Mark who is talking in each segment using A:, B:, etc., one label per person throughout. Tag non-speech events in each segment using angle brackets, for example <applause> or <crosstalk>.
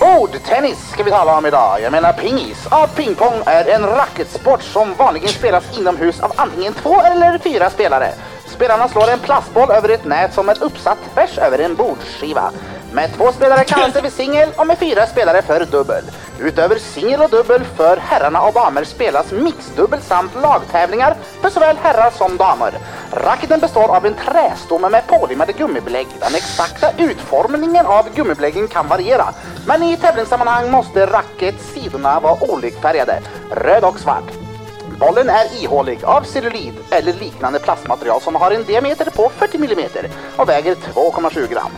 A: Bordtennis ska vi tala om idag. Jag menar pingis. Ja, pingpong är en racketsport som vanligen spelas inomhus av antingen två eller fyra spelare. Spelarna slår en plastboll över ett nät som är uppsatt tvärs över en bordsskiva. Med två spelare kallas det för singel och med fyra spelare för dubbel. Utöver singel och dubbel för herrarna och damer spelas mixdubbel samt lagtävlingar för såväl herrar som damer. Racketen består av en trästomme med pålimmade gummibelägg. Den exakta utformningen av gummibeläggen kan variera, men i tävlingssammanhang måste racketsidorna vara olikfärgade, röd och svart. Bollen är ihålig av cellulid eller liknande plastmaterial som har en diameter på 40 mm och väger 2,7 gram.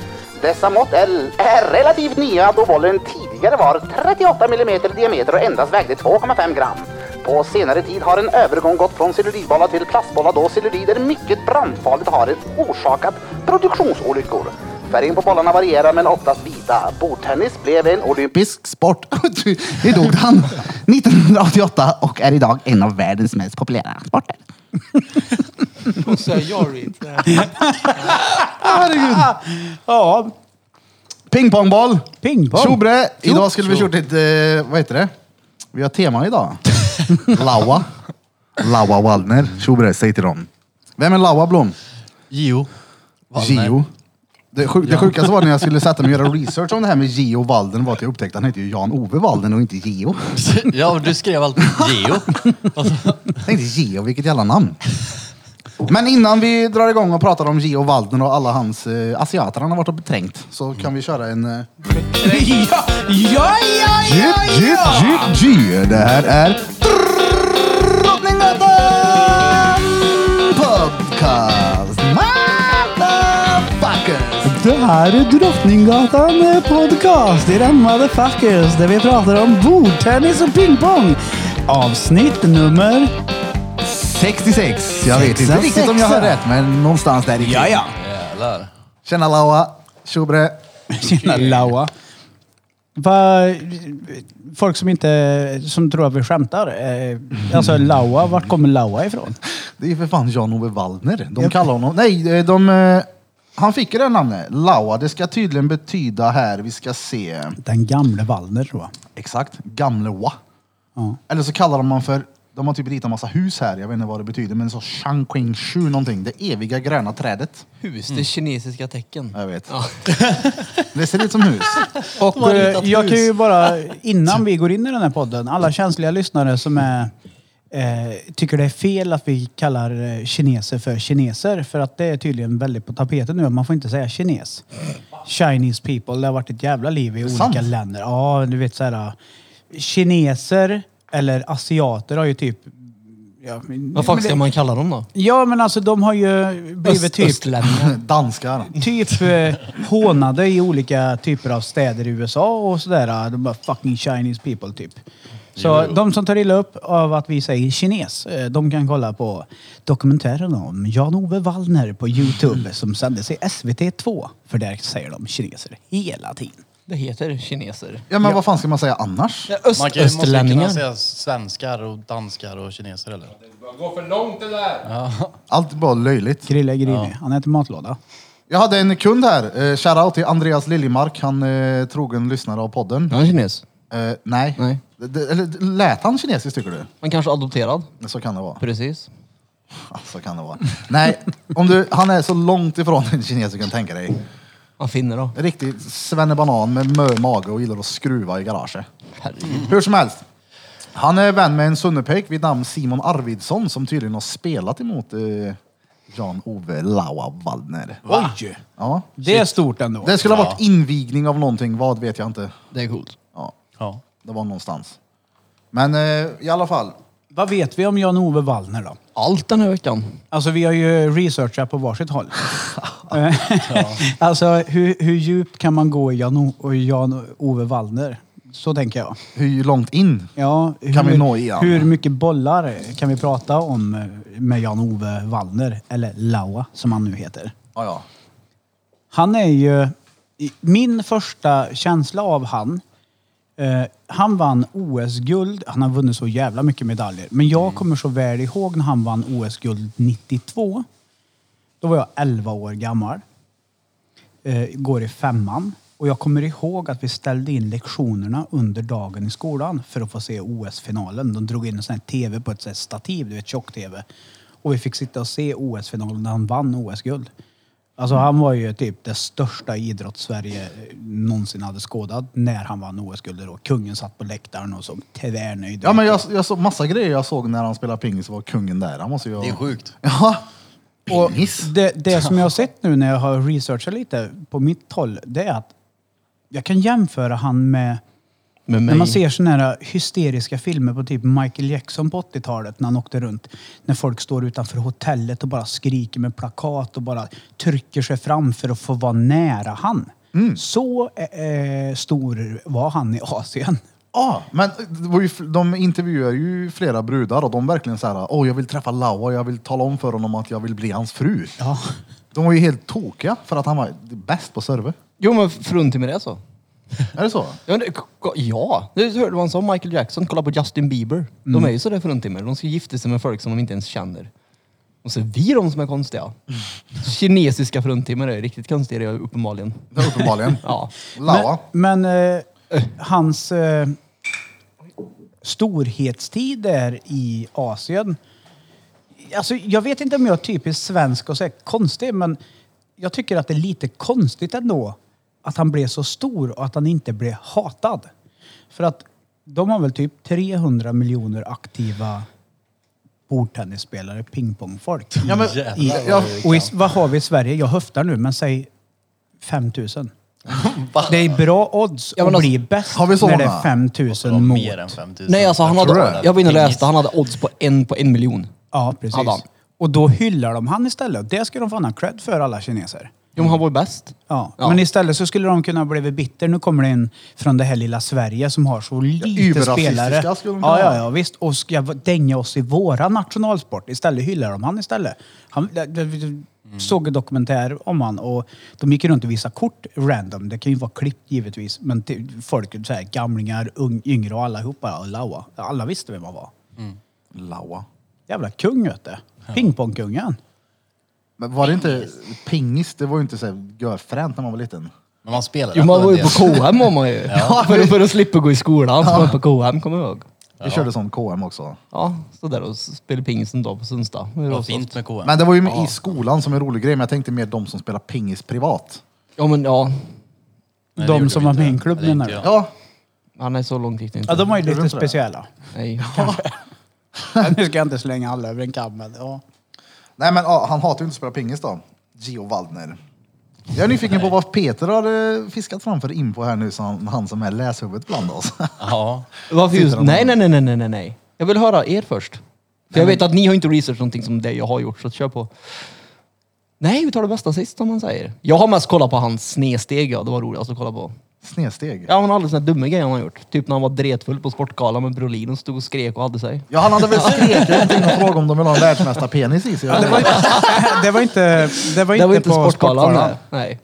A: Dessa mått är, är relativt nya då bollen tidigare var 38 mm i diameter och endast vägde 2,5 gram. På senare tid har en övergång gått från cellulidbollar till plastbollar då cellulid är mycket brandfarligt och har orsakat produktionsolyckor. Färgen på bollarna varierar men oftast vita. Bordtennis blev en olympisk sport. <laughs> Det dog han 1988 och är idag en av världens mest populära sporter.
B: Och så gör
C: <laughs>
B: inte.
C: Herregud.
B: Ja,
C: Pingpongboll.
B: Pingpong.
C: Tjobre. Idag skulle vi kört ett, eh, vad heter det? Vi har tema idag. Laua. Laua Wallner. Tjobre, säg till dem. Vem är Laua Blom?
D: Gio.
C: <laughs>
D: Wallner.
C: Gio. Det, sjuk, det sjukaste var när jag skulle sätta mig och göra research om det här med Gio Walden var att jag upptäckte att han heter ju Jan-Ove Walden och inte Gio.
D: Ja, och du skrev alltid
E: <laughs>
D: Gio.
C: Jag tänkte Gio, vilket jävla namn. Men innan vi drar igång och pratar om Gio Walden och alla hans eh, asiater han har varit och beträngt så kan vi köra en... Eh,
B: Ja, ja, ja,
C: Djup,
B: ja,
C: djup,
B: ja.
C: djup, djup. Det här är Drottninggatan Podcast. Motherfuckers.
B: Det här är Drottninggatan podcast. Det är den motherfuckers där vi pratar om bordtennis och pingpong. Avsnitt nummer...
C: 66. Jag vet inte
B: Sexa,
C: riktigt om jag har
B: sexa.
C: rätt men någonstans där i
B: Ja, ja.
D: Jävlar.
C: Tjena Laura. Tjobre.
B: Tjena Laua. Va, folk som inte som tror att vi skämtar. Eh, alltså Laua, vart kommer Laua ifrån?
C: Det är ju för fan Jan-Ove Waldner. De kallar honom... Nej, de... eh, Han fick ju det här namnet. Laua. Det ska tydligen betyda här, vi ska se.
B: Den gamle Wallner tror jag.
C: Exakt. Gamlewa.
B: Ja.
C: Eller så kallar de man för, de har typ ritat massa hus här, jag vet inte vad det betyder, men så Shangqingshu någonting. Det eviga gröna trädet.
E: Hus, det kinesiska tecken.
C: Jag vet. <laughs> Det ser ut som hus. <laughs>
B: Och eh, jag kan ju bara, innan vi går in i den här podden, alla känsliga lyssnare som är, eh, tycker det är fel att vi kallar eh, kineser för kineser. För att det är tydligen väldigt på tapeten nu, att man får inte säga kines. Chinese people, det har varit ett jävla liv i olika
C: sant?
B: länder. Ja, du vet så här. eh, Kineser eller asiater har ju typ... Ja, men-
E: Vad fan ska man kalla dem då?
B: ja men alltså de har ju blivit
E: Öst-
B: typ
E: Östlänningar.
C: Danskar.
B: typ eh, hånade i olika typer av städer i USA och sådär. De bara fucking Chinese people typ. Så de som tar illa upp av att vi säger kines, eh, de kan kolla på dokumentären om Jan-Ove Wallner på Youtube som sändes i SVT2. För där säger de kineser hela tiden.
E: Det heter kineser.
C: Ja men vad fan ska man säga annars?
E: Öst,
D: Man kan, måste ju kunna
E: östlänningar.
D: säga svenskar och danskar och kineser eller?
F: går för långt det där!
C: Allt är bara löjligt.
B: Krille är grinig. Han äter matlåda.
C: Jag hade en kund här, eh, shoutout till Andreas Liljemark, han är trogen lyssnare av podden.
E: Han är kines.
C: Eh, nej.
E: Nej.
C: Det- det- Eller lät han kinesiskt tycker du?
E: Han kanske är adopterad.
C: Så kan det vara.
E: Precis.
C: Så kan det vara. Nej, om du, han är så långt ifrån <laughs> en kines du kan tänka dig.
E: Han finner då.
C: En riktig svennebanan med mö mage och gillar att skruva i garaget.
E: Herregud.
C: Hur som helst. Han är vän med en sunnepöjk vid namn Simon Arvidsson som tydligen har spelat emot eh, Jan-Ove Laua Waldner.
B: Oj!
C: Ja.
B: Det är stort ändå.
C: Det skulle ha varit invigning av någonting, vad vet jag inte.
E: Det är coolt.
C: Ja,
D: Ja.
C: det var någonstans. Men eh, i alla fall.
B: Vad vet vi om Jan-Ove Wallner då?
E: Allt den här veckan.
B: Alltså vi har ju researchat på
C: <laughs>
B: varsitt håll. Eh, <laughs> alltså hur, hur djupt kan man gå i Jan, och Jan-Ove Wallner? Så tänker jag.
C: Hur långt in?
B: Ja, hur,
C: Kan vi nå i han?
B: hur mycket bollar kan vi prata om eh, med Jan-Ove Wallner? Eller Laua som han nu heter.
C: Ja, ja.
B: Han är ju... i- Min första känsla av han... Eh, han vann OS-guld. Han har vunnit så jävla mycket medaljer. Men jag
C: Mm.
B: kommer så väl ihåg när han vann OS-guld 92. Då var jag 11 år gammal. Eh, går i femman. Och jag kommer ihåg att vi ställde in lektionerna under dagen i skolan för att få se OS-finalen. De drog in en sån här tv på ett sånt här stativ, du vet tjock-tv. Och vi fick sitta och se OS-finalen när han vann OS-guld. Alltså han var ju typ det största idrotts-Sverige eh, någonsin hade skådat när han vann OS-guld. då. Kungen satt på läktaren och såg tvärnöjd
C: Ja
B: ut.
C: men jag, jag såg massa grejer jag såg när han spelade pingis var kungen där. Han måste ju ha...
D: Det är sjukt.
C: <laughs> Ja. Pingis?
B: Det, det som jag har sett nu när jag har researchat lite på mitt håll, det är att jag kan jämföra han med
E: Med
B: När
E: mig.
B: man ser såna här hysteriska filmer på typ Michael Jackson på 80-talet när han åkte runt. När folk står utanför hotellet och bara skriker med plakat och bara trycker sig fram för att få vara nära han. Så eh, stor var han i Asien.
C: Ja, men det var ju, de intervjuar ju flera brudar och de verkligen så här, åh jag vill träffa Laua, jag vill tala om för honom att jag vill bli hans fru.
B: Ja.
C: De var ju helt tokiga för att han var bäst på server.
E: Jo, men frun till mig det så.
C: Är det så?
E: Ja, det, ja, det hörde man som Michael Jackson. Kolla på Justin Bieber. De är ju sådär fruntimmer. De ska gifta sig med folk som de inte ens känner. Och så är vi de som är konstiga. Kinesiska fruntimmer är riktigt konstiga uppenbarligen.
C: Det är <laughs> uppenbarligen.
E: Ja.
C: Laua.
B: Men, men eh, hans eh, storhetstid där i Asien. Alltså, jag vet inte om jag är typiskt svensk och så här konstig, men jag tycker att det är lite konstigt ändå att han blev så stor och att han inte blev hatad. För att de har väl typ 300 miljoner aktiva bordtennisspelare, pingpongfolk.
C: Ja, men,
D: Jävlar
C: ja,
D: vad
C: ja,
D: det-
B: Och i, vad har vi i Sverige? Jag höftar nu, men säg 5000. Det är bra odds
E: Ja,
B: att
E: men alltså,
B: bli bäst
C: har vi såna?
B: när det är 5000
D: De
B: mot.
D: mer än 5000.
E: Nej, alltså han
D: Jag tror
E: hade,
D: det.
E: jag var inne och
D: Pingis.
E: läste, han hade odds på en på en miljon.
B: Ja, precis.
E: Adam.
B: Och då hyllar de han istället. Det ska de fan ha cred för, alla kineser.
E: Jo, men han var ju bäst.
B: Ja.
E: Ja.
B: Men istället så skulle de kunna ha blivit bitter. Nu kommer det in från det här lilla Sverige som har så lite
C: überrasistiska
B: spelare.
C: skulle de kunna
B: Ja, ja,
C: vara.
B: ja, visst. Och ska dänga oss i våra nationalsport. Istället hyllar de han istället. Han, jag- jag- jag
D: Mm.
B: såg en dokumentär om han och de gick runt och visade kort random. Det kan ju vara klippt givetvis. Men till folk, så här, gamlingar, ung, yngre och allihopa. Och Laua. Alla visste vem han var.
C: Laua.
B: Jävla kung vet du. Pingpongkungen.
C: Men var det inte pingis? Det var ju inte så här görfränt när man var liten.
D: Men man spelade
E: Jo, man
D: ändå
E: var ju
D: en
E: på
D: del.
E: KM var man ju. <laughs> för, för att slippa gå i skolan så var man på KM, kommer jag ihåg.
C: Vi körde sån KM också.
E: Ja, så där och spelade pingis en dag på Sundsta.
D: Det var fint med KM.
C: Men det var ju i skolan som en rolig grej, men jag tänkte mer de som spelar pingis privat.
E: Ja, men ja.
D: Nej, det
B: de
D: gjorde
B: som
D: vi
B: var
D: inte.
B: med i en klubb
D: Eller inte
B: menar du?
D: jag.
C: Ja,
E: Han är så långt gick det inte.
B: Ja, de var ju
C: Tror du inte
B: lite
C: det?
B: speciella.
E: Nej.
B: <laughs> nu ska jag inte slänga alla över en kam. Men, ja.
C: Nej men ja, han hatar ju inte att spela pingis då. Gio Waldner. Jag är nyfiken på vad Peter har eh, fiskat fram för info här nu, som han som är läshuvudet bland oss. <laughs>
D: Ja.
E: Varför just?
C: Sitter de
E: Nej,
C: där?
E: nej, nej, nej, nej, nej, nej. Jag vill höra er först. För jag vet att ni har inte researchat någonting som det jag har gjort, så kör på. Nej, vi tar det bästa sist som man säger. Jag har mest kollat på hans snedsteg, ja. Det var roligast att kolla på.
C: Snedsteg.
E: Ja, han har alla såna här dumma grejer han har gjort. Typ när han var dretfull på Sportgalan med Brolin och stod och skrek och hade sig.
C: Ja, han
E: <laughs>
C: hade väl skrikit någonting och frågat om de vill ha en världsmästarpenis i sig.
B: det, var, <laughs> det var inte, det var inte,
E: Det var inte
B: på
E: Sportgalan.
B: Sportgalan.
E: nej. Nej.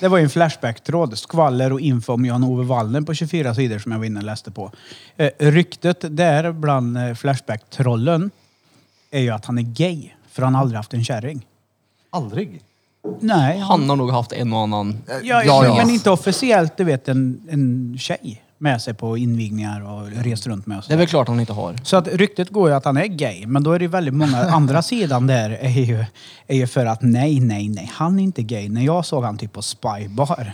B: Det var ju en Flashback-tråd. Skvaller och info om Jan-Ove Wallner på 24 sidor som jag var inne och läste på. Eh, ryktet där bland eh, Flashback-trollen är ju att han är gay. För han har aldrig haft en kärring.
C: Aldrig.
B: Nej, han,
E: Han har nog haft en och annan.
C: Eh,
B: ja,
C: ja, ja.
B: men inte officiellt, du vet, en, en tjej med sig på invigningar och rest runt med. Och så
E: Det är väl klart han inte har.
B: Så att ryktet går ju att han är gay, men då är det ju
C: <laughs>
B: väldigt många andra sidan där är ju, är ju för att nej, nej, nej, han är inte gay. När jag såg han typ på Spybar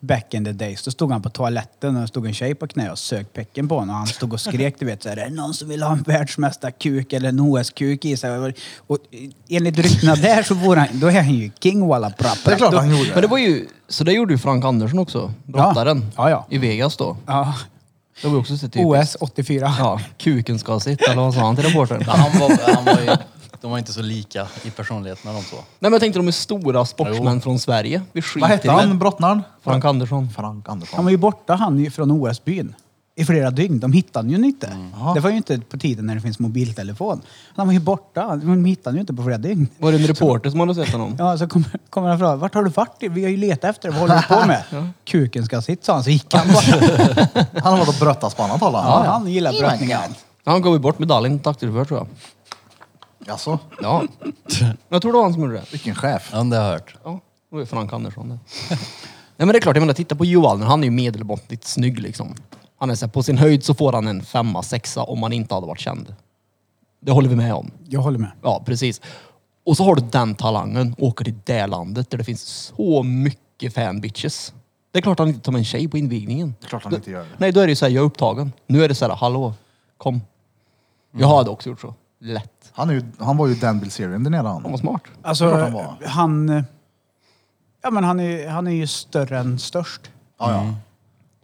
B: back in the days, då stod han på toaletten och det stod en tjej på knä och sög pecken på honom och han stod och skrek, du vet, så här, är det någon som vill ha en världsmästarkuk eller en OS-kuk i sig? Och enligt ryktena där så vore han, då är han ju king walla prapp.
C: Det är klart han
E: Men det
C: gjorde.
E: var ju, så det gjorde ju Frank Andersson också, brottaren.
B: Ja, ja.
E: I Vegas då.
B: Ja,
E: Det var ju också så typiskt.
B: OS 84.
E: Ja, kuken ska sitta, eller vad sa han till reportern?
D: Men Han var, han var ju, de var inte så lika i personligheterna de två.
E: Nej men jag tänkte de är stora sportsmän från Sverige. Vi
C: Vad
E: skiter
C: hette
E: i det.
C: han, brottnaren?
E: Frank Andersson.
C: Frank Andersson.
B: Han var ju borta han ju från OS-byn i flera dygn. De hittade han ju inte.
C: Mm.
B: Det var ju inte på tiden när det finns mobiltelefon. Han var ju borta. De hittade han ju inte på flera dygn.
E: Var det en reporter som hade sett honom?
B: Ja, så kommer kom han fram. Vart har du varit? Vi har ju letat efter dig. Vad håller du
C: <laughs>
B: på med? Kuken ska sitta, sa han. Så gick han bara.
C: Han har varit och bröttats på annat håll
B: Ja,
C: han.
B: han gillar brottningar.
E: Han gav ju bort medaljen till aktier för tror jag.
C: Jaså,
E: Ja. Jag tror det var han som gjorde det.
C: vilken chef.
D: Ja, det har jag hört.
E: Ja, det var ju Frank Andersson det. Nej men det är klart, jag menar titta på Johan, han är ju medelmåttigt snygg liksom. Han är så här, på sin höjd så får han en femma, sexa om han inte hade varit känd. Det håller vi med om.
B: Jag håller med.
E: Ja, precis. Och så har du den talangen och åker till det landet där det finns så mycket fanbitches. Det är klart han inte tar med en tjej på invigningen. Det är
C: klart han inte gör det.
E: Nej, då är det ju såhär, jag är upptagen. Nu är det såhär, hallå, kom. Jag
C: Mm.
E: hade också gjort så. Lätt.
C: Han, är ju, han var ju Dan Bilzerian där nere han.
E: Han var smart.
B: Alltså,
C: Klart han
B: han,
C: var.
B: eh, ja, men han, är, han är ju större än störst.
C: Ja, ja.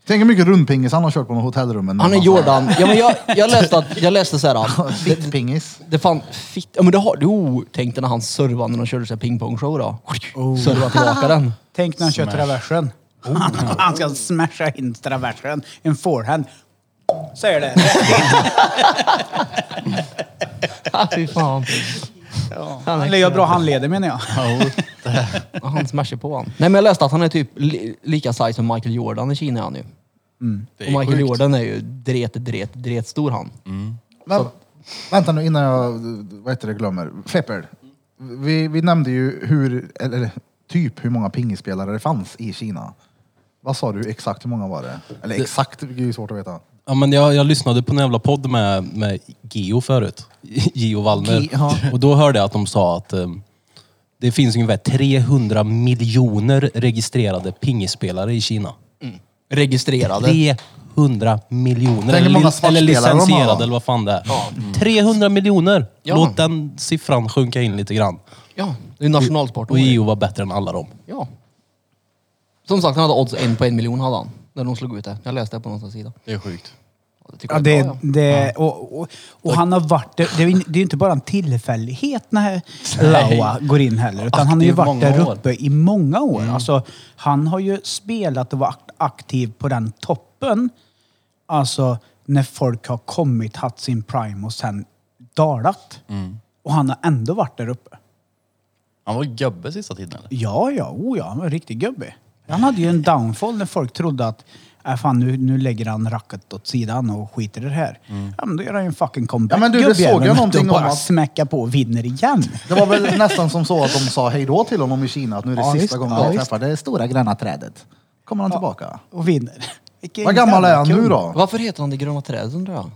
C: Tänk hur mycket rundpingis han har kört på något hotellrum. en
E: Han är
C: massa-
E: Jordan. Ja, men jag,
C: <laughs>
E: jag läste, att, jag läste såhär,
C: Fittpingis.
E: Det fan, fitt, ja men det har du oh, tänk dig när han servade när de körde så här pingpongshow då. Oh. Serva tillbaka den.
C: <laughs>
B: Tänk när han kör traversen. Han,
C: Oh.
B: <laughs> han ska smasha in traversen. En forehand. Säger det.
E: Ah, Fy fan. Han är
B: Han gör bra handleder menar jag.
E: knäpp. Han smashar på han. Nej men jag läste att han är typ li, lika size som Michael Jordan i Kina är han ju.
D: Det
E: <laughs>
D: är
E: Och Michael
D: sjukt.
E: Jordan är ju dret, dret, dret stor han.
C: Men, vänta nu innan jag vad heter det, glömmer. Flipper. Vi, vi nämnde ju hur, eller typ hur många pingisspelare det fanns i Kina. Vad sa du exakt hur många var det? Eller exakt, det är ju svårt att veta.
G: Ja, men jag, jag lyssnade på en jävla podd med, med Geo förut. <laughs> Geo Wallner.
C: Gi- ja.
G: <laughs> Och då hörde jag att de sa att eh, det finns ungefär 300 miljoner registrerade pingisspelare i Kina.
E: Registrerade.
G: 300 miljoner.
C: Tänk hur många
G: eller
C: svartspelare de har.
G: licensierade eller vad fan det är. 300 miljoner!
E: Ja.
G: Låt den siffran sjunka in lite grann.
E: Ja, det är nationalsport.
G: Och Geo var bättre än alla dem.
E: Ja. Som sagt, han hade odds en på en miljon hade han. När de slog ut det. Jag läste det på någon sida.
D: Det är sjukt.
E: Ja, det tycker
B: Ja,
E: jag är
B: det,
E: bra, ja.
B: det, och, och, och han har varit det, det är ju- det är ju inte bara en tillfällighet när Laua går in heller. Utan han har ju
D: Aktiv
B: varit där
D: många år.
B: uppe i många år.
E: Mm.
B: Alltså, han har ju spelat och varit aktiv på den toppen. Alltså när folk har kommit, haft sin prime och sen dalat.
E: Mm.
B: Och han har ändå varit där uppe.
D: Han var gubbe sista tiden eller?
B: Ja, ja, oh ja, han var riktigt gubbig. Han hade ju en downfall när folk trodde att äh, fan, nu, nu lägger han racket åt sidan och skiter i det här. Ja, men då gör han ju en fucking comeback.
C: Mm. Ja, men du, det
B: gubbjäveln,
C: såg jag
B: och
C: någonting
B: bara
C: om att-
B: smäcka på och vinner igen.
C: Det var väl nästan som så att de sa hej då till honom i Kina, att nu är det
B: Ja,
C: sista
B: visst.
C: gången
B: Ja,
C: jag
B: visst.
C: träffar det stora gröna trädet. Kommer han tillbaka.
B: Och vinner. <laughs> Vilken
C: Vad gammal är
B: jävla
C: han
B: kung.
C: nu då?
E: Varför heter han det gröna trädet undrar jag?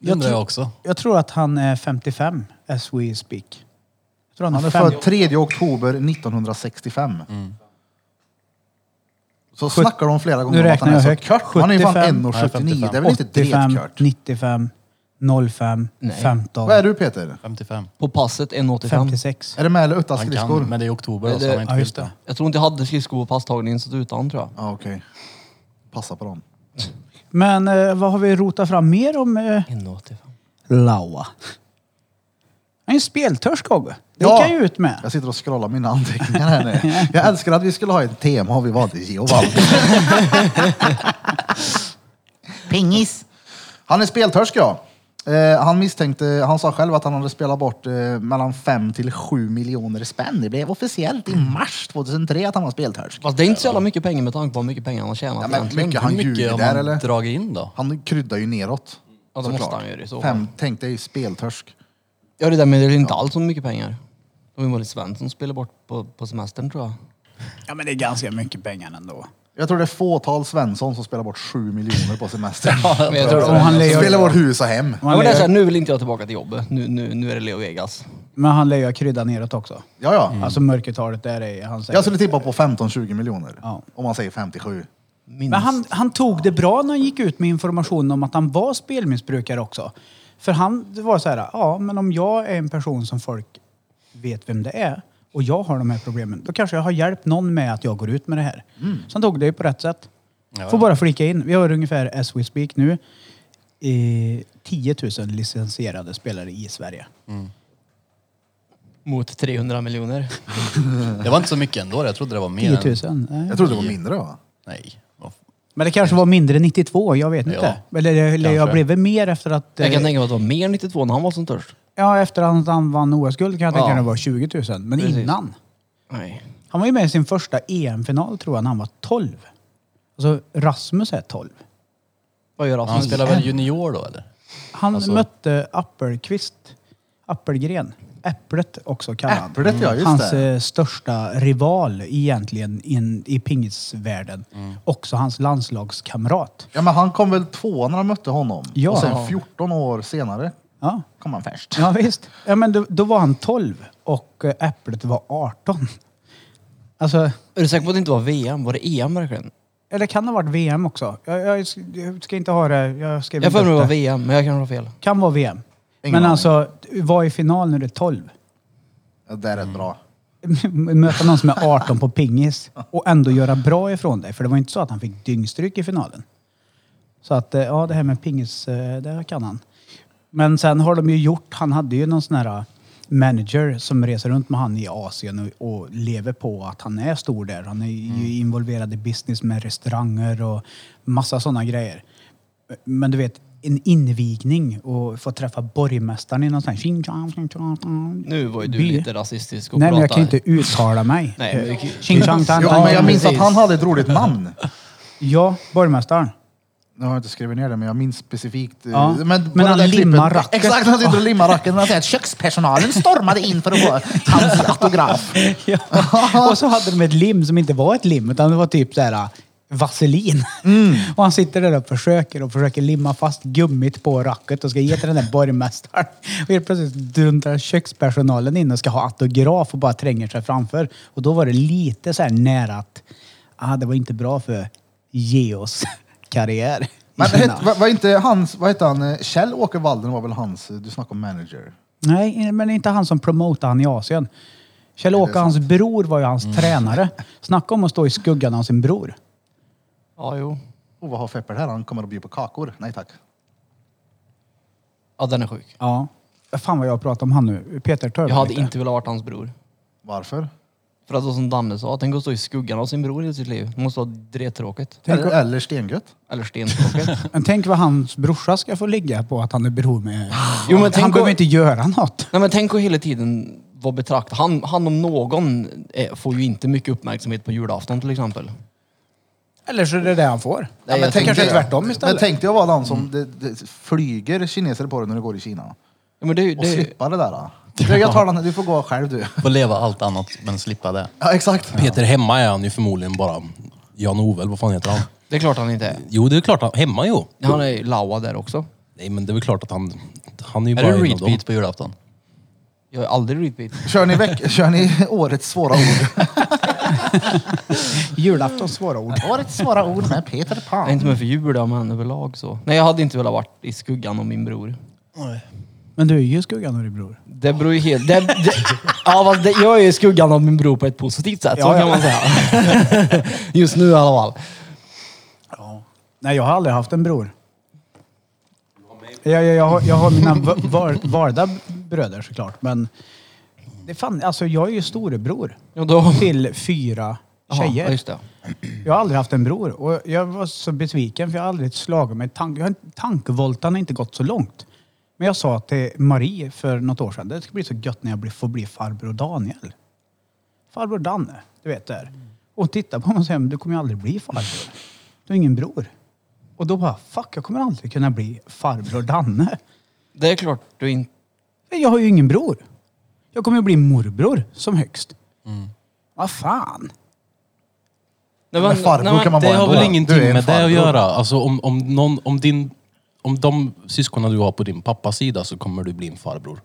D: Det undrar jag också.
B: Jag tror att han är 55, as we speak. Jag tror han,
C: Han är
B: är 50.
C: född 3 oktober 1965.
D: Mm.
C: Så snackar de flera gånger
B: Nu
C: om att
B: räknar
C: han
B: jag
C: är så
B: högt.
C: kört. Han är ju fan 1
B: 75,
C: år 79. Det är väl inte
B: 85,
C: dretkört?
B: 95, 05,
E: Nej.
B: 15,
C: Vad är du Peter?
D: 55.
E: På passet 1,85.
B: 56.
C: Är det med eller utan
D: Han
C: skridskor?
D: kan, men det är i oktober
E: Det-
D: då, så han har inte
B: Ja, just
D: fyllt
B: det.
D: det.
E: Jag tror inte jag hade skridskor på passtagningen så utan tror jag.
C: Ja, okej. Passa på dem.
B: Men eh, vad har vi rotat fram mer om eh,
E: 1,85.
B: Laua. Han är ju speltörsk Gogge. Det gick
C: Ja.
B: han ju ut med.
C: Jag sitter och scrollar mina anteckningar här nu. Jag älskar att vi skulle ha ett tema och vi valde Geovald.
A: Pingis.
C: Han är speltörsk ja. Eh, han misstänkte, han sa själv att han hade spelat bort eh, mellan 5 till 7 miljoner spänn. Det blev officiellt i mars 2003 att han var speltörsk.
E: Fast det är inte så jävla mycket pengar med tanke på hur mycket pengar han har tjänat
C: Ja, men
E: egentligen.
C: mycket han
D: Hur mycket
C: ljuger
D: har
C: där
D: man
C: eller?
D: dragit in då?
C: Han kryddar ju neråt.
E: Ja, det måste
C: såklart.
E: han göra i så fall.
C: Fem, tänk dig speltörsk.
E: Ja, det där med det är inte alls så mycket pengar. Det var ju Molly Svensson spelar bort på, på semestern tror jag.
B: Ja men det är ganska mycket pengar ändå.
C: Jag tror det är fåtal Svensson som spelar bort 7 miljoner på semestern.
E: Men jag tror,
B: Och han lär
C: Som spelar
B: ju,
C: bort hus och hem.
E: ja, men det är så här,
B: lär,
E: nu vill inte jag tillbaka till jobbet. Nu, nu, nu är det Leo Vegas.
B: men han lär ju ha krydda neråt också.
C: Ja, ja.
B: Alltså mörkertalet där är han säger.
C: Jag skulle tippa på 15-20 miljoner.
B: Ja.
C: Om man säger 57.
E: Minst.
B: Men han, han tog det bra när han gick ut med information om att han var spelmissbrukare också. För han det var så här, ja men om jag är en person som folk vet vem det är och jag har de här problemen, då kanske jag har hjälpt någon med att jag går ut med det här. Så han tog det ju på rätt sätt. Får bara flika in, vi har ungefär as we speak nu, eh, 10 000 licensierade spelare i Sverige.
E: Mot 300 miljoner.
C: Mm.
D: Det var inte så mycket ändå. Jag trodde det var mer
B: 10
D: än...
B: 000? Nej.
C: Jag trodde det var mindre va?
D: Nej. vad f-
B: Men det kanske var mindre 92, jag vet inte. Eller, eller jag
D: kanske.
B: blev mer efter att...
E: Jag
B: eh,
E: kan tänka mig att det var mer 92 när han var som störst.
B: Ja, efter att han vann OS-guld kan jag tänka
E: Ja.
B: mig det var 20 000. Men
E: Precis.
B: innan.
E: Nej.
B: Han var ju med i sin första EM-final tror jag när han var 12. Alltså Rasmus är 12.
E: Vad gör
D: Han
E: Rasmus?
D: spelar väl junior då eller?
B: Han
D: Alltså-
B: mötte Appelqvist, Appelgren, Äpplet också kallad.
C: Äpplet, ja, just
B: hans
C: det.
B: eh, största rival egentligen in, i pingisvärlden.
C: Mm.
B: Också hans landslagskamrat.
C: Ja, men han kom väl två när han mötte honom?
B: Ja.
C: Och sen 14 år senare
B: Ja.
C: kom han först.
B: Ja visst. Ja, men då, då var han 12 och eh, Äpplet var 18. Alltså,
E: Är du säker på att det inte var VM? Var det EM verkligen?
B: eller kan det ha varit VM också? Jag, jag, jag ska inte ha det. Jag skrev
E: Jag får
B: inte
E: mig det
B: upp
E: var
B: det.
E: VM, men jag kan ha fel.
B: Kan vara VM.
C: Ingen
B: men
C: aning.
B: alltså, var i final när du är 12.
C: Ja, det är rätt bra.
B: <laughs> Möta någon som är 18 på pingis och ändå göra bra ifrån dig. För det var inte så att han fick dyngstryk i finalen. Så att, eh, ja det här med pingis, eh, det kan han. Men sen har de ju gjort, han hade ju någon sån här eh, manager som reser runt med han i Asien och, och lever på att han är stor där. Han är ju involverad i business med restauranger och massa sådana grejer. Men du vet, en invigning och få träffa borgmästaren i någon sån här... Tjing, tjang, tjing, tjang, tjang.
E: Nu var ju du
B: By.
E: lite rasistisk och
B: Nej, men jag kan
E: pratar-
B: ju inte uttala mig.
E: <laughs> Nej, men vi kan-
B: Ching chang tan
C: Ja, men jag
B: tan.
C: minns att
E: precis.
C: han hade ett roligt namn.
B: Ja, borgmästaren.
C: Nu har jag inte skrivit ner det, men jag minns specifikt. eh,
B: Ja, men
C: bara
B: han
C: det där klippet-
B: limmar racket.
C: Exakt, han sitter och limmar racket. Men han säger att kökspersonalen stormade in för att få hans autograf.
B: Ja. <laughs> Och så hade de ett lim som inte var ett lim, utan det var typ så här vaselin.
C: Mm.
B: <laughs> Och han sitter där och försöker och försöker limma fast gummit på racket och ska ge till den där borgmästaren. <laughs> Och helt plötsligt dundrar kökspersonalen in och ska ha autograf och bara tränger sig framför. Och då var det lite så här nära att ah, det var inte bra för Geos <laughs> karriär. i
C: Men
B: <laughs> Kina.
C: het, var, var inte hans, vad heter han, eh, Kjell-Åke Walden var väl hans, eh, du snackade om manager.
B: Nej, men inte han som promotade han i Asien. Kjell-Åke, hans bror, var ju hans tränare. Snacka om att stå i skuggan av sin bror.
E: Ja, jo.
C: Och vad har Fepper här? Han kommer att bjuda på kakor. Nej tack.
E: Ja, den är sjuk.
B: Ja. Fan vad jag pratar om han nu. Peter Törn.
E: Jag hade inte velat vara hans bror.
C: Varför?
E: För att då som Danne sa, tänk att stå i skuggan av sin bror i sitt liv. Det måste vara drettråkigt.
C: Eller, eller stengött.
E: Eller stentråkigt.
B: Men tänk vad hans brorsa ska få ligga på att han är bror med...
E: Ah. Jo, men
B: han
E: tänk
B: behöver
E: att-
B: inte göra något.
E: Nej men tänk att hela tiden vara betraktad. Han, han om någon eh, får ju inte mycket uppmärksamhet på julafton till exempel.
B: Eller så är det det han får.
E: Nej, jag
B: tänk
E: tänker-
B: kanske tvärtom
C: Men
B: istället.
C: tänk dig att vara den som det, det, flyger kineser på dig när du går i Kina.
E: Ja, men det, är ju-
C: Och
E: det, är ju-
C: slippa det där. <laughs> då. Du, jag tar den, du får gå själv du.
D: Få leva allt annat men slippa det.
C: Ja exakt.
G: Peter hemma är han ju förmodligen bara Jan-Ove, eller vad fan heter han?
E: det är klart han inte är.
G: Jo, det är klart. Han, hemma jo.
E: Han är ju laua där också.
G: Nej, men det är väl klart att han... Han är ju
D: Är
G: bara
D: du
G: en av dem.
D: repeat på julafton?
E: <laughs> Jag är aldrig repeat.
C: Kör ni, veck, kör ni <laughs> årets svåra ord?
B: Julaftons svåra ord.
C: årets svåra ord med Peter
E: Jag är
C: Pan.
E: inte med för jul då, men överlag så. Nej jag hade inte velat varit i skuggan av min bror.
B: Men du är ju i skuggan av din bror.
E: Det beror ju helt... Det, det, ja, fast det, jag är ju i skuggan av min bror på ett positivt sätt, så
B: Ja, ja.
E: kan man säga. Just nu i alla fall.
B: Nej, jag har aldrig haft en bror. Jag, jag, jag, har, jag har mina va- var, valda bröder såklart, men det är fan, alltså, jag är ju storebror
E: Ja, då...
B: till fyra
E: Jaha,
B: tjejer.
E: ja, just det.
B: Jag har aldrig haft en bror och jag var så besviken för jag har aldrig slagit mig. Tank, jag har, inte- tankevoltan har inte gått så långt. Men jag sa till Marie för något år sedan, det ska bli så gött när jag blir, får bli farbror Daniel. Farbror Danne, du vet där. Och titta på mig och säger, "Men du kommer ju aldrig bli farbror. Du har ingen bror. Och då bara, fuck jag kommer aldrig kunna bli farbror Danne.
E: Det är klart du inte...
B: Men Jag har ju ingen bror. Jag kommer ju bli morbror som högst. Vad fan.
E: Nej,
C: Men farbror Alltså, kan man
G: Det
C: vara
G: har
C: ändå.
G: väl
C: Du är
G: ingenting
C: en
G: med det
C: farbror.
G: att göra. Alltså, om, om, någon, om, din, om de syskonen du har på din pappas sida så kommer du bli en farbror.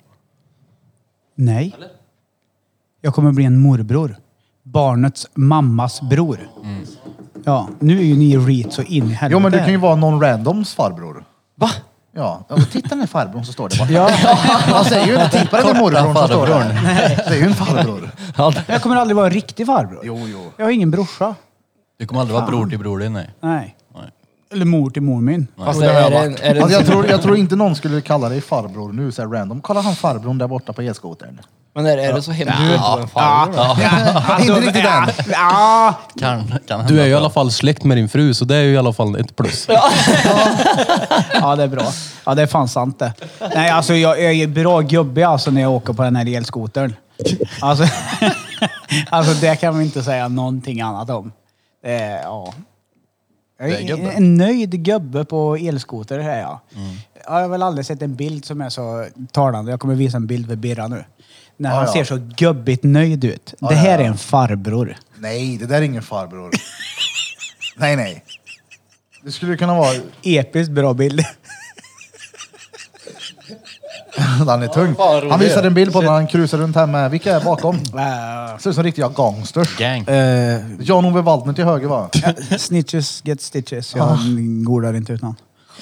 B: Nej. Jag kommer bli en morbror. Barnets mammas bror. Ja, nu är ju ni reet så in i helvete.
C: Mm. Jo men du kan ju vara någon randoms farbror.
E: Va?
C: Ja, och titta den här farbrorn så står det
G: <laughs>
C: borta. Han säger ju inte titta den där morbrorn som står <laughs> där. Det är ju en farbror.
E: Ja,
B: Jag kommer aldrig vara en riktig farbror.
C: Jo, jo.
B: Jag har ingen brorsa.
D: Du kommer aldrig vara bror till bror din, nej.
B: Nej.
D: Nej.
B: Eller mor till mor min.
E: Fast
C: Jo, det har
E: är
C: jag
E: det,
C: varit.
E: är det,
C: Alltså, jag, tror, jag tror inte någon skulle kalla dig farbror nu så här random. Kolla han farbrorn där borta på elskotern.
E: men är, är det så hemskt? Du är inte en farbror? då?
C: inte riktigt än.
B: Ja,
D: Kan, kan hända
G: Du är ju i
D: bra.
G: alla fall släkt med din fru, så det är ju i alla fall ett plus.
B: ja, det är bra. Ja, det är fan sant det. Nej, alltså jag, jag är bra gubbig alltså när jag åker på den här elskotern. Alltså, <laughs> alltså det kan vi inte säga någonting annat om. Det är, ja. Jag är
D: Det är gubben.
B: en nöjd gubbe på elskoter här ja. Jag har väl aldrig sett en bild som är så talande. Jag kommer visa en bild för Birra nu. När han
C: ja.
B: ser så gubbigt nöjd ut. det här är en farbror.
C: Nej, det där är ingen farbror. nej, nej. Det skulle kunna vara... <laughs>
B: Episkt bra bild.
C: Han är tung.
D: fan, rolig.
C: Han visade en bild på när han krusar runt här med... Vilka är bakom?
B: Äh,
C: Ser ut som riktiga gangsters.
D: Gang.
B: eh,
C: Jan-Ove Waldner till höger va?
B: snitches get stitches. Jag godar inte ut någon.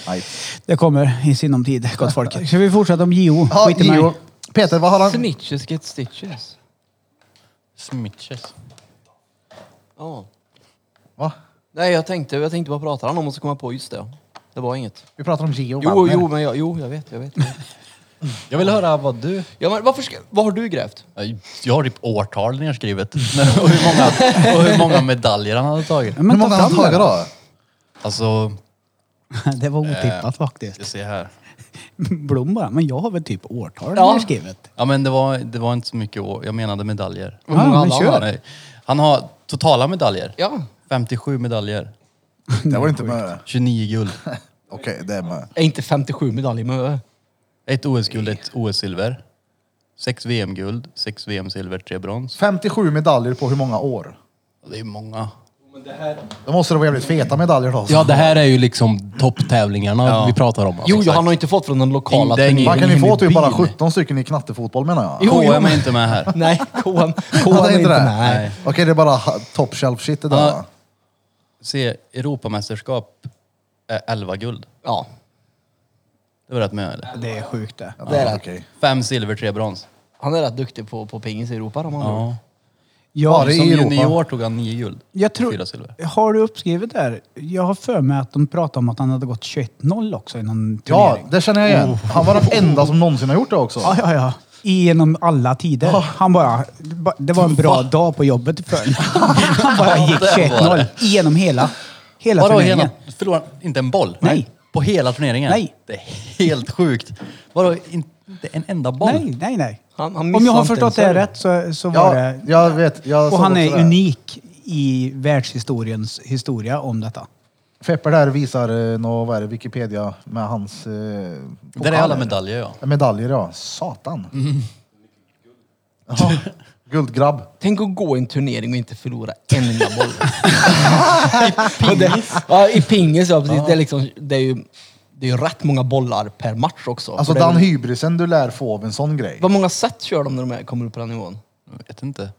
C: Nej.
B: Det kommer i sinom tid, gott folk. Ska vi fortsätta om JO?
C: Ja,
B: Skit i mig.
C: Gio. Peter, vad har han?
E: Snitches get stitches.
D: Smitches.
E: Ja.
C: Va?
E: Nej, jag tänkte, jag tänkte bara prata om och så kom jag på just det. Det var inget.
C: Vi pratar om Gio
E: Jo,
C: Waldner.
E: jo, men jag, jo, jag vet, jag vet.
D: Jag vill höra vad du...
E: Ja, men varför ska, vad har du grävt?
D: Jag har typ årtal nerskrivet. <laughs> och, hur många, och hur många medaljer han hade tagit.
B: Ja, men
C: Hur
B: ta
C: många har
B: fram
C: han tagit
B: den.
C: då?
D: Alltså,
B: <laughs> Det var otippat faktiskt.
D: jag ser här.
B: Blom bara, men jag har väl typ årtal
E: Ja.
B: nerskrivet.
D: Ja men det var, det var inte så mycket år. Jag menade medaljer.
E: Hur många
B: men
E: hade han?
B: kör.
D: Nej. Han har totala medaljer.
E: Ja.
D: 57 medaljer.
C: Det var inte med.
D: 29 guld.
C: Okej, det är med.
E: Är inte 57 medaljer, men...
D: Ett OS-guld, ett OS-silver. Sex VM-guld, sex VM-silver, tre brons.
C: 57 medaljer på hur många år?
D: Det är många.
C: Då måste det vara jävligt feta medaljer då.
G: Ja, det här är ju liksom topptävlingarna vi pratar om. alltså.
E: Jo, jag han har inte fått från den lokala
D: Det är
E: turneringen.
D: ingen-
C: Man kan ju
D: ingen
C: få
D: i
C: typ bara
D: bil.
C: 17 stycken i knattefotboll menar jag.
E: Jo, jo,
D: KM är
E: men-
D: inte med här.
E: <laughs> Nej, KM, KM
C: Ja, det är inte det.
E: med.
D: Nej.
C: Okej, det är bara ha- top shelf shit det där
D: Ja.
C: va?
D: Se, Europamästerskap är 11 guld.
E: Ja,
D: Det var rätt mycket. eller?
B: Det är sjukt det.
C: Ja, det är okej.
D: Fem silver, tre brons.
E: han är rätt duktig på, på pingis i Europa. De andra.
D: Ja.
C: Ja,
B: Jag,
C: det är
D: Som
C: i Europa.
D: junior tog han nio guld.
B: jag tror,
D: Fyra silver.
B: har du uppskrivet där? Jag har för mig att de pratade om att han hade gått 21-0 också i någon
C: Ja,
B: turnering.
C: det känner jag igen. Han var den enda som någonsin har gjort det också.
B: Ja, ja, ja. Genom alla tider. Han bara, ba- det var en bra dag på jobbet
C: <laughs>
B: för honom. Han bara gick
D: det var
B: 21-0
D: det.
B: genom hela, hela
D: Vadå
B: turneringen.
D: hela? Förlorade han inte en boll?
B: Nej.
D: På hela turneringen?
B: Nej.
D: Det är helt sjukt. Vadå, inte en enda boll?
B: Nej, nej, nej.
E: Han- han
B: Om jag
E: missade
B: har
E: inte
B: förstått
E: en
B: det
E: serve.
B: rätt så, så var
C: Ja,
B: det...
C: jag vet. Jag
B: Och
C: såg
B: han
C: också
B: är
C: det här.
B: unik i världshistoriens historia om detta.
C: Fepper där visar eh, nå, vad är det, Wikipedia med hans... Eh,
D: Där
C: pokaler.
D: är alla medaljer ja.
C: Medaljer ja. Satan. Ja, guldgrabb.
E: Tänk att gå i en turnering och inte förlora en enda <laughs> boll. I pingis? Ja, i pingis ja, precis. Det, är liksom, det är ju det är ju rätt många bollar per match också.
C: Alltså
E: Och det är
C: den
E: väl-
C: hybrisen du lär få av en sån grej.
E: Vad många set kör de när de är, kommer upp på den nivån?
D: Jag vet inte.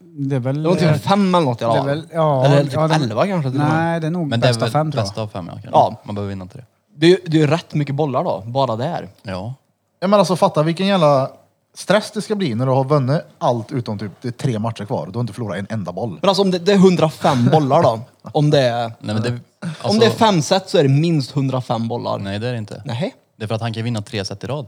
B: Det är väl...
E: Det var typ fem eller något i alla
B: det är
E: fall.
B: väl- ja,
E: Eller typ
B: ja, det-
E: elva kanske till och med.
B: Nej, det är nog
D: Men det är
B: bästa
D: väl
B: fem tror jag.
D: bästa av fem ja. kanske.
E: Ja.
D: Man behöver vinna inte det.
E: Det är ju det är ju rätt mycket bollar då, bara där.
D: Ja.
C: Ja, men alltså fatta vilken jävla stress det ska bli när du har vunnit allt utom typ det är tre matcher kvar. Du har inte förlorat en enda boll.
E: Men alltså om det, det är 105 <laughs> bollar då. Om det är,
D: Nej, men det, alltså,
E: om det är fem set så är det minst 105 bollar.
D: Nej det är det inte.
E: Nej.
D: Det är för att han kan vinna tre set i rad.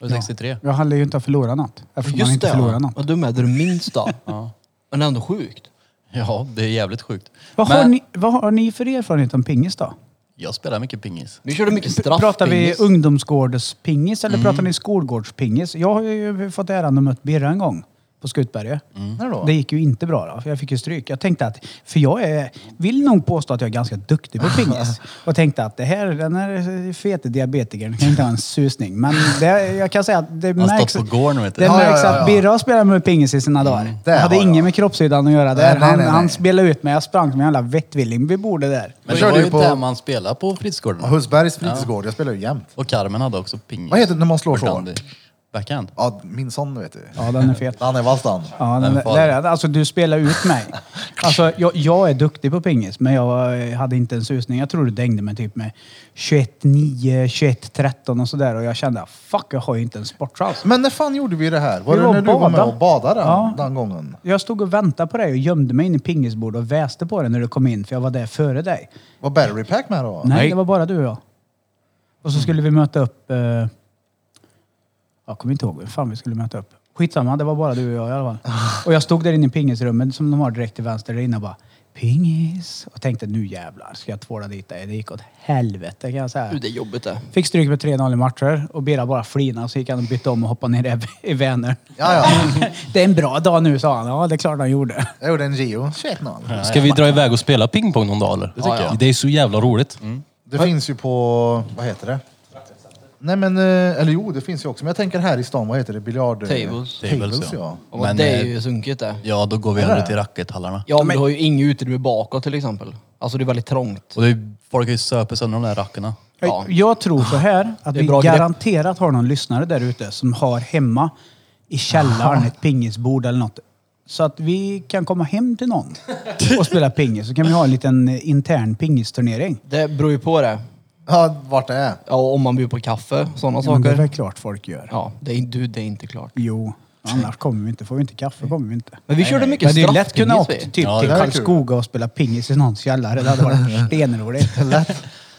D: Då är det 63.
B: Jag hade ju inte förlorat något. Eftersom han
E: Just
B: inte
E: det,
B: förlorat
E: ja.
B: något.
E: vad dum är du minst då.
D: <laughs> Ja.
E: Men det är ändå sjukt.
D: ja, det är jävligt sjukt.
B: Vad, har
D: Men
B: ni, vad har ni för erfarenhet om pingis då?
D: jag spelar mycket pingis.
E: Vi körde mycket straff.
B: Pratar vi
E: pingis.
B: ungdomsgårdspingis
D: Mm.
B: eller pratar ni skolgårdspingis? Jag har ju fått äran att möta Birra en gång på Skutberget.
D: Mm.
C: När då?
B: Det gick ju inte bra då, för jag fick ju stryk. Jag tänkte att, för jag är, vill nog påstå att jag är ganska duktig på
D: <laughs>
B: pingis. Och tänkte att det här, den här fete diabetikern kan inte ha en susning. Men det, jag kan säga att det
D: Han har
B: märks,
D: stått på gården vet
B: det
D: du.
C: Ja, ja,
B: märks
C: ja, ja.
B: att Birra spelar med pingis i
D: Mm.
B: sina dagar.
C: det
B: jag hade
C: har
B: inget
C: jag.
B: med kroppshyddan att göra där.
C: nej,
B: han,
C: nej, nej.
B: han spelade ut mig, jag sprang som en jävla vettvilling vid bordet där.
D: Men det
C: körde
D: var
C: ju
D: ju
C: på-
D: där man spelar på fritidsgården.
C: Hultsbergs fritidsgård, jag spelar ju jämt.
D: Och Carmen hade också pingis.
C: Vad heter det när man slår så?
D: Förstånd i Backhand.
C: Ja, min son vet du.
B: Ja, den är fet.
C: Han är vass han.
B: Ja, den,
D: Den
B: där,
D: far.
B: där, är den. alltså du spelar ut mig. Alltså, jag, jag är duktig på pingis, men jag eh, hade inte en susning. Jag tror du dängde mig typ med 21-9, 21-13 och sådär. Och jag kände, fuck, jag har ju inte en sportchans.
C: Men när fan gjorde vi det här? Var
B: Vi
C: det
B: var
C: när du var med
B: bada.
C: och badade den,
B: Ja.
C: den gången?
B: Jag stod och väntade på dig och gömde mig inne i pingisbordet och väste på dig när du kom in, för jag var där före dig.
C: Var Barry Pack med då?
B: Nej, det var bara du och jag. Och så skulle vi möta upp... Eh, jag kommer inte ihåg vem fan vi skulle möta upp. Skitsamma, det var bara du och jag i alla fall. Och jag stod där inne i pingisrummet som de har direkt till vänster där inne och bara pingis. Och tänkte nu jävlar ska jag tvåla dit dig. Det gick åt helvete kan jag säga.
E: Du, det är jobbigt det.
B: Fick stryk med 3-0 i matcher och Bera bara flinade så gick han och bytte om och hoppade ner i- i Vänern.
C: Ja, ja.
B: <laughs> Det är en bra dag nu sa han. Ja, det är klart han gjorde.
C: Jag gjorde en Gio. 21-0.
G: Ska vi dra iväg och spela pingpong någon dag eller? Det
D: tycker jag.
G: Det är så jävla roligt.
C: Det finns ju på, vad heter det? Nej men, eh, eller jo det finns ju också. Men jag tänker här i stan, vad heter det? Biljard...
E: Tables.
C: Tables ja.
E: Och
D: Men,
E: det är
D: eh,
E: ju sunkigt det.
D: Ja, då går vi hellre till rackethallarna.
E: Ja, men du har ju inget utrymme bakåt till exempel. Alltså det är väldigt trångt.
D: Och det är, folk har ju söpit sönder de där rackarna.
E: Ja.
B: Eh,
E: Ah,
B: Jag tror så här att
E: Det är
B: vi
E: bra grepp.
B: garanterat har någon lyssnare där ute som har hemma i källaren ett pingisbord eller något. Så att vi kan komma hem till någon och spela pingis. Så kan vi ha en liten eh, intern pingisturnering.
E: Det beror ju på det.
C: Ja, vart det är.
E: Ja, och om man bjuder på kaffe, sådana
B: Ja, men det är
E: saker.
B: väl klart folk gör.
E: Ja, det är, du, det är inte klart.
B: Jo, annars kommer vi inte. Får vi inte kaffe kommer vi inte.
E: Mm. Men vi körde
B: Men
E: mycket
B: det är ju lätt
E: straffpingis.
B: kunna åka
E: vi.
B: typ, till
D: Ja, det
C: är kul.
B: Karlskoga och spela pingis i någons källare. Det hade varit stenroligt.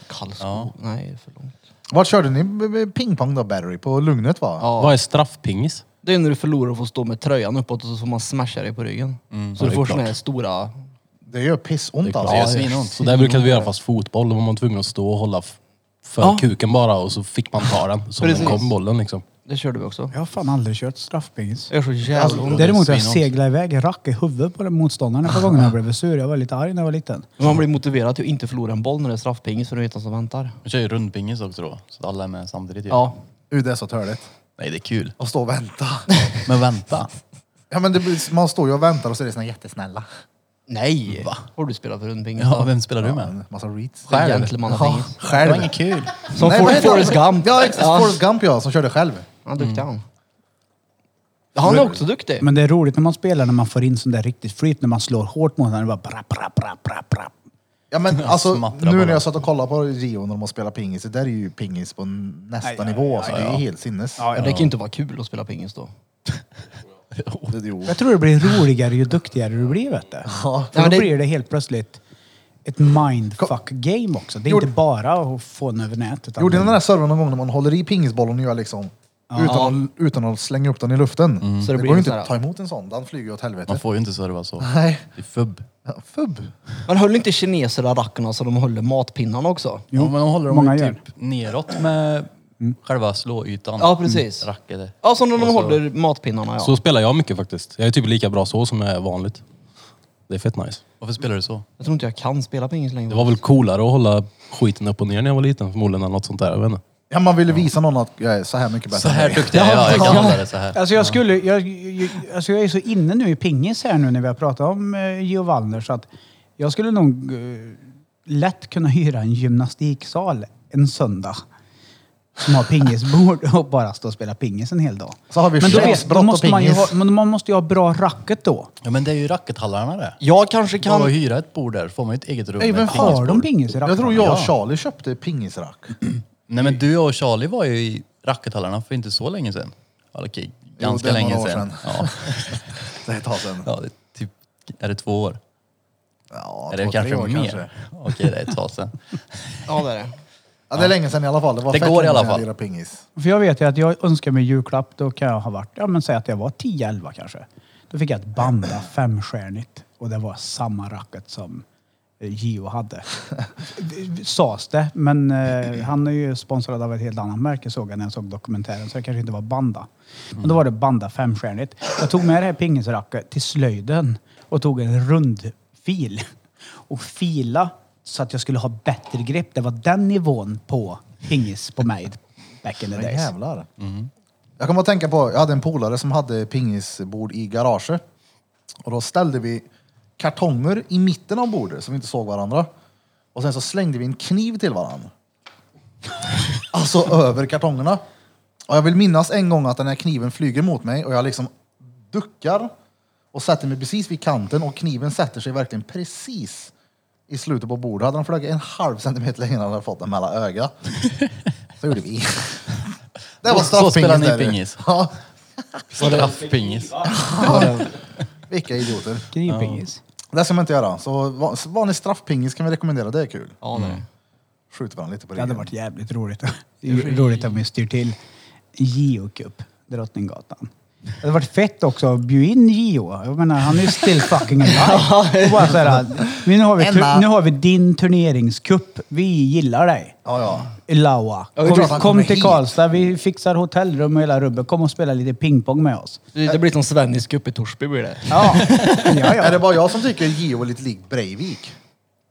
E: Karlskog. Nej, det är för långt.
C: Vart körde ni b- b- pingpong då, Barry? På Lugnet va?
E: Ja.
G: Vad är straffpingis?
E: Det är när du förlorar och får stå med tröjan uppåt och så får man smasha dig på ryggen. så
G: ja,
E: du
G: det är
E: får
G: klart.
E: såna här stora...
C: Det gör pissont alltså.
D: Det är svinont.
G: Så där brukade vi göra fast fotboll. Då var man tvungen att stå och hålla f- för
E: Ja.
G: kuken bara och så fick man ta den. Så den
E: Precis.
G: kom bollen liksom.
E: Det körde vi också. Alltså,
B: Jag har fan aldrig kört straffpingis.
E: Det gör så jävla
C: alltså,
E: ont.
B: Däremot har jag
D: svinont.
B: seglat iväg, rack i huvudet på den motståndaren ett par gånger när jag blev sur. Jag var lite arg när jag var liten.
E: Man blir motiverad till att inte förlora en boll när det är straffpingis för du vet vad som väntar.
D: Vi kör ju rundpingis också då, så att alla är med samtidigt. ju.
E: Ja.
C: Uh, det är så törligt.
D: Nej, det är kul.
C: Att stå och vänta.
D: <laughs> Men vänta.
C: Ja men det, blir- man står ju och väntar och så är det såna jättesnälla.
E: Nej! Har du spelat för rundpingis?
D: Ja, vem spelar du med?
C: En massa reeds.
E: Själv? Gentlemannapingis.
D: Det
C: själv.
D: var inget kul.
E: Som
C: Nej,
E: For-
C: vad heter
E: Forrest
C: han?
E: Gump.
C: Ja, exakt. Forrest Gump ja, som körde själv.
E: Han är duktig han. Han är också duktig.
B: Men det är roligt när man spelar när man får in sån där riktigt flyt, när man slår hårt mot den. Det bara bra, bra, bra, bra, bra.
C: Ja
D: <laughs>
C: men alltså,
D: smattrar
C: nu när
D: bara.
C: jag satt och kollade på Gio när de spelar pingis, det där är ju pingis på nästa nivå. Så det är ju helt sinnes.
E: Men det kan ju inte vara kul att spela pingis då.
C: Det- jo.
B: Jag tror det blir roligare ju duktigare du blir vet du. För
E: Ja,
B: då
E: men det-
B: blir det helt plötsligt ett mindfuck game också. Det är inte bara att få den över nätet. utan-
C: Gjorde ni den där servern någon gång när man håller i pingisbollen och gör liksom utan, att, utan att slänga upp den i luften?
E: Så det
C: det,
E: blir
C: går ju
E: en
C: inte
E: sån här-
C: att ta emot en sån, den flyger ju åt
D: Mm. Man
C: helvete.
D: får ju inte serva så.
C: Nej.
D: Det är fubb.
C: Ja, fubb.
E: Men höll inte kineserna rackarna så de höll matpinnarna också?
B: Jo,
D: ja, men de håller
B: många
D: dem ju
B: gör.
D: typ neråt med
C: Mm.
D: själva slåytan.
E: Ja, precis.
D: Mm. Racket.
E: Ja, som när de
D: Och så-
E: Alltså, håller matpinnarna ja.
G: Så spelar jag mycket faktiskt. Jag är typ lika bra så som jag är vanligt. Det är fett nice.
D: Varför spelar du så?
E: Jag tror inte jag kan spela pingis längre.
G: Det var väl coolare att hålla skiten upp och ner när jag var liten förmodligen eller något sånt där. Jag vet inte.
C: Ja, man ville visa någon att jag är så här mycket bättre
D: Så här
C: än dig.
D: duktig är jag. Jag kan hålla det så här.
B: Alltså jag skulle, jag, jag, alltså jag är så inne nu i pingis här nu när vi har pratat om eh, Gio Wallner så att jag skulle nog eh, lätt kunna hyra en gymnastiksal en söndag som har pingisbord <laughs> och bara stå och spela pingis en hel dag.
C: Så har vi
B: Men då, vet, då
C: skeppsbrott och
B: måste man ju ha,
C: pingis.
B: men man måste ju ha bra racket då.
D: Ja, men det är ju rackethallarna det.
E: Jag kanske kan...
D: Kan man hyra ett bord där får man ju ett eget rum.
C: Nej,
D: med
C: men
D: ett
C: fan,
B: Har
D: pingisbord.
B: de pingis i
C: Jag tror
B: rackarna?
C: jag och
B: Ja.
C: Charlie köpte pingisrack.
D: Nej men du och Charlie var ju i rackethallarna för inte så länge sedan. Ja, okej, ganska
C: det är några
D: länge
C: år
D: sedan.
C: sedan.
D: Ja,
C: Det är ett tag sedan.
D: ja det är typ, är det två år?
C: Ja,
D: är det
C: två, tre
D: kanske
C: år
D: mer? Okej, det är ett
C: <laughs>
D: tag sedan.
E: Ja, det är det.
C: Ja, det är länge sedan i alla fall. Det, var
D: Det
C: fett
D: går i
C: länge
D: alla
C: sedan jag
D: fall.
C: lirade Pingis.
B: För jag vet ju att jag önskar mig julklapp, då kan jag ha varit, ja men säg att jag var 10-11 kanske. Då fick jag ett banda femstjärnigt och det var samma racket som eh, Gio hade. <laughs> Sades det, men eh, han är ju sponsrad av ett helt annat märke såg jag när jag såg dokumentären, så det kanske inte var banda. Men då var det banda femstjärnigt. Jag tog med det här pingisracket till slöjden och tog en rund fil och fila så att jag skulle ha bättre grepp. Det var den nivån på pingis på mig back in the
C: Men
B: days.
C: jävlar. Jag kommer att tänka på, jag hade en polare som hade pingisbord i garaget. Och då ställde vi kartonger i mitten av bordet så vi inte såg varandra. Och sen så slängde vi en kniv till varandra. alltså över kartongerna. Och jag vill minnas en gång att den här kniven flyger mot mig och jag liksom duckar och sätter mig precis vid kanten och kniven sätter sig verkligen precis i slutet på bordet. Hade den flugit en halv centimeter längre hade jag fått den mellan
D: <laughs>
C: ögat. Så gjorde vi. <laughs> Det var
D: Så spelar
C: straffpingis.
D: ni
C: där.
D: pingis.
C: Ja,
D: Straffpingis.
C: vilka idioter.
B: Knivpingis.
C: Det ska man inte göra. Så va- så vanlig straffpingis kan vi rekommendera, det är kul.
E: Ja, det är det.
C: Skjuter varandra lite på
B: Det hade
C: ryggen. <laughs>
B: varit jävligt roligt. Det är roligt om vi styr till Geo Cup, Drottninggatan. Det hade varit fett också att bjuda in Gio. Jag menar, han är
C: <laughs>
B: ju still fucking alive. Och bara så här, men nu, har vi tur- nu har vi din turneringskupp. Vi gillar dig.
C: Ja, ja.
B: Laua.
C: Ja, det är klart
B: Kom,
C: han
B: kom
C: kommer
B: till
C: hit.
B: Karlstad. Vi fixar hotellrum och hela rubbet. Kom och spela lite pingpong med oss.
E: Det, det blir som Svennis cup i Torsby blir det.
B: Ja.
C: <laughs>
B: ja,
C: Är det
B: ja.
C: bara jag som tycker Gio är lite lik Breivik?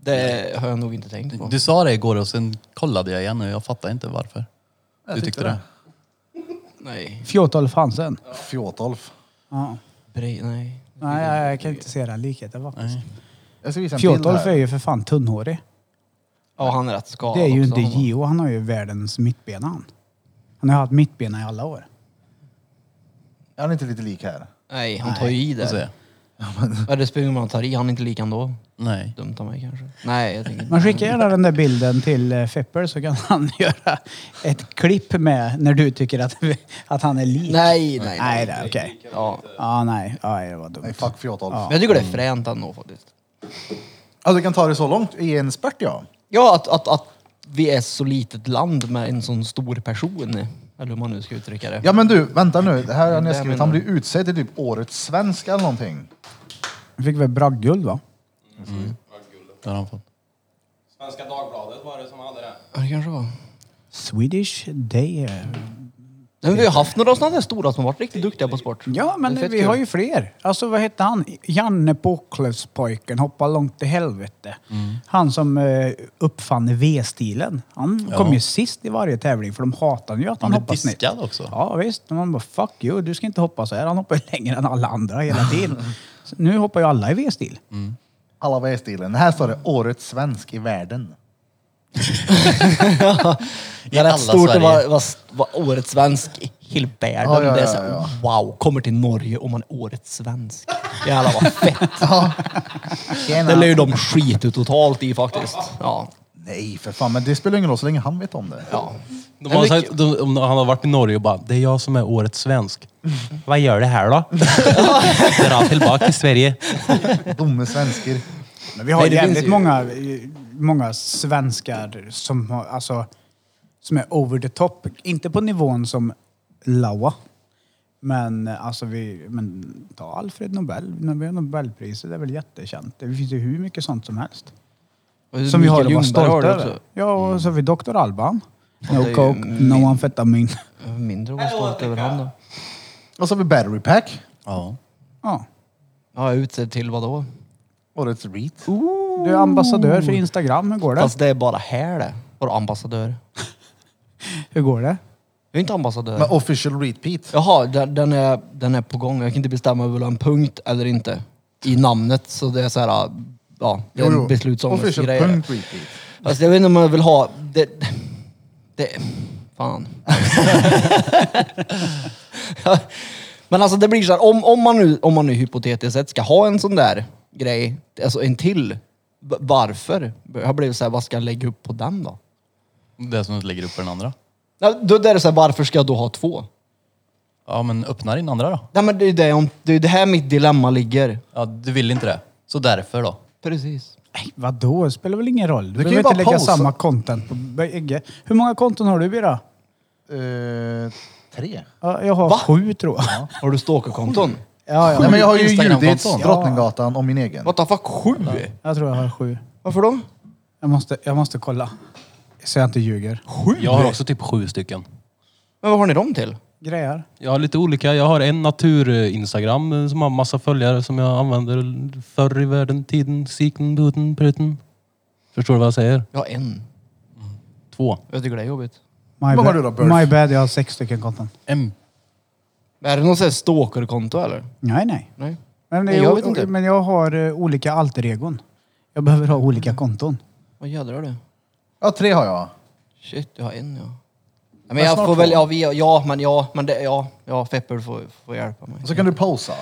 E: Det har jag nog inte tänkt på.
D: Du sa det igår och sen kollade jag igen och jag fattar inte varför. du
C: tyckte
D: tyckte det.
E: Nej.
B: Fjotolf Hansen.
C: Fjotolf.
B: Ja.
E: Brej, nej.
B: Nej, jag kan inte se den likheten faktiskt.
C: Jag ska visa en bild
B: Fjotolf är
C: här.
B: ju för fan tunnhårig.
E: Ja, han är rätt skadad
B: Det är ju
E: också,
B: inte
E: han var-
B: Gio. Han har ju världens mittbena han. Han har haft mittbena i alla år.
C: Är han inte lite lik här?
E: Nej, han tar ju i
D: Får se.
E: där. Ja, det spelar ingen roll om han tar i, han är inte lik ändå.
D: Nej.
E: Dumt av mig kanske. Nej, jag tänker inte.
B: Man skickar gärna den där bilden till eh, Fepper så kan han <laughs> göra ett klipp med när du tycker att, <laughs> att han är lik.
E: Nej, nej,
B: Nej,
E: nej.
B: det är okej.
E: Ja.
B: Ja, nej. Ja, det var dumt.
C: Nej, fuck Fjotolf.
B: Ja.
E: Men jag tycker det är fränt ändå faktiskt.
C: Ja, du Alltså, kan ta det så långt i en spurt ja.
E: Ja, att, att, att vi är så litet land med en sån stor person. Eller hur man nu ska uttrycka det.
C: Ja men du, vänta nu. Det här har ni
E: Det
C: skrivit.
E: menar
C: Han blir utsedd till typ årets svenska eller någonting.
B: Han fick väl bragguld va?
D: Det har han fått.
F: Svenska Dagbladet var det som hade det.
E: Ja, det kanske var.
B: Swedish Day. eh.
E: Nej, men vi har haft några sådana där stora som har varit riktigt duktiga på sport.
B: Ja, men
E: Det är fett
B: vi
E: kul.
B: har ju fler. Alltså vad hette han? Janne Påklövspojken, hoppa långt till helvete. Han som eh, uppfann V-stilen. Han
D: Ja.
B: kom ju sist i varje tävling för de hatade ju att han,
D: Han är
B: hoppade snett.
D: diskad också.
B: Ja visst, man bara fuck you, du ska inte hoppa så här. Han hoppar ju <laughs> längre än alla andra hela tiden. Så nu hoppar ju alla i V-stil.
C: Alla var i stilen. Här står det årets svensk i världen.
E: Det är
D: I
E: rätt
D: alla
E: stort att
D: Sverige.
E: vara, vara, vara årets svensk i hela världen.
C: Ja, ja,
E: Det är
C: ja,
E: så här,
C: ja.
E: wow, kommer till Norge och man är årets svensk. Jävlar vad fett.
C: Tjena.
E: Det lär ju de skit ut totalt i faktiskt. Ja.
C: Nej för fan, men det spelar ingen roll så länge han vet om det.
E: ja.
G: De har sagt, de, om han har varit i Norge och bara, det är jag som är årets svensk. <laughs> Vad gör det här då? <laughs> Dra tillbaka till Sverige.
C: Dumme svenskar.
B: Men vi har
E: Nej, det finns
B: jävligt
E: ju-
B: många, eh, många svenskar som, har, alltså, som är over the top. Inte på nivån som Laua. Men eh, alltså vi, men ta Alfred Nobel, när vi har Nobelpriset, det är väl jättekänt. Det finns ju hur mycket sånt som helst. Som vi har att vara stolta över. Ja, och så har vi Dr. Alban.
E: det är
B: No
E: ju
B: coke,
E: min-
B: no amfetamin.
E: Mindre att vara stolt över han då.
C: Och så har vi battery pack.
D: Ja.
B: Ja.
E: Ja, utsedd till vad då?
C: Årets reat.
B: Du är ambassadör för Instagram, hur går det?
E: Fast det är bara här det. Vadå ambassadör?
B: Hur går det?
E: Jag är inte ambassadör.
C: Men official reat Pete.
E: Jaha, den, den, är, den är på gång. Jag kan inte bestämma om jag vill ha en punkt eller inte i namnet. Så det är så här, ja, det är en
C: Official
E: beslutsångestgrej.
C: punkt reat Pete.
E: Alltså, jag vet inte om jag vill ha... Det, det, fan. <laughs> Men alltså det blir så här, om, om, man nu, om man nu hypotetiskt sett ska ha en sån där grej, alltså en till. v- Varför? Jag blev så här, vad ska jag lägga upp på den då?
D: Det som inte lägger upp på den andra.
E: Ja, Då då är det så här, varför ska jag då ha två?
D: Ja men öppna din andra då.
E: Nej men det är ju det, om- det, är ju det här mitt dilemma ligger.
D: Ja, du vill inte det. Så därför då.
E: Precis.
B: Nej, vadå? Det spelar väl ingen roll? Du,
C: kan
B: behöver
C: ju
B: inte
C: bara
B: lägga
C: pausa.
B: samma content på bägge. Hur många konton har du Bira?
C: Eh, tre.
B: Ja, Jag har sju tror jag.
E: Har du stalkerkonton?
B: <laughs> Ja,
C: Nej,
B: ja.
C: men jag har ju
D: Instagram-konton.
C: Judits, Drottninggatan och min egen.
E: What the fuck, sju?
B: Jag tror jag har sju.
E: Varför då?
B: Jag måste, jag måste kolla. Så jag inte ljuger.
G: Jag har också typ sju stycken.
E: Men vad har ni dem till?
B: Grejer.
G: Jag har lite olika. Jag har en natur-instagram eh, som har massa följare som jag använder förr i världen. Tiden, siken, buten, pruten. Förstår du vad jag säger?
E: Jag har en.
G: Två.
E: Jag tycker det är jobbigt.
B: My,
C: många
B: bad.
C: har du då, Burf?
B: My bad, jag har sex stycken konton.
D: Mm.
E: Är det någon sån här stalkerkonto eller?
B: Nej, nej.
E: Nej.
B: Men,
E: Nej,
B: jag,
E: jag vet inte.
B: men jag har eh, olika alter egon. Jag behöver ha olika konton.
E: Vad jädrar du?
C: Ja, tre har jag.
E: Shit, jag har en ja. Ja, men
C: Men
E: jag
C: snart
E: får väl,
C: två.
E: ja, vi, ja men ja, men det, ja, ja, Fepper får, får hjälpa mig.
C: Så kan du pausa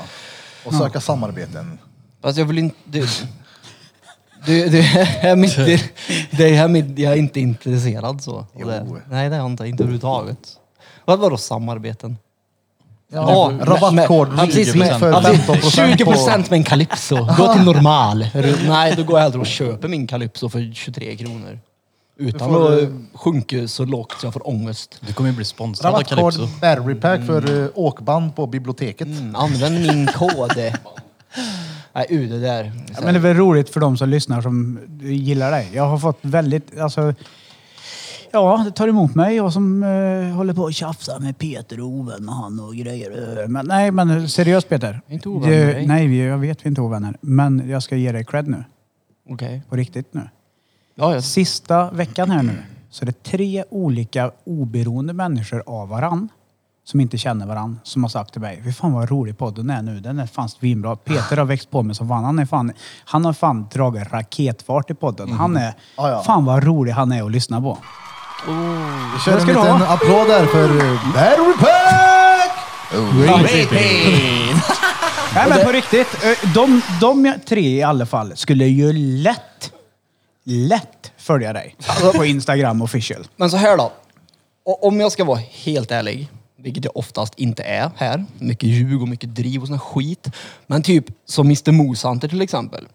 C: och söka samarbeten.
E: Fast jag vill inte, du, du, du <laughs> är mitt, det, det är mitt, jag är inte intresserad så.
C: Jo.
E: Det, nej det är jag inte, inte överhuvudtaget. Vad var då samarbeten?
C: Ja,
E: med-
C: rabattkod
E: med- ja, precis, med-
C: 20% för
E: ja, precis.
C: 15%
E: 20%
C: på...
E: med
C: <laughs>
E: en calypso. Gå till normal. Nej, då går jag hellre och köper min calypso för 23 kronor. Utan
C: Du får,
E: att sjunka så lågt så jag får ångest.
D: Du kommer ju bli sponsrad av
C: Rabattkod
D: Calypso.
C: Battery Pack för eh, åkband på biblioteket.
E: Mm, använd min kod. Nej, uh, det där.
B: Ja, men det är väl roligt för de som lyssnar som gillar dig. Jag har fått väldigt, alltså, ja, det tar emot mig. Jag som eh, håller på och tjafsar med Peter och ovän med han och grejer. Men, nej, men seriöst Peter.
E: Inte ovän med
B: Du-
E: dig.
B: Nej, vi- jag vet vi är inte ovänner. Men jag ska ge dig cred nu.
E: Okej.
B: På riktigt nu.
E: Ja, jag...
B: Sista veckan här nu så är det tre olika oberoende människor av varann som inte känner varann som har sagt till mig, fy fan vad rolig podden är nu, den är fan svinbra. Peter har växt på mig som fan, han, är fan, han har fan dragit raketfart i podden. Han är,
C: Mhm. Ja, ja.
B: fan vad rolig han är att lyssna på.
C: Vi kör
B: Det
C: en
B: ska du
C: liten
B: ha.
C: applåd där för eh, Battery Pack!
B: Nej men på riktigt, eh, de, de tre i alla fall skulle ju lätt, lätt följa dig
C: Alltså-
B: på Instagram official.
E: Men så här då. O- Om jag ska vara helt ärlig, vilket jag oftast inte är här. Mycket ljug och mycket driv och sån här skit. Men typ som Mr Mosanter till exempel.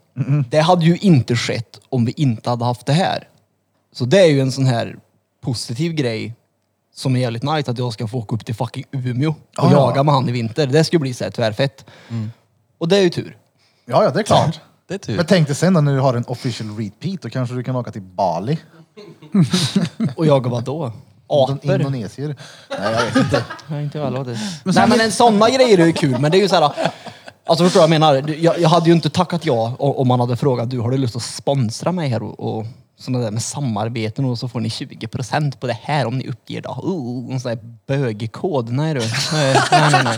E: Det hade ju inte skett om vi inte hade haft det här. Så det är ju en sån här positiv grej som är jävligt nice att jag ska få åka upp till fucking Umeå och
C: Ja, ja.
E: jaga med han i vinter. Det skulle bli så här tvärfett. Och det är ju tur.
C: Ja, ja, det är klart.
D: Det är
C: Men
D: tur.
C: tänk dig sen då när du har en official repeat, då kanske du kan åka till Bali.
E: Och jaga vad då?
C: Indon-
E: Apor?
C: Indonesier. Nej, jag vet inte.
E: Nej, inte väl, det... Nej, men en sådana grejer är ju kul, men det är ju såhär... Alltså förstår du vad jag menar? Du- Jag, jag hade ju inte tackat ja o- om man hade frågat du har du lust att sponsra mig här och, och sådana där med samarbeten och så får ni 20% på det här om ni uppger då. Oh, en sån där bögkod. Nej du. Nej, nej, nej, nej.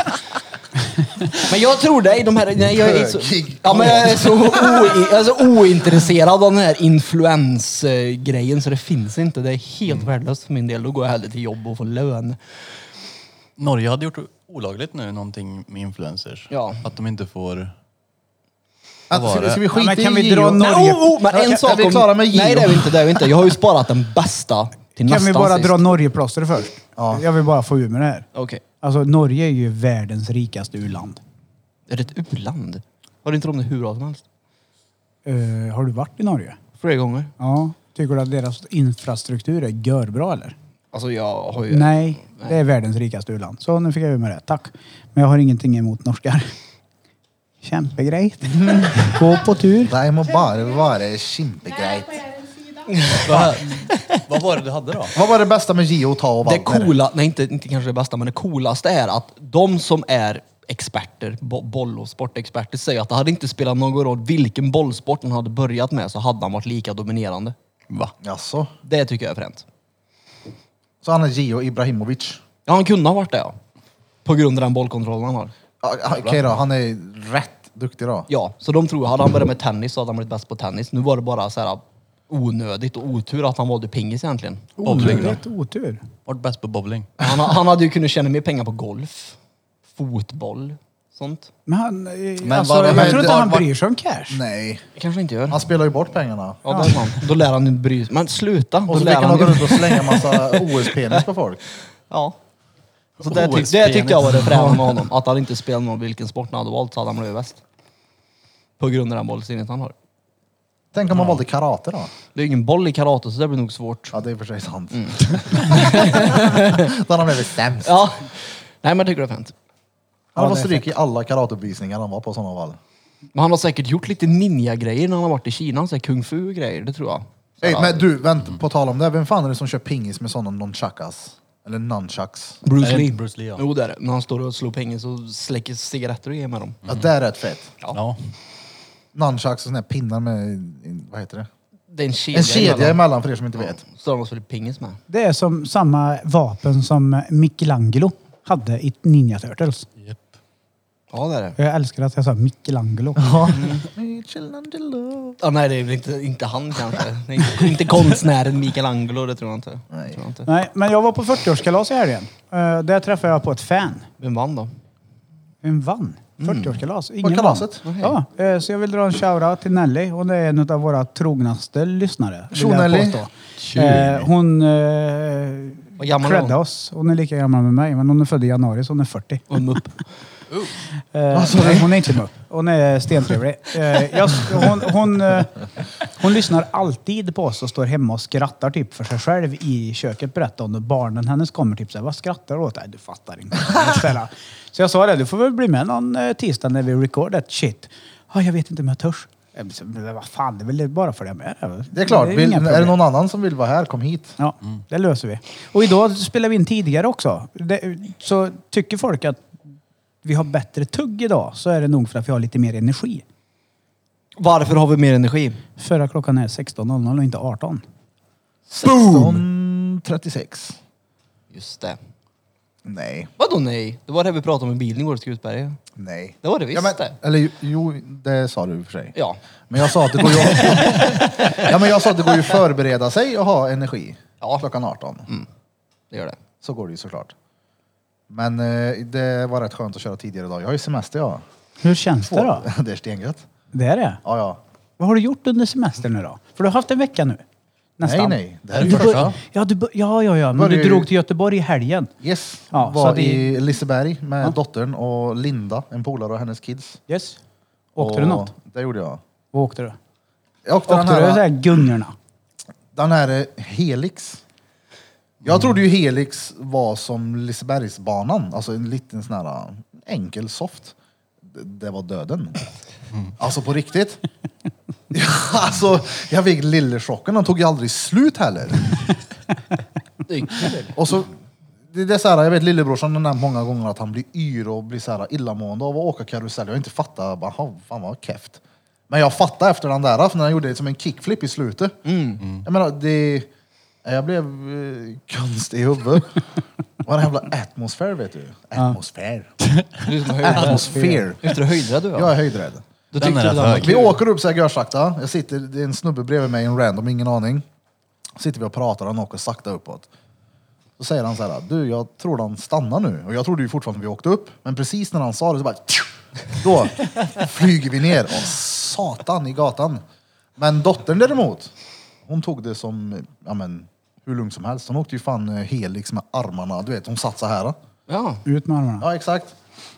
E: Men jag tror dig, de här... Nej, jag är så,
C: Bögig
E: ja, men jag är så o, jag är så ointresserad av den här influensgrejen så det finns inte. Det är helt värdelöst för min del. Då går jag hellre till jobb och får lön.
D: Norge hade gjort olagligt nu någonting med influencers.
E: Ja.
D: Att de inte får...
C: Att,
D: var
C: ska,
D: det?
C: ska vi
B: Ja, men
C: skita
B: kan
C: i
B: vi
C: Gio?
B: dra några-
E: Nej,
B: Norge.
E: oh, oh, men
C: Kan-
E: en
C: kan
E: sak
C: vi
E: om-
C: klara med
E: Nej,
C: Gio?
E: det är vi inte. Det är vi inte. Jag har ju sparat den bästa till
B: Kan
E: nästan
B: vi bara
E: sist.
B: dra Norgeplåster först?
C: Ja.
B: Jag vill bara få ur med det här.
E: Okej.
B: Alltså Norge är ju världens rikaste u-land.
E: Är det ett u-land? Har inte de det hur bra som helst?
B: Eh, har du varit i Norge?
E: Flera gånger.
B: Ja. Tycker du att deras infrastruktur är görbra eller?
E: Alltså jag har ju...
B: Nej, det är världens rikaste u-land. Så nu fick jag ur med det. Tack. Men jag har ingenting emot norskar. <laughs> Kämpegrej. <laughs> Gå på tur.
C: Det må bare vara kjempegreit.
D: Vad, vad var det du hade då?
C: Vad var det bästa med Gio, Ta och
E: Det
C: Waldner?
E: coola, nej inte, inte kanske det bästa, men det coolaste är att de som är experter, bo, boll och sportexperter, säger att det hade inte spelat någon roll vilken bollsport han hade börjat med så hade han varit lika dominerande.
D: Va?
C: Jaså?
E: Det tycker jag är fränt.
C: Så han är Gio Ibrahimovic?
E: Ja, han kunde ha varit det ja. På grund av den bollkontrollen han har.
C: Ja, Okej då, han är rätt duktig då.
E: Ja, så de tror, hade han börjat med tennis så hade han blivit bäst på tennis. Nu var det bara så här ah, onödigt och otur att han valde pingis egentligen.
D: Bowling då?
B: Onödigt otur.
D: Vart bäst på bowling?
E: Han, han hade ju kunnat tjäna mer pengar på golf, fotboll, sånt.
B: Men han... Men
D: vad-
B: alltså, jag
D: men
B: tror inte
C: det-
B: han
C: vad-
B: bryr sig om cash.
C: Nej,
E: Det kanske inte gör.
C: han spelar ju bort pengarna.
E: Ja, det är sant. Då lär han ju bry sig. Men sluta! Då
C: Och så
E: lär
C: fick han
E: han
C: gå
E: ju...
C: runt och slänga massa
E: <laughs>
C: OS-penis på folk.
E: Ja. Så det, tyck, det
D: OS-penis.
E: tyckte jag var det fräna med honom. Att han inte spelade någon vilken sport han hade valt så hade han blivit bäst. På grund av den bollsinnet han har.
C: Tänk om han valde karate då?
E: Det är ju ingen boll i karate så det blir nog svårt.
C: Ja, det är i och för sig sant. <laughs> då hade han blivit sämst.
E: Mm. Ja. Nej men jag tycker det är fränt.
C: Han var stryk i alla karateuppvisningar han var på sådana fall.
E: Men han har säkert gjort lite ninja-grejer när han har varit i Kina, så här kung fu-grejer, det tror jag. Så
C: Ey,
E: här,
C: men du, vänta, på tal om det. Vem fan är det som kör pingis med sådana nunchakas? Eller nunchucks?
E: Bruce
D: Nej,
E: Lee.
D: Bruce Lee, ja.
E: eh, Jo det är det. När han står och slår pengar och släcker cigaretter och ger med dem.
C: Ja, det är rätt fett.
D: Ja.
C: Nunchucks och sådana här pinnar med, vad heter det?
E: Det är en kedja,
C: En kedja
E: emellan.
C: emellan för er som inte vet.
E: Så har de spelar pingis med.
B: Det är som samma vapen som Michelangelo hade i Ninja Turtles.
D: Japp.
E: Ja det är det.
B: Jag älskar att jag sa Michelangelo.
C: Michelangelo.
E: Ja, nej det är väl inte, inte han kanske. Det är inte, inte konstnären Michelangelo, det tror jag inte.
C: Nej.
E: Det Tror jag inte.
B: Nej, men jag var på 40-årskalas i helgen. Eh, där träffade jag på ett fan.
E: Vem vann då?
B: Vem vann?
E: Mm.
B: 40-årskalas. Ingen
C: kalaset?
B: vann. Ja, eh, så jag vill dra en shoutout till Nelly. Hon är en av våra trognaste lyssnare. vill
C: Tjo,
B: jag
C: Nelly.
B: påstå. Eh, hon eh,
E: Vad gammal är hon?
B: creddade oss. Hon är lika gammal med mig, men hon är född i januari så hon är 40.
E: Um upp.
B: <laughs> Eh, nej, hon är inte mupp. Hon är stentrevlig. Eh, jag, hon, hon, eh, hon lyssnar alltid på oss och står hemma och skrattar typ för sig själv i köket. Berättar om det. Barnen hennes kommer typ såhär, vad skrattar du åt? Nej, du
C: <laughs>
B: fattar inte. Snälla. Så jag sa det, du får väl bli med någon eh, tisdag när vi record that shit. Ja, jag vet inte om jag törs. Jag blir så, Men vad fan, det är väl bara för det med.
C: Det är klart, vill,
B: inga
C: är det
B: problem.
C: någon annan som vill vara här, kom hit.
B: Ja, det löser vi. Och idag spelar vi in tidigare också. Det, så tycker folk att vi har bättre tugg idag så är det nog för att vi har lite mer energi.
E: Varför har vi mer energi?
B: Förra klockan är 16.00 och inte 18.
C: 16.36.
E: Just det.
C: Nej,
E: Vadå nej? Det var det vi pratade om i bilen igår i Skutsberga.
C: nej.
E: Det var det visst
C: Ja, men,
E: det.
C: eller jo, det sa du i och för sig.
E: Ja.
C: Men jag sa att
E: <laughs>
C: det går ju ja, men jag sa att det går ju att förbereda sig och ha energi
E: Ja. Mm.
C: klockan 18.
E: Det gör det.
C: Så går det ju såklart. Men eh, det var rätt skönt att köra tidigare idag. Jag har ju semester jag.
B: Hur känns det då?
C: <laughs> det är stengött.
B: Det är det.
C: Ja, ja.
B: Vad har du gjort under semestern nu då? För du har haft en vecka nu. Nästan.
C: Nej, nej. Det här är
B: Du bör-
C: första.
B: Ja, du bör- ja, ja, ja. Men
C: Börjar
B: du
C: ju-
B: drog till Göteborg i helgen.
C: Yes,
B: Ja,
C: var
B: så det-
C: i Liseberg med dottern och Linda, en polare och hennes kids.
B: Yes. Åkte
C: och
B: du något?
C: Det gjorde jag.
B: Vad åkte du?
C: Jag åkte,
B: Åkte
C: den,
B: du
C: här,
B: så här gungorna?
C: den här eh, Helix. Jag trodde ju Helix var som Lisebergsbanan, alltså en liten sån här eh, enkel soft. D- Det var döden. Alltså på riktigt. <laughs> alltså, jag fick lillechocken, den tog ju aldrig slut heller.
E: Det är kul.
C: Och så, det det är så här, jag vet lillebrorsan har nämnt många gånger att han blir yr och blir så här illamående av att åka karusell. Jag har inte fattat, bara, "Jaha, fan vad keft. Men jag fattade efter den där, för när han gjorde det som en kickflip i slutet.
E: Mm.
C: Jag menar, det... Jag blev eh, konstig i huvudet. Vad en jävla atmosfär vet du. Atmosfär.
E: Du som är höjdrädd.
C: <laughs> Atmosfär.
E: Är inte du höjdrädd du? va?
C: Jag är höjdrädd.
E: Då
D: Den
E: tyckte
D: är
E: du
D: rätt
E: den var
D: hög.
E: kul.
C: Vi åker upp så här görsakta. Jag sitter, det är en snubbe bredvid mig, en random, ingen aning. Sitter vi och pratar, han åker sakta uppåt. Så säger han så här, du jag tror han stannar nu. Och jag trodde ju fortfarande vi åkte upp. Men precis när han sa det så bara, tju! då flyger vi ner. Och satan i gatan. Men dottern däremot, hon tog det som, ja men, hur lugnt som helst. Hon åkte ju fan eh, helix med armarna, du vet, hon satt så här.
E: Ja.
B: Ut med armarna.
C: Ja exakt.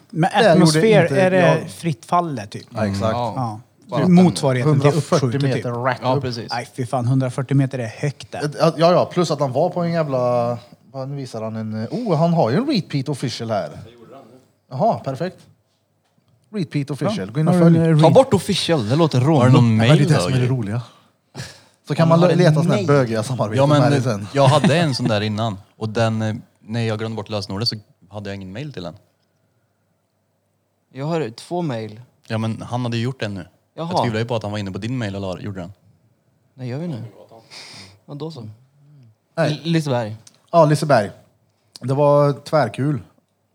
B: Men
C: Det gjorde
B: atmosfär,
C: inte
B: är det
C: jag.
B: fritt fall det, typ?
C: Ja, exakt.
B: Ja.
E: Bara att den-
B: Motsvarigheten till
C: 140
B: uppskjutet typ.
C: meter rätt
E: Ja,
C: upp.
E: precis.
B: Nej, fy fan. 140 meter är högt där.
C: Ja, ja, plus att han var på en jävla... vad, Nu visar han en... Oh, han har ju en repeat official här. Jaha, perfekt. Repeat official. Gå in och
B: Har du en,
C: följ.
B: eh,
E: Ta
B: read?
E: bort official, det låter
D: Har du
E: rånigt.
D: någon mail då? Jörgen?
C: roliga. Så kan man
E: har en
C: leta sådana här
E: mail.
C: bögiga samarbeten
D: Ja
C: med
D: men
C: det sen.
D: jag hade en sån där innan och den, eh, när jag glömde bort lösenordet så hade jag ingen mail till den.
E: Jag har två mail.
D: Ja men han hade ju gjort den nu. Jag
E: Jaha.
D: tvivlar ju på att han var inne på din mail och la- gjorde den.
E: Nej, gör vi nu? Ja, då så.
C: Nej.
E: L- Liseberg.
C: Ja, Liseberg. Det var tvärkul.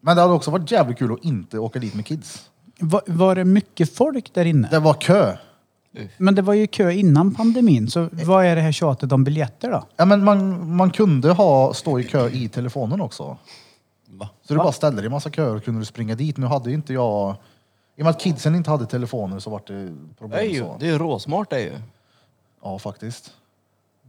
C: Men det hade också varit jävligt kul att inte åka dit med kids.
B: Var, var det mycket folk där inne?
C: Det var kö.
B: Men det var ju kö innan pandemin,
C: Eh.
B: så vad är det här tjatet om biljetter då?
C: Ja, men man, man kunde ha, stå i kö i telefonen också.
D: Va?
C: Så du bara ställde dig i massa köer och kunde du springa dit. Nu hade ju inte jag... I och med att kidsen inte hade telefoner så var det
E: Det är
C: problem.
E: ju,
C: Så.
E: det är ju råsmart det är ju.
C: Ja, faktiskt.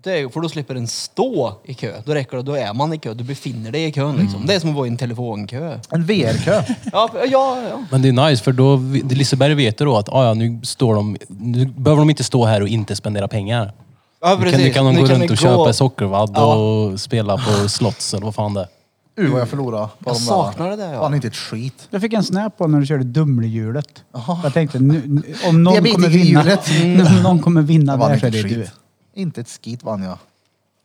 E: Det är ju, för då slipper den stå i kö. Då räcker det, då är man i kö. Du befinner dig i kön liksom. Det är som att vara i en telefonkö.
C: En VR-kö.
E: Ja, ja, ja.
G: Men det är nice för då, vi- Liseberg vet ju då att ah, ja, nu, står de, nu behöver de inte stå här och inte spendera pengar.
E: ja
G: Nu
E: precis.
G: kan, nu kan de gå runt
E: ni
G: och köpa sockervadd och spela på slotts eller vad fan det är.
C: Uh, vad jag förlorade på
E: Jag
C: de
E: saknar
C: där.
E: det där, ja.
C: Fan, inte ett skit.
B: Jag fick en snap på när du körde Dumlehjulet. Jag tänkte, nu, nu- om någon
C: Diabetes
B: kommer
C: i
B: vinna,
C: hjulet.
B: <laughs> om någon kommer vinna
C: Jag vann
B: där så
C: inte
B: är
C: ett
B: det
C: skit.
B: du.
C: Inte ett skit vann jag.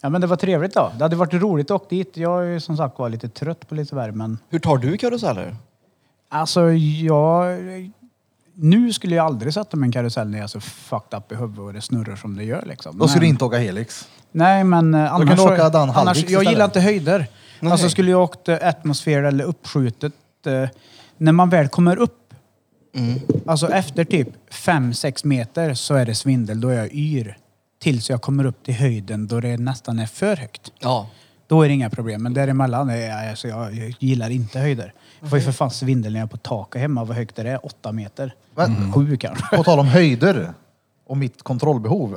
B: Ja, men det var trevligt då. Det hade varit roligt att åka dit. Jag är ju som sagt var lite trött på Liseberg, men
E: Hur tar du karuseller?
B: Alltså, jag... Nu skulle jag aldrig sätta mig i en karusell när jag är så fucked up i huvudet och det snurrar som det gör liksom.
C: Då ska
B: Men-
C: du inte åka Helix.
B: Nej, men eh, annars...
C: kan du
B: så-
C: åka Dan Hallvik
B: annars Jag
C: istället.
B: gillar inte höjder.
E: Nej.
B: Alltså skulle jag åkt eh, atmosfär eller uppskjutet. eh, När man väl kommer upp,
C: Mm.
B: alltså efter typ 5-6 meter så är det svindel, då är jag yr. Tills jag kommer upp till höjden då det nästan är för högt.
E: Ja.
B: Då är det inga problem, men däremellan, är jag, alltså jag, jag gillar inte höjder. Jag får ju för fan svindel när jag är på taket hemma, vad högt är det? Åtta meter?
C: Men-
B: Sju kanske?
C: På tal om höjder och mitt kontrollbehov.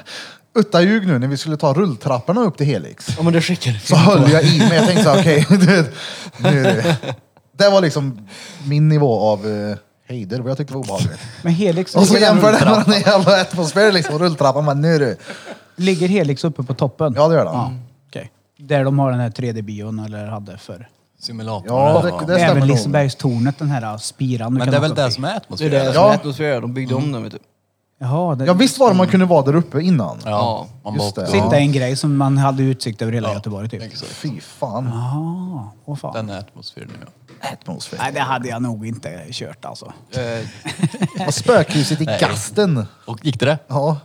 C: <laughs> Utta ljug nu, när vi skulle ta rulltrapporna upp till Helix.
E: Ja men det skickar
B: <laughs>
C: <laughs> Så höll jag i mig. Jag tänkte så här, okej, du vet, nu är det Det var liksom min nivå av uh, höjder, vad jag tyckte var
B: <laughs>
C: obehagligt.
B: Men Helix,
C: Och så jämför det med den jävla atmosfären liksom, och rulltrappan. Men nu du.
B: ligger Helix uppe på toppen?
C: Ja, det gör den.
B: Ja, okej. Där de har den här 3D-bion eller hade förr.
D: Simulatorn.
C: Ja,
D: eller vad.
C: Det stämmer
B: Även
C: nog.
B: Lisebergstornet, den här spiran. du
D: Men
B: kan
D: det
B: åka
D: är väl
B: upp
D: det
B: i.
D: som är
E: Det är det
D: atmosfären?
E: som
C: Ja.
E: är atmosfären, de byggde om den vet du.
B: Jaha, det...
C: Ja, visst var det man kunde vara där uppe innan?
D: Ja, man
C: Just
D: bara-
C: det.
B: Sitta i en grej som man hade utsikt över hela Göteborg typ.
C: Fy fan.
B: Jaha, åh fan.
D: Den är atmosfären, ja.
C: Atmosfär.
B: Nej, det hade jag nog inte kört alltså.
E: Eh,
C: Och spökhuset i
D: Nej.
C: gasten.
D: Och gick det det?
C: Ja.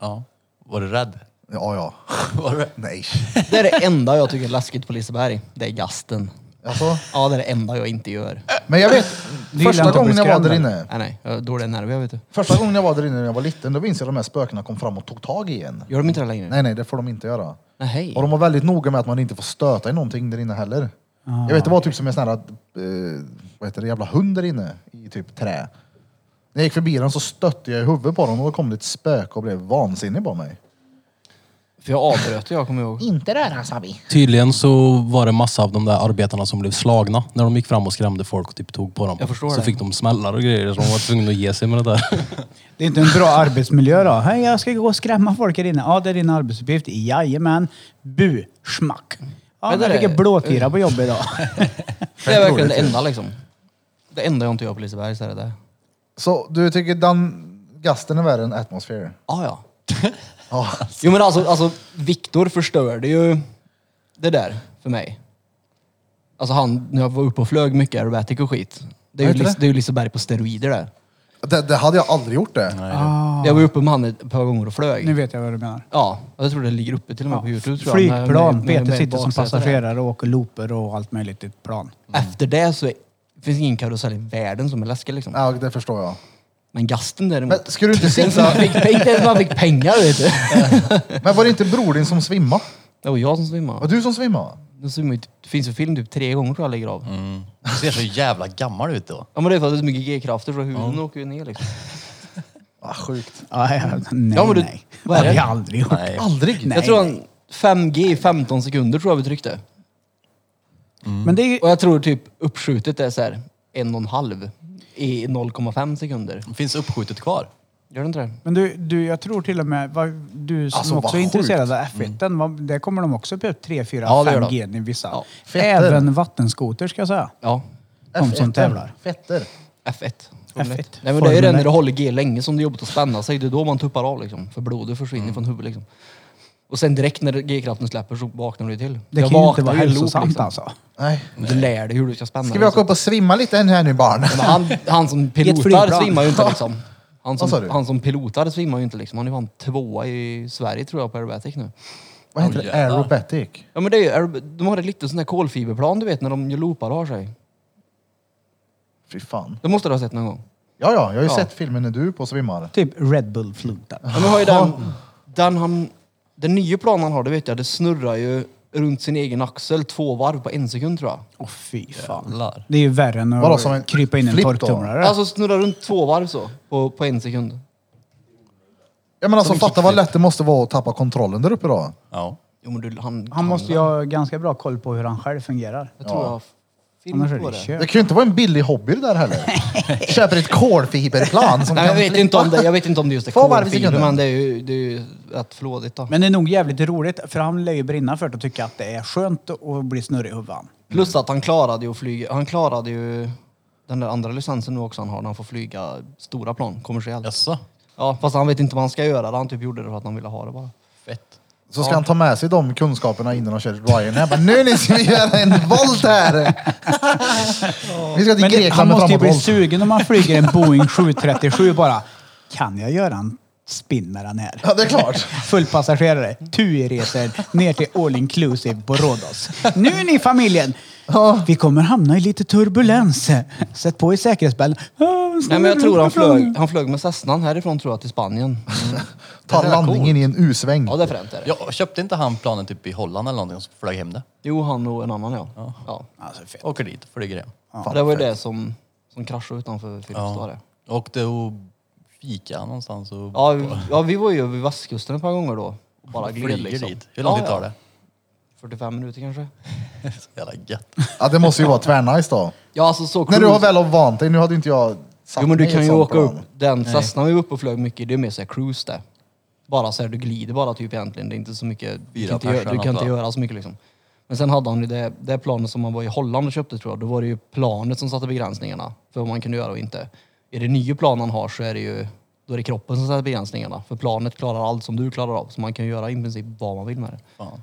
D: Ja. Var du rädd?
C: Ja, ja.
D: <laughs> Var du rädd?
C: Nej.
E: det är det enda jag tycker är läskigt på Liseberg. Det är gasten.
C: Alltså.
E: Ja, det är det enda jag inte gör.
C: Men jag vet,
B: Det är
C: första
B: Lantoppers
C: gången jag var
B: grann,
C: där
B: eller?
C: inne.
E: Nej, nej. Jag har dåliga nerver vet du.
C: Första gången jag var där inne när jag var liten, då minns jag att de här spökena kom fram och tog tag i en.
E: Gör de inte det längre?
C: Nej, nej, det får de inte göra.
E: Nej, hej.
C: Och de var väldigt noga med att man inte får stöta i någonting där inne heller. Jag vet, det var typ som en sån här, eh, vad heter det, jävla hund där inne i typ trä. När jag gick förbi den så stötte jag i huvudet på den och då kom det ett spöke och blev vansinnig på mig.
E: För jag avbröt jag kommer ihåg.
C: Inte röra sa vi.
G: Tydligen så var det massa av de där arbetarna som blev slagna när de gick fram och skrämde folk och typ tog på dem.
E: Jag förstår
G: så
E: det.
G: fick de smällar och grejer så de var tvungna att ge sig med det där.
B: Det är inte en bra arbetsmiljö då. Hej, jag ska gå och skrämma folk här inne. Ja, det är din arbetsuppgift. Jajamän. Bu, schmack. Ja,
E: Men
B: men
E: det
B: jag
E: är-
B: fick en blåtira på
E: <laughs>
B: jobbet idag.
E: Det är verkligen det enda liksom. Det enda jag inte gör på Liseberg så är det det.
C: Så du tycker den gasten är värre än atmosfär?
E: Ah, ja.
C: Ja.
E: Jo men alltså, alltså Viktor förstörde ju det där för mig. Alltså han, när jag var uppe och flög mycket aerobatic och skit. Det är ju,
C: Vad heter
E: Lis,
C: det?
E: det är ju Liseberg på steroider där.
C: Det, det hade jag aldrig gjort det.
E: Jag var uppe med han ett par gånger och flög.
B: nu vet jag vad du menar.
E: Ja, jag tror det ligger uppe till och med på Youtube tror jag. När- när- när-
B: Flygplan. Peter
E: med
B: sitter som
E: baksätet där.
B: passagerare och åker looper och allt möjligt i ett plan.
E: Mm. Efter det så är, finns ingen karusell i världen som är läskig liksom.
C: Ja, det förstår jag.
E: Men gasten
C: Men
E: däremot.
C: ska du inte
E: Det är inte
C: sitta...
E: som man fick, det är inte som man fick pengar vet du.
C: Men var det inte bror din som svimmade?
E: Det var jag som
C: Var
E: svimmade.
C: du som svimmade?
E: Jag svimmade ju typ- Det finns en film typ tre gånger tror jag ligger av.
D: Du ser så jävla gammal ut då.
E: Ja men det är för att det är så mycket g-krafter så huden åker ju ner liksom.
C: Ah, sjukt.
B: Ja, ja, nej,
E: Ja, men du-
B: nej. Det
E: vad är
B: har
E: det?
B: jag aldrig gjort.
D: Nej.
C: Aldrig?
B: Nej.
E: Mm. Jag tror han 5G i 15 sekunder tror jag vi tryckte.
B: Men det är ju...
E: Och jag tror typ uppskjutet är så här en och en halv i 0,5 sekunder.
D: Finns uppskjutet kvar?
E: Gör det inte det?
B: Men du, du, jag tror till och med, vad, du som
C: Alltså, vad
B: också är
C: sjukt.
B: intresserad av F1, vad, där kommer de också på 3, 4,
E: Mm. Ja, det gör
B: 5G i vissa.
E: Ja.
C: Fetter.
B: Även vattenskoter ska jag säga.
E: Ja.
B: De som tävlar.
C: Fetter.
E: F1.
B: F1.
E: Nej men det är ju
B: Formel
E: det när
B: ett.
E: du håller G länge som det är jobbigt att spänna sig. Det är då man tuppar av liksom. För blodet försvinner från huvudet liksom. Och sen direkt när G-kraften släpper så vaknar du till.
B: Det
E: Jag
B: kan ju inte
E: vaknar
B: vara
E: i loop,
B: hälsosamt
E: liksom.
B: alltså.
C: Nej.
E: Du lär dig liksom. hur du ska spänna
C: Ska vi åka upp och svimma lite här nu barn?
E: Men han, han
B: <laughs>
E: som
B: flygplan.
E: pilotar svimmar ju inte liksom. Han
C: Vad sa
E: som,
C: du?
E: han som pilotar svimmar ju inte liksom. Han är fan tvåa i Sverige tror jag på aerobatic nu.
C: Vad
E: Oh,
C: heter det? Aerobatic?
E: Ja men det är ju, aerob- de har ett litet sånt där kolfiberplan du vet när de ju loopar och har sig.
C: Fy fan.
E: Det måste du ha sett någon gång.
C: Ja, ja, jag har ju
E: Ja.
C: sett filmen när du är på och svimmar.
B: Typ Red Bull Fluta.
E: Ja, men har ju den, den han, den nya planen han har, det vet jag, det snurrar ju runt sin egen axel två varv på en sekund tror jag.
B: Åh fy fan.
D: Jävlar.
B: Det är ju värre än att
C: Vadå, som en
B: krypa in i en
C: flip då?
B: torktumlare.
E: Alltså snurrar runt två varv så, på, på en sekund.
C: Ja men alltså
D: Som en
C: fatta vad
D: kickflip.
C: lätt det måste vara att tappa kontrollen där uppe då.
D: Ja.
E: Jo, men du, han,
B: han måste ju
E: jag...
B: ha ganska bra koll på hur han själv fungerar.
E: Jag tror jag har
B: Annars är
E: film på
B: det
E: det.
B: kört.
C: Det kan ju inte vara en billig hobby det där heller.
E: <laughs>
C: Köper ett kolfiberplan som
E: Nej, jag,
C: kan
E: vet
C: flippa.
E: inte om det, jag vet inte om det just
D: <laughs>
E: är
C: Två varv i
E: kolfiber,
C: sekunden.
E: men det är ju, det är ju rätt flådigt då.
B: Men det är nog jävligt roligt, för han lär ju brinna för det och tycka att det är skönt att bli snurrig i huvudet.
E: Plus att han klarade ju att flyga, han klarade ju den där andra licensen nu också han har när han får flyga stora plan kommersiellt.
D: Jaså?
E: Ja, fast han vet inte vad han ska göra. Han typ gjorde det för att han ville ha det
D: Mm.
E: bara.
D: Fett.
C: Så ska han ta med sig de kunskaperna innan han kör Ryan. Jag bara, nu ni ska vi göra en volt
E: <laughs>
C: här! Vi ska till
B: Men det, han
C: Grekland med
B: måste ju bli
C: framåtvolt.
B: sugen om han flyger en
C: <laughs>
B: Boeing 737 bara. Kan jag göra en spinn med den här?
C: Ja, det är klart.
B: Fullpassagerare, TUI-resor ner till all inclusive på Rhodos. Nu är ni familjen! Vi kommer hamna i lite turbulens. Sätt på i säkerhetsbälten.
E: Nej men jag tror
D: Mm.
E: han flög, han flög med Cessnan härifrån tror jag till Spanien.
C: Ta
D: Det här är
C: landningen i en U-sväng.
E: <laughs> Ja det är fränt är det.
D: Mm. Ja, köpte inte han planen typ i Holland eller någonting och så flög hem det?
E: Jo han och en annan ja. ja.
B: Alltså, fett.
D: Åker dit och flyger hem.
E: Och det var ju det som, som kraschade utanför Filipstad det.
D: Åkte och fika någonstans och...
E: Ja, vi- ja vi var ju vid västkusten ett par gånger då. Och Bara gled
D: flyger
E: liksom.
D: dit. Hur lång
E: Ja,
D: tid
E: ja.
D: tar det?
E: 45 minuter kanske.
D: Så jävla gött.
C: Ja, det måste ju vara tvärnice då.
E: Ja, alltså så
C: När du
E: cruise-
C: har väl har vant dig, nu hade ju inte jag satt
E: Jo men du
C: mig i
E: kan
C: ett
E: ju
C: sånt
E: åka upp,
C: plan.
E: den Cessna vi var uppe och flög mycket, det är mer såhär cruise det. Bara såhär, du glider bara typ egentligen, det är inte så mycket, du
D: Fyra
E: kan, inte göra,
D: pers
E: du kan
D: annat,
E: inte
D: va?
E: göra så mycket liksom. Men sen hade han ju det, det planet som han var i Holland och köpte tror jag, då var det ju planet som satte begränsningarna för vad man kunde göra och inte. I det nya plan han har så är det ju, då är det kroppen som sätter begränsningarna. För planet klarar allt som du klarar av, så man kan göra i princip vad man vill med det.
D: Fan.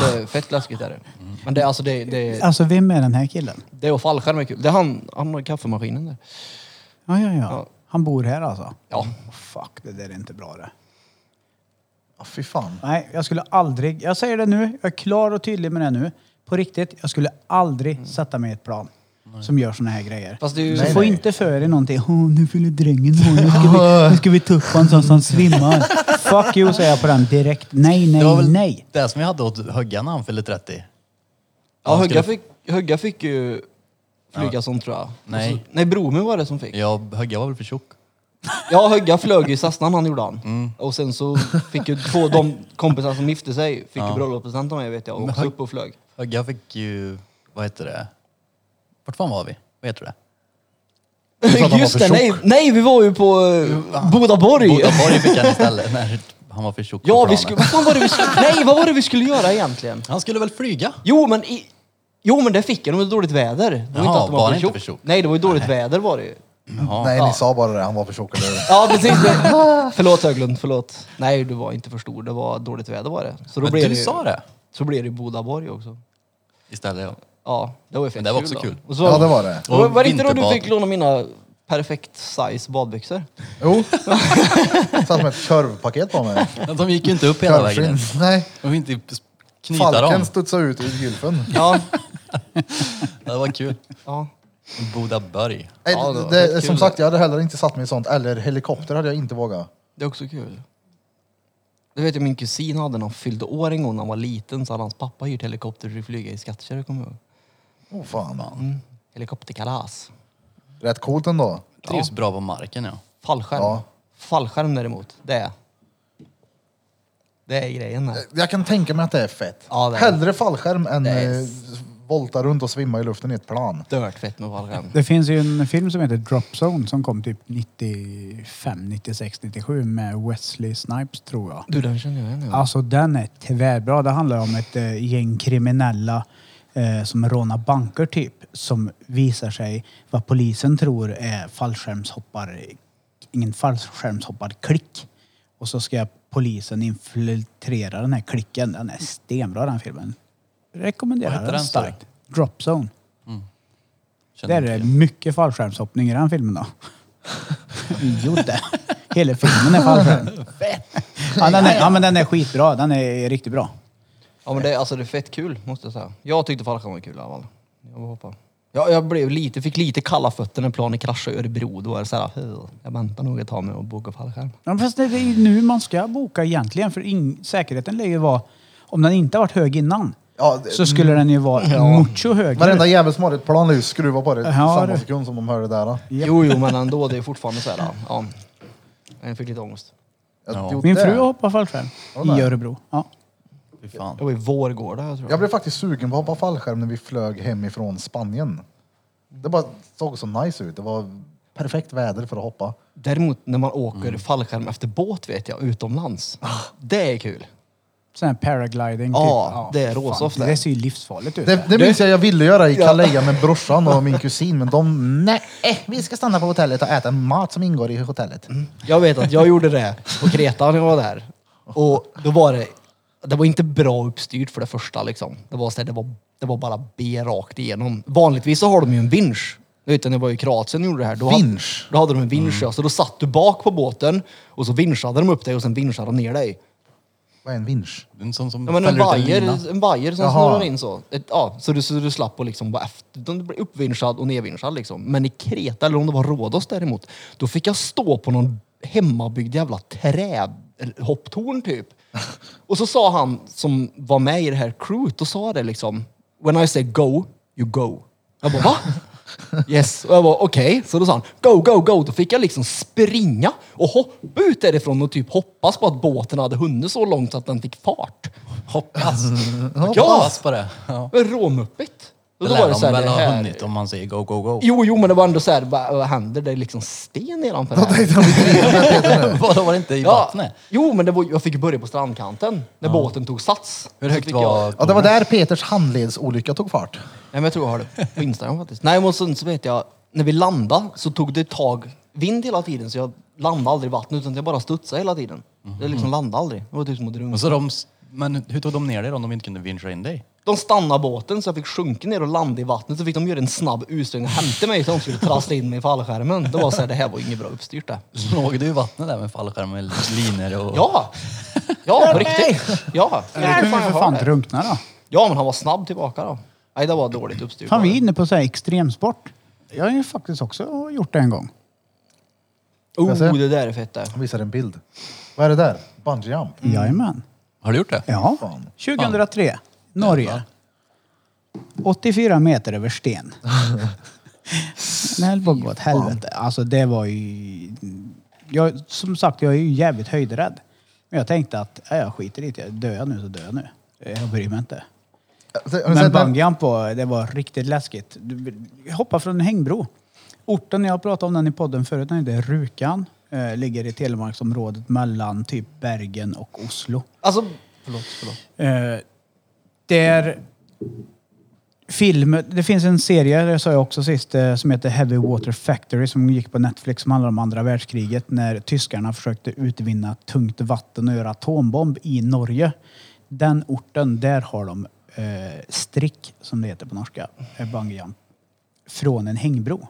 E: Det är fett läskigt är det. Men det, är alltså, det, det,
B: Alltså vem är den här killen?
E: det är att fallskärm är kul. Det är han, han har kaffemaskinen där.
B: Ja, ja,
E: Ja.
B: ja. Han bor här alltså?
E: Ja.
B: Åh, fuck, det där är inte bra det.
C: Ja, fy
E: <laughs>
C: fan.
B: Nej, jag skulle aldrig, jag säger det nu, jag är klar och tydlig med det nu. På riktigt, jag skulle aldrig
D: Mm.
B: sätta mig i ett plan som gör såna här grejer.
E: Fast det är ju...
B: Så få inte för er någonting. Åh, nu fyller drängen på. Nu ska vi, nu ska vi tuffa en sån som svimmar. Fuck you säger jag på den direkt. Nej,
D: Det var
B: nej,
D: väl
B: nej.
D: det som vi hade åt Högga när han fyllde 30.
E: Ja,
D: Han
E: Högga
D: skulle-
E: fick, Högga fick ju flyga sånt tror jag.
D: Nej.
E: Och Så, nej, Bromy var det som fick.
D: Ja, Högga var väl för tjock.
E: Ja, Högga flög i Cessnan han gjorde han.
D: Mm.
E: Och sen så fick ju två de kompisar som gifte sig, fick ju bröllopspresent av mig vet jag, och
D: Men
E: också
D: Hög-
E: upp och flög.
D: Högga fick ju, vad heter det? Vart fan var vi? Vad heter det?
C: att han
E: Just
C: var
E: det,
C: för
E: nej,
C: tjock. ah.
E: nej vi var ju på eh, Bodaborg!
D: Bodaborg fick han istället när han var för tjock.
E: Ja,
D: för
E: vi
D: planet.
E: skulle, vad fan var det vi skulle, nej vad var det vi skulle göra egentligen?
D: Han skulle väl flyga?
E: Jo men, i, jo men det fick jag, det var dåligt väder. Det var
D: Jaha,
E: inte att de
D: var
E: var för
D: det inte
E: tjock.
D: för tjock?
E: Nej, det var ju dåligt väder var det ju.
C: Nej,
E: Ja.
C: ni sa bara det. Han var för tjock. Eller?
E: Ja,
C: <laughs>
E: precis. Det- förlåt Höglund, förlåt. Nej, du var inte för stor. Det var dåligt väder var det. Så då
D: Men
E: blev
D: du
E: det ju,
D: sa det
E: Så blev det ju Bodaborg också.
D: istället. Ja.
E: Ja, det var ju fett
D: det var
E: kul
D: också
E: då.
D: kul.
E: Och så,
C: Ja, det var det.
E: Och var- var det inte då du
D: vinterbad.
E: fick låna mina perfect size badbyxor?
C: Jo. Satt med ett korvpaket på mig.
D: Men De gick ju inte upp hela vägen.
C: Korvskinn.
D: ner.
C: Nej.
D: De fick inte knyta
C: Falken
D: dem.
C: studsade ut ur gylfen.
E: Ja.
D: Det var kul.
E: <laughs> ja.
D: Bodaberg.
C: Nej,
E: Ja, det
C: det,
E: var
C: det,
E: rätt
C: som
E: kul
C: sagt, jag hade heller inte satt mig i sånt. Eller helikopter hade jag inte vågat.
E: Det är också kul. Det vet jag min kusin hade när han fyllde år en gång när han var liten så hade hans pappa hyrt helikopter för att flyga i Skattkärr, kommer jag ihåg.
C: Oh, fan.
E: Mm. Helikopterkalas.
C: Rätt coolt ändå.
D: Trivs bra på marken ja.
E: Fallskärm.
C: Ja.
E: Fallskärm däremot, det är... Det är grejen där.
C: Jag kan tänka mig att det är fett.
E: Ja, det är det.
C: Hellre fallskärm än
E: Det är-
C: eh, volta runt och svimma i luften i ett plan.
E: Stört fett med fallskärm.
B: Det finns ju en film som heter Drop Zone som kom typ 95, 96, 97 med Wesley Snipes tror jag.
E: Du, den känner jag igen. Ja.
B: Alltså den är tvärbra. Det handlar om ett eh, gäng kriminella eh, som rånar banker typ. Som visar sig vad polisen tror är fallskärmshoppar... Ingen fallskärmshopparklick. Och så ska polisen infiltrera den här klicken. Den är stenbra den filmen.
D: Vad heter
B: Rekommenderar den
D: den, sa du?
B: starkt. Drop Zone.
D: Känner
B: Där är det mycket fallskärmshoppning i den filmen då. Jo det. Hela filmen är fallskärm. Ja, den är, ja men den är skitbra. Den är riktigt bra.
E: ja men det, är- alltså, det är fett kul måste jag säga. Jag tyckte fallskärm var kul i alla fall. Jag var hoppa. Ja, jag blev lite, fick lite kalla fötter när planet kraschade i Örebro. Då var det såhär, jag väntar nog ett tag med att boka fallskärm.
B: Ja, fast det är ju nu man ska boka egentligen. För in, säkerheten lär ju vara... Om den inte har varit hög innan
C: Ja, det-
B: så skulle den ju vara mucho hög.
C: Varenda jävel som har ett plan är ju skruva på det i
B: Ja,
C: samma
B: det-
C: sekund som de hör det där. då.
B: Japp.
E: Jo, jo, men ändå. Det är fortfarande såhär, ja. ja. Jag fick lite ångest.
C: Jag
D: Ja.
C: gjorde
B: Min
C: det.
B: fru hoppar fallskärm
C: där.
B: i Örebro. Ja.
D: Fy fan.
E: Jag var i Vårgårda, jag tror
C: Jag blev faktiskt sugen på att hoppa fallskärm när vi flög hemifrån Spanien. Det bara såg så nice ut. Det var perfekt väder för att hoppa.
E: Däremot när man åker fallskärm efter båt vet jag, utomlands. Det är kul.
B: Sån här paragliding. typ.
E: Ja, det är
B: fan.
E: råsoft det.
B: Det ser ju livsfarligt ut.
C: Det, det minns jag jag ville göra i Calais med brorsan och min kusin, men de nej, eh, vi ska stanna på hotellet och äta mat som ingår i hotellet.
E: Jag vet att jag gjorde det på Kreta när jag var där. Och då var det, det var inte bra uppstyrt för det första liksom. Det var, så här, det var, det var bara B rakt igenom. Vanligtvis så har de ju en vinsch. Du vet, när jag var i Kroatien och gjorde det här. Då hade-
C: Vinsch?
E: Då hade de en vinsch ja. Så då satt du bak på båten och så vinschade de upp dig och sen vinschade de ner dig.
C: Vad är en vinsch?
D: Det är en sån som
E: Ja, men en
D: fäller ut en lina.
E: bajer, en bajer som
C: Jaha.
E: snurrar in så. Ett, ja, så, du, så du slapp och liksom bara efter. Du blev uppvinschad och nedvinschad liksom. Men i Kreta, eller om det var Rhodos däremot, då fick jag stå på någon hemmabyggd jävla trähopptorn
D: <laughs>
E: typ. Och så sa han som var
D: <laughs>
E: med i det här crewet, då sa det liksom When I say go, you go. Jag bara va? Yes, och jag var okej. Så då sa han go, go, go. Då fick jag liksom springa och hoppa ut därifrån och typ hoppas på att båten hade hunnit så långt så att den fick fart.
D: <laughs> Hoppas.
E: Ja,
D: Hoppas på det. Ja.
E: det var råmuppigt. Och
D: Det
E: då var
D: lär
E: det
D: de
E: så här,
D: väl
E: det
D: ha
E: här-
D: hunnit om man säger go, go, go.
E: Jo, jo, men det var ändå så här, vad, vad händer? Det är liksom sten nedanför det här.
D: <laughs> Vadå, var det inte i vattnet?
E: Jo, men det var, jag fick börja på strandkanten när båten tog sats.
D: Hur
E: Så
D: högt
E: fick jag-
D: var...
C: Ja, det var där Peters handledsolycka tog fart.
E: Nej, men jag tror jag har det på Instagram faktiskt. Nej, men sen så vet jag, när vi landade så tog det ett tag vind hela tiden så jag landade aldrig i vattnet utan jag bara studsade hela tiden. Jag liksom landade aldrig. Det var typ som att drunka.
D: Mhm. Och så de... s- Men hur tog de ner dig då om de inte kunde vincha in dig?
E: De stannade båten så jag fick sjunka ner och landa i vattnet så fick de göra en snabb utstötning och hämta mig så de skulle trassla in mig i fallskärmen. Det var så här, det här var inget bra uppstyrt det.
D: Låg du i vattnet där med fallskärm och linor och...
E: Ja! Ja, på riktigt! Ja!
B: Då kunde vi för fan
E: Ja,
B: drunkna då.
E: men han var snabb tillbaka då. Nej, det var dåligt uppstyrt.
B: Fan, vi är inne på så här extremsport. Jag har ju faktiskt också gjort det en gång.
E: Oh, det där är fett det.
C: Han visar en bild. Vad är det där? Bungee jump?
B: Jajamän.
D: Har du gjort det?
B: Ja.
C: Fan.
B: 2003. Norge. 84 meter över sten. Den höll på att gå åt helvete. Alltså det var ju... Jag, som sagt, jag är ju jävligt höjdrädd. Men jag tänkte att, äh, jag skiter i det. Dör jag nu så dör jag nu. Eh, Jag bryr mig inte.
C: Har du
B: Men
C: sett den?
B: bungyjump var, det var riktigt läskigt. Du hoppar från en hängbro. Orten, jag pratade om den i podden förut, den heter Rukan. Eh, ligger i Telemarksområdet mellan typ Bergen och Oslo.
E: Alltså, förlåt, förlåt.
B: Eh, där film, det finns en serie, det sa jag också sist, eh, som heter Heavy Water Factory som gick på Netflix som handlar om andra världskriget när tyskarna försökte utvinna tungt vatten och göra atombomb i Norge. Den orten, där har de eh, strick, som det heter på norska, eh, bungee jump, från en hängbro.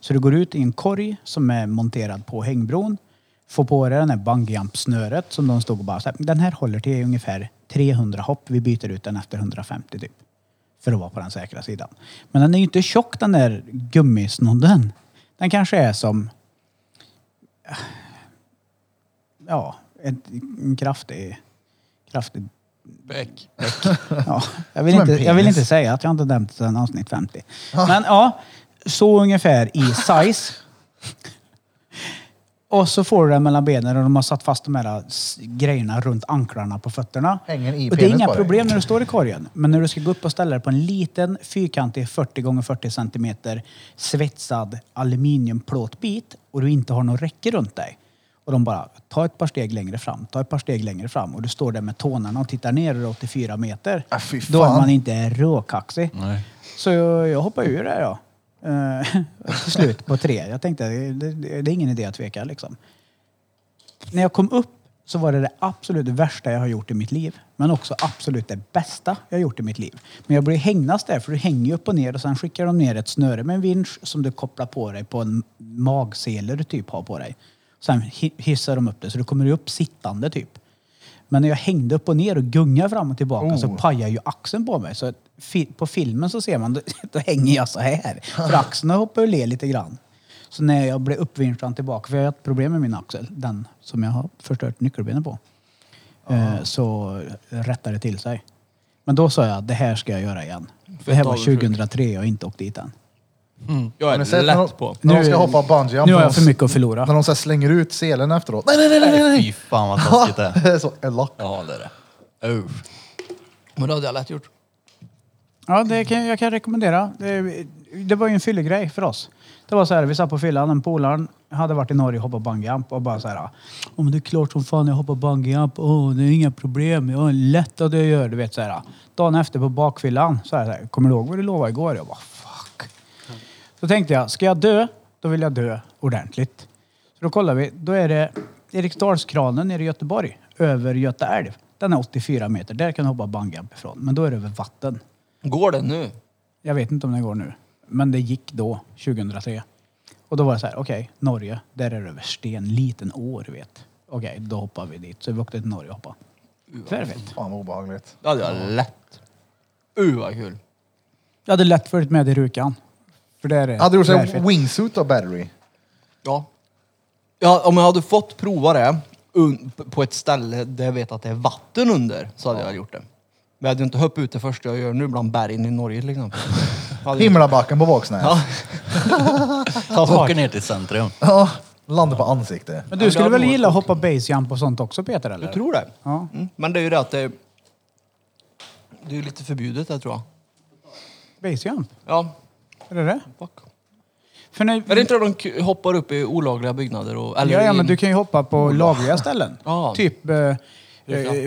B: Så du går ut i en korg som är monterad på hängbron, får på dig den här bungyjump-snöret som de stod och bara så här, den här håller till ungefär 300 hopp, vi byter ut den efter 150 typ. För att vara på den säkra sidan. Men den är ju inte tjock den där gummisnodden. Den kanske är som, ja, ett, en kraftig, kraftig
D: Bäck.
C: <laughs>
B: Ja, jag, vill
C: Som en
B: inte, jag vill
C: penis.
B: inte säga att jag inte nämnt den avsnitt 50. Men ja, så ungefär i size. Och så får du den mellan benen och de har satt fast de här s- grejerna runt anklarna på fötterna.
C: Hänger i
B: och det är
C: penis
B: inga
C: bara.
B: problem när du står i korgen. Men när du ska gå upp och ställa dig på en liten fyrkantig 40 gånger 40 centimeter svetsad aluminiumplåtbit och du inte har någon räcke runt dig. Och de bara, ta ett par steg längre fram, ta ett par steg längre fram. Och du står där med tårna och tittar ner och det är 84 meter.
C: Ah, fy
B: Då är
C: fan.
B: man inte råkaxig.
D: Nej.
B: Så jag, jag hoppade ur där ja. Eh, Till slut på tre. Jag tänkte, det, det, det är ingen idé att tveka liksom. När jag kom upp så var det det absolut värsta jag har gjort i mitt liv. Men också absolut det bästa jag har gjort i mitt liv. Men jag blev hängnas där, för du hänger ju upp och ner och sen skickar de ner ett snöre med en vinsch som du kopplar på dig på en magsele du typ har på dig. Sen hi- hissar de upp det, så du kommer ju upp sittande typ. Men när jag hängde upp och ner och gungade fram och tillbaka så pajade ju axeln på mig. Så att fi- på filmen så ser man, <laughs> då, då hänger jag så här. För axeln hoppar ju ner lite grann. Så när jag blev uppvinschad tillbaka, för jag har ett problem med min axel, den som jag har förstört nyckelbenet på, eh, så rättade det till sig. Men då sa jag, det här ska jag göra igen. Det här var
E: avundsjuk.
B: 2003 jag har inte åkt dit än.
E: Jag
C: Har ni
E: är
C: sett när de,
E: lätt på.
C: när de
B: Nu-
C: ska hoppa bungee jump?
B: nu har
C: när
B: jag
C: de-
B: för mycket att förlora.
C: När de så här slänger ut selen efteråt. Nej, nej, nej, nej, nej!
D: Fy fan vad taskigt det är.
C: <laughs> Det är så elakt.
D: <laughs> Ja, det är det. Uff.
E: Men det hade jag lätt gjort.
B: Ja, det kan, jag kan rekommendera. Det, det var ju en fyllegrej för oss. Det var så här, vi satt på fyllan, en polaren hade varit i Norge och hoppat bungyjump och bara så här. Åh, men det är klart som fan jag hoppar bungyjump. Åh, det är inga problem. Jag är lätt att jag gör. Du vet så här. Dagen efter på bakfyllan så här, så här kommer du ihåg vad du lovade igår? Jag bara, fuck. Så tänkte jag, ska jag dö, då vill jag dö ordentligt. Så då kollar vi, då är det Eriksdalskranen nere i Göteborg, över Göta älv. Den är 84 meter, där kan du hoppa bungyjump ifrån. Men då är det över vatten.
E: Går det nu?
B: Jag vet inte om det går nu. Men det gick då, 2003. Och då var det så här, okej, Norge, där är det över sten, liten å, du vet. Okej, då hoppar vi dit. Så vi åkte till Norge och hoppade. Tvärfett.
C: Fan vad obehagligt.
E: Det hade jag lätt. Uh vad kul.
B: Jag hade lätt följt med i Rukan. För där är
C: Hade du gjort så här
B: tvärfett.
C: wingsuit av battery?
E: Ja. ja. Om jag hade fått prova det un- p- på ett ställe där jag vet att det är vatten under så hade jag gjort det. Men jag hade ju inte hoppat ut det första jag gör nu bland bergen i Norge till exempel.
C: Himlabacken på Våxnäs. Ja.
E: Ta fart.
D: Åker ner till centrum.
C: Landar på ansiktet.
B: Men
E: Ja,
B: du skulle
E: det
B: väl
E: hade
B: gilla att hoppa basejump och sånt också Peter? Eller?
E: Jag tror det.
B: Ja.
E: Mm. Men det är ju det att det, det är ju lite förbjudet där tror jag.
B: Basejump?
E: Ja.
B: Är det det?
E: Fuck.
B: För när,
E: Är det inte då de k- hoppar upp i olagliga byggnader? Och, eller
B: ja, ja,
E: i-
B: men du kan ju hoppa på lagliga ställen.
E: Ja.
B: Typ eh, eh,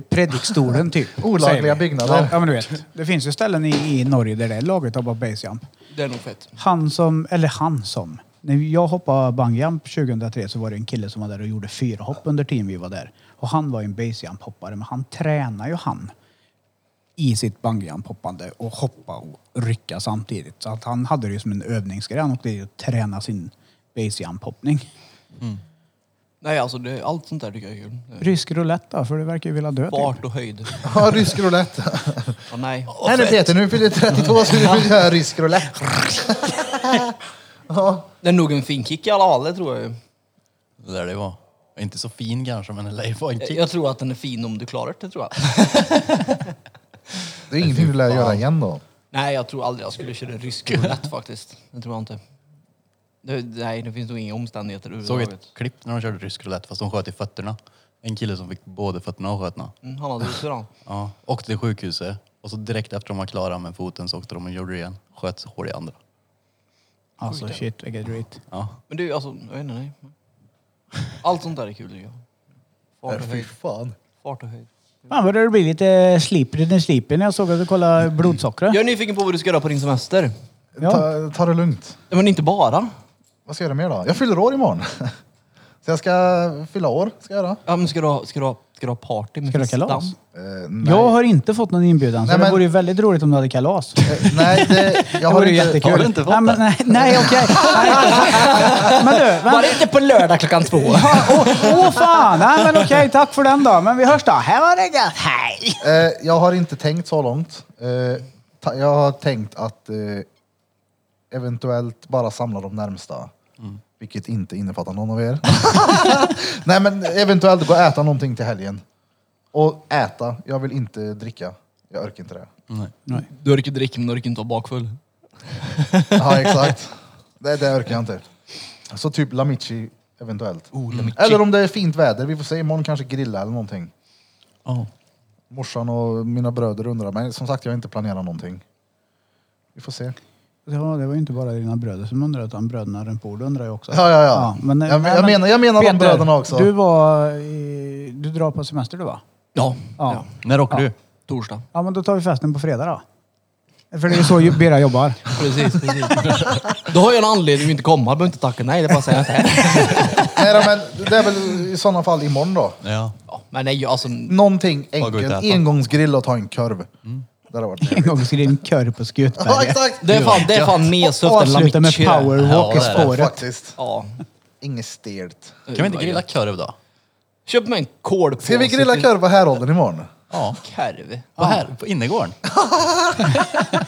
B: predikstolen typ.
C: Olagliga
B: säger vi.
C: byggnader.
B: Ja, men du vet. Det finns ju ställen i, i Norge där det är lagligt att hoppa basejump.
E: Det är nog fett.
B: Han som, eller han som. När jag hoppade bungyjump 2003 så var det en kille som var där och gjorde fyra hopp under tiden vi var där. Och han var ju en basejump-hoppare, men han tränar ju han i sitt bungyjump-hoppande och hoppa och rycka samtidigt. Så att han hade det ju som en övningsgren och det är att träna sin basejump-hoppning.
E: Nej alltså det, allt sånt där tycker jag är kul.
B: Rysk roulette då, för du verkar ju vilja dö typ.
E: Fart och höjd.
C: Ja, rysk <laughs> roulette.
E: Ja,
B: <laughs>
E: nej.
C: Här nu Peter, nu fyller du 32 så du vill göra rysk roulette.
E: Det är nog en fin kick i alla fall, det tror jag ju.
D: Det där det var. Inte så fin kanske, men det var en
E: Jag-
D: kick.
E: Jag tror att den är fin om du klarar det, tror jag.
C: Det är ingenting du lär göra igen då.
E: Nej, jag tror aldrig jag skulle köra rysk roulette faktiskt. Det tror jag inte. Det, nej, det finns nog inga omständigheter
D: Såg
E: överhuvudtaget.
D: ett klipp när de körde rysk roulette fast de sköt i fötterna. En kille som fick både fötterna och skötna.
E: Mm, han hade tur han.
D: Ja. Åkte till sjukhuset och så direkt efter de var klara med foten så åkte de och gjorde det igen. Sköt hål i andra.
B: Alltså shit, vilket drit.
D: Ja.
E: Men det är ju alltså, jag vet inte, nej. Allt sånt där är kul tycker jag. Fart och
C: Fy
E: höjd.
C: fan.
E: Fart och höjd.
B: Fan vad det blir lite sliprig i slipen. Jag såg att du kollade blodsockret.
E: Jag är nyfiken på vad du ska göra på din semester.
B: Ja.
C: Ta, ta det lugnt.
E: Men inte bara.
C: Vad ska jag göra mer då? Jag fyller år imorgon. <laughs> Så jag ska fylla år, ska jag göra.
E: Ja, men ska, du ha, ska, du ha, ska du ha party med
B: Ska du ha
E: fistan?
B: kalas?
C: Eh,
B: Jag har inte fått någon inbjudan, så
C: Nej,
B: det
C: men-
B: vore ju väldigt roligt om du hade kalas.
C: Eh, Nej, det, jag
B: Det
C: har
B: vore ju
C: inte...
B: jättekul.
D: har du inte fått
B: nej, men, nej, nej, okej. Nej. men du, men,
E: Var det inte på lördag klockan två?
B: åh, åh fan! Nej, men okej, tack för den då. Men vi hörs då. Här var det gött. Hej!
C: Eh, jag har inte tänkt så långt. Eh, ta, jag har tänkt att eh, eventuellt bara samla de närmsta. Vilket inte innefattar någon av er. <laughs> Nej men eventuellt gå och äta någonting till helgen. Och äta, jag vill inte dricka. Jag orkar inte det.
E: Du orkar dricka men du orkar inte vara bakfull.
C: Ja exakt. Det, det orkar jag inte. Så typ lamichi eventuellt.
E: Oh, mm.
C: Eller om det är fint väder, vi får se. Imorgon kanske grilla eller någonting.
D: Ja.
C: Morsan och mina bröder undrar, men som sagt jag har inte planerat någonting. Vi får se.
B: Ja, det var ju inte bara dina bröder som undrade, utan bröderna Rempord undrade ju också.
C: Ja, ja, ja.
B: men,
C: Jag- jag menar- jag menar de bröderna också.
B: Du var... i- Du drar på semester du va?
E: Ja.
B: Ja.
E: ja.
D: När åker du?
E: Torsdag.
B: Ja, men då tar vi festen på fredag då. För det är ju så ju-
E: <laughs>
B: Bera jobbar.
E: Precis, precis. Då har jag en anledning att inte komma. Jag behöver inte tacka nej, det är bara att säga nej.
C: Nej då, men det är väl i sådana fall imorgon då.
D: Ja.
E: Ja, men nej, jag- alltså...
C: Någonting
D: gå ut och
C: enkelt.
D: äta.
C: Engångsgrilla och ta en korv. Där har varit
B: En gång skrev en kör på
C: Ja
B: Skutberget.
C: exakt!
E: Det är fan, det är fan
B: Och
E: mesuften
B: avsluta med powerwalk i
D: Ja, det är det.
B: spåret.
C: Faktiskt.
E: Ja.
C: Inget stelt.
D: Kan vi inte grilla korv då?
E: Köp mig en kolpåse.
C: Ska vi grilla
E: till-
C: korv på Häråldern imorgon?
D: Ja.
E: Korv.
D: Vad här? På innergården?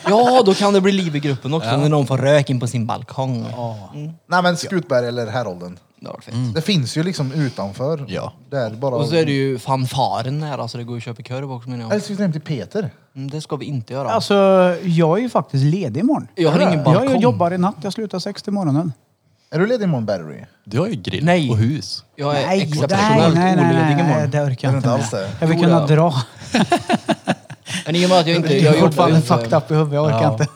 E: Ja, då kan det bli liv i gruppen också när någon får rök in på sin balkong. Ja. Mm.
C: Nej men Skutberg eller Häråldern.
E: Det var fett.
C: Det finns ju liksom utanför.
D: Ja.
C: Där bara...
E: Och så är det ju fanfaren här, alltså det går ju att köpa korv också menar
C: Eller
E: jag.
C: ska vi ta hem till Peter?
E: Mm, det ska vi inte göra.
B: Alltså, jag är ju faktiskt ledig imorgon.
E: Jag har ingen
B: jag, jag
E: balkong.
B: jobbar i natt. Jag slutar sex till morgonen.
C: Är du ledig imorgon Barry?
D: Du har ju grill
E: Nej.
D: och hus.
E: jag är
B: Nej,
E: exceptionellt
B: nej, nej, nej,
E: oledig
B: nej,
E: imorgon.
B: det orkar
C: Är
B: jag inte
C: det
B: med.
C: inte alls det?
B: Jag vill
E: Jo,
B: kunna
E: då.
B: dra.
E: Men i och med att jag inte...
B: Jag
E: Jag
B: är
E: jobbar ju
B: fortfarande
E: inte...
B: fucked up i huvudet. Jag orkar
E: Ja.
B: inte.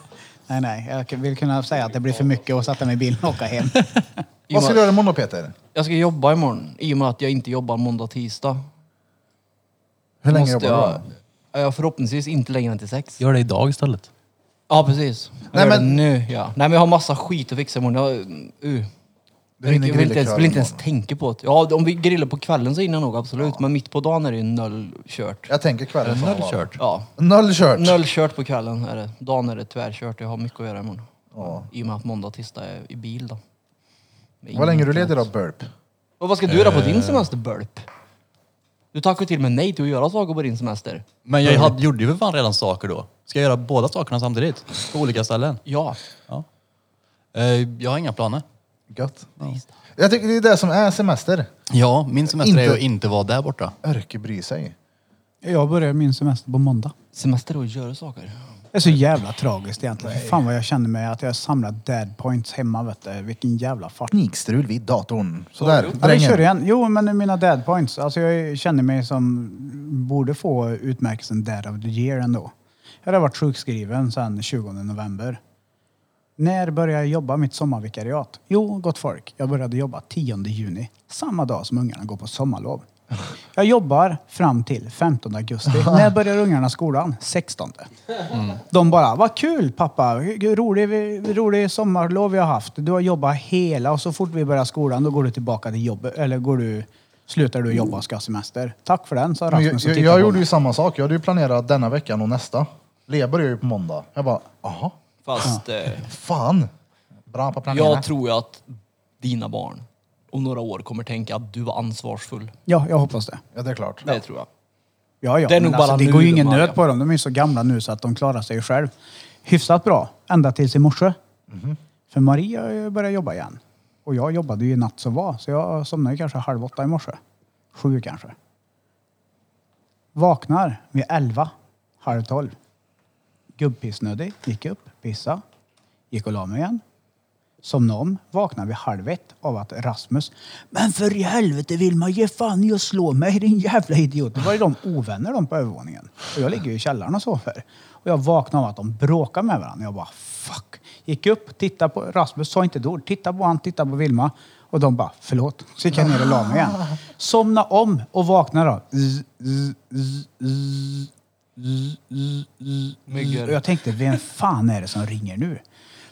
B: Nej, nej. Jag vill kunna säga att det blir för mycket och sätta mig i bilen och
E: <laughs>
B: åka hem.
E: i och
C: Vad ska
E: med-
C: du göra imorgon då Peter?
E: Jag ska jobba imorgon i och med att jag inte jobbar måndag, tisdag.
C: Hur länge
E: Måste
C: jobbar du då?
E: jag... Ja, Jag förhoppningsvis inte längre än till sex.
G: Gör det idag istället.
E: Ja, precis. Jag
C: Nej,
E: gör det
C: men-
E: nu, ja. Nej, men jag har massa skit att fixa imorgon. Jag, uh.
C: Du
E: jag
C: hinner
E: vill inte, ens,
C: grilla
E: vill inte ens
C: ikväll
E: tänka på det. Ja, om vi grillar på kvällen så hinner jag nog absolut. Men mitt på dagen är det ju noll kört.
C: Jag tänker kvällen.
D: Noll kört.
E: Ja,
C: Noll kört.
E: noll kört på kvällen är det. Dagen är det tvärkört. Jag har mycket att göra imorgon.
C: Ja.
E: I och med att måndag, tisdag är i bil då. Med
C: Vad länge är du
E: internet.
C: ledig då Eh. Burp?
E: Och vad ska du göra på din semester, Burp? Du tackar till och med nej till att göra saker på din semester.
D: Men jag hade, gjorde ju för fan redan saker då. Ska jag göra båda sakerna samtidigt? På olika ställen?
E: Ja.
D: Eh, Jag har inga planer.
C: Gött. Jag tycker det är det som är semester.
D: Ja, min semester är ju
C: Inte-
D: att inte vara där borta.
C: Örke bryr sig.
B: Jag börjar min semester på måndag.
E: Semester och göra saker.
B: Det är så jävla tragiskt egentligen. Fan vad jag kände mig att jag samlade dead points hemma vet du. Vilken jävla fart.
C: Mm. Teknikstrul vid datorn. Sådär,
B: Ja, vi kör
C: drängen.
B: igen. Jo, men mina dead points. Alltså jag känner mig som borde få utmärkelsen dead of the year ändå. Jag har varit sjukskriven sedan 20 november. När började jag jobba mitt sommarvikariat? Jo, gott folk, jag började jobba 10 juni. Samma dag som ungarna går på sommarlov. Jag jobbar fram till 15 augusti. När börjar ungarna skolan? 16. De bara, vad kul pappa, Hur rolig, vi- rolig sommarlov vi har haft. Du har jobbat hela och så fort vi börjar skolan då går du tillbaka till jobbet, eller går du, slutar du jobba och ska ha semester. Tack för den, sa
C: Men
B: Rasmus
C: jag,
B: och
C: jag,
B: tittade
C: jag
B: på
C: gjorde
B: mig.
C: ju samma sak. Jag hade ju planerat denna veckan och nästa. Lea börjar ju på måndag. Jag bara, aha,
E: Fast eh,
C: fan. Bra på att planera.
E: jag tror ju att dina barn om några år kommer tänka att du var ansvarsfull.
B: Ja, jag hoppas det.
C: Ja, det är klart.
E: Det tror jag.
B: Ja, ja.
E: Det är
B: men alltså,
E: nog bara
B: det
E: nu
B: går ju
E: de
B: ingen
E: har
B: nöd
E: det.
B: på dem. De är ju så gamla nu så att de klarar sig själv. Hyfsat bra, ända tills i morse.
E: Mhm.
B: För Maria har ju börjat jobba igen. Och jag jobbade ju i natt som var, så jag somnade ju kanske halv åtta i morse. Sju kanske. Vaknar vid elva, halv tolv. Gubbpissnödig, gick upp, pissa, gick och la mig igen. Somnade om, vaknade vid halv ett av att Rasmus Men för i helvete Vilma, ge fan i att slå mig din jävla idiot. Det var ju de ovänner de på övervåningen. Och jag ligger ju i källaren och sover. Och jag vaknade av att de bråkade med varandra. Jag bara fuck. Gick upp, tittade på Rasmus, sa inte ett ord. Tittade på han, tittade på Vilma. Och de bara förlåt. Så gick jag ner och la mig igen. Somna om och vakna då. Zzz, zzz, zzz, zzz.
E: Myggor.
B: Och jag tänkte, vem fan är det som ringer nu?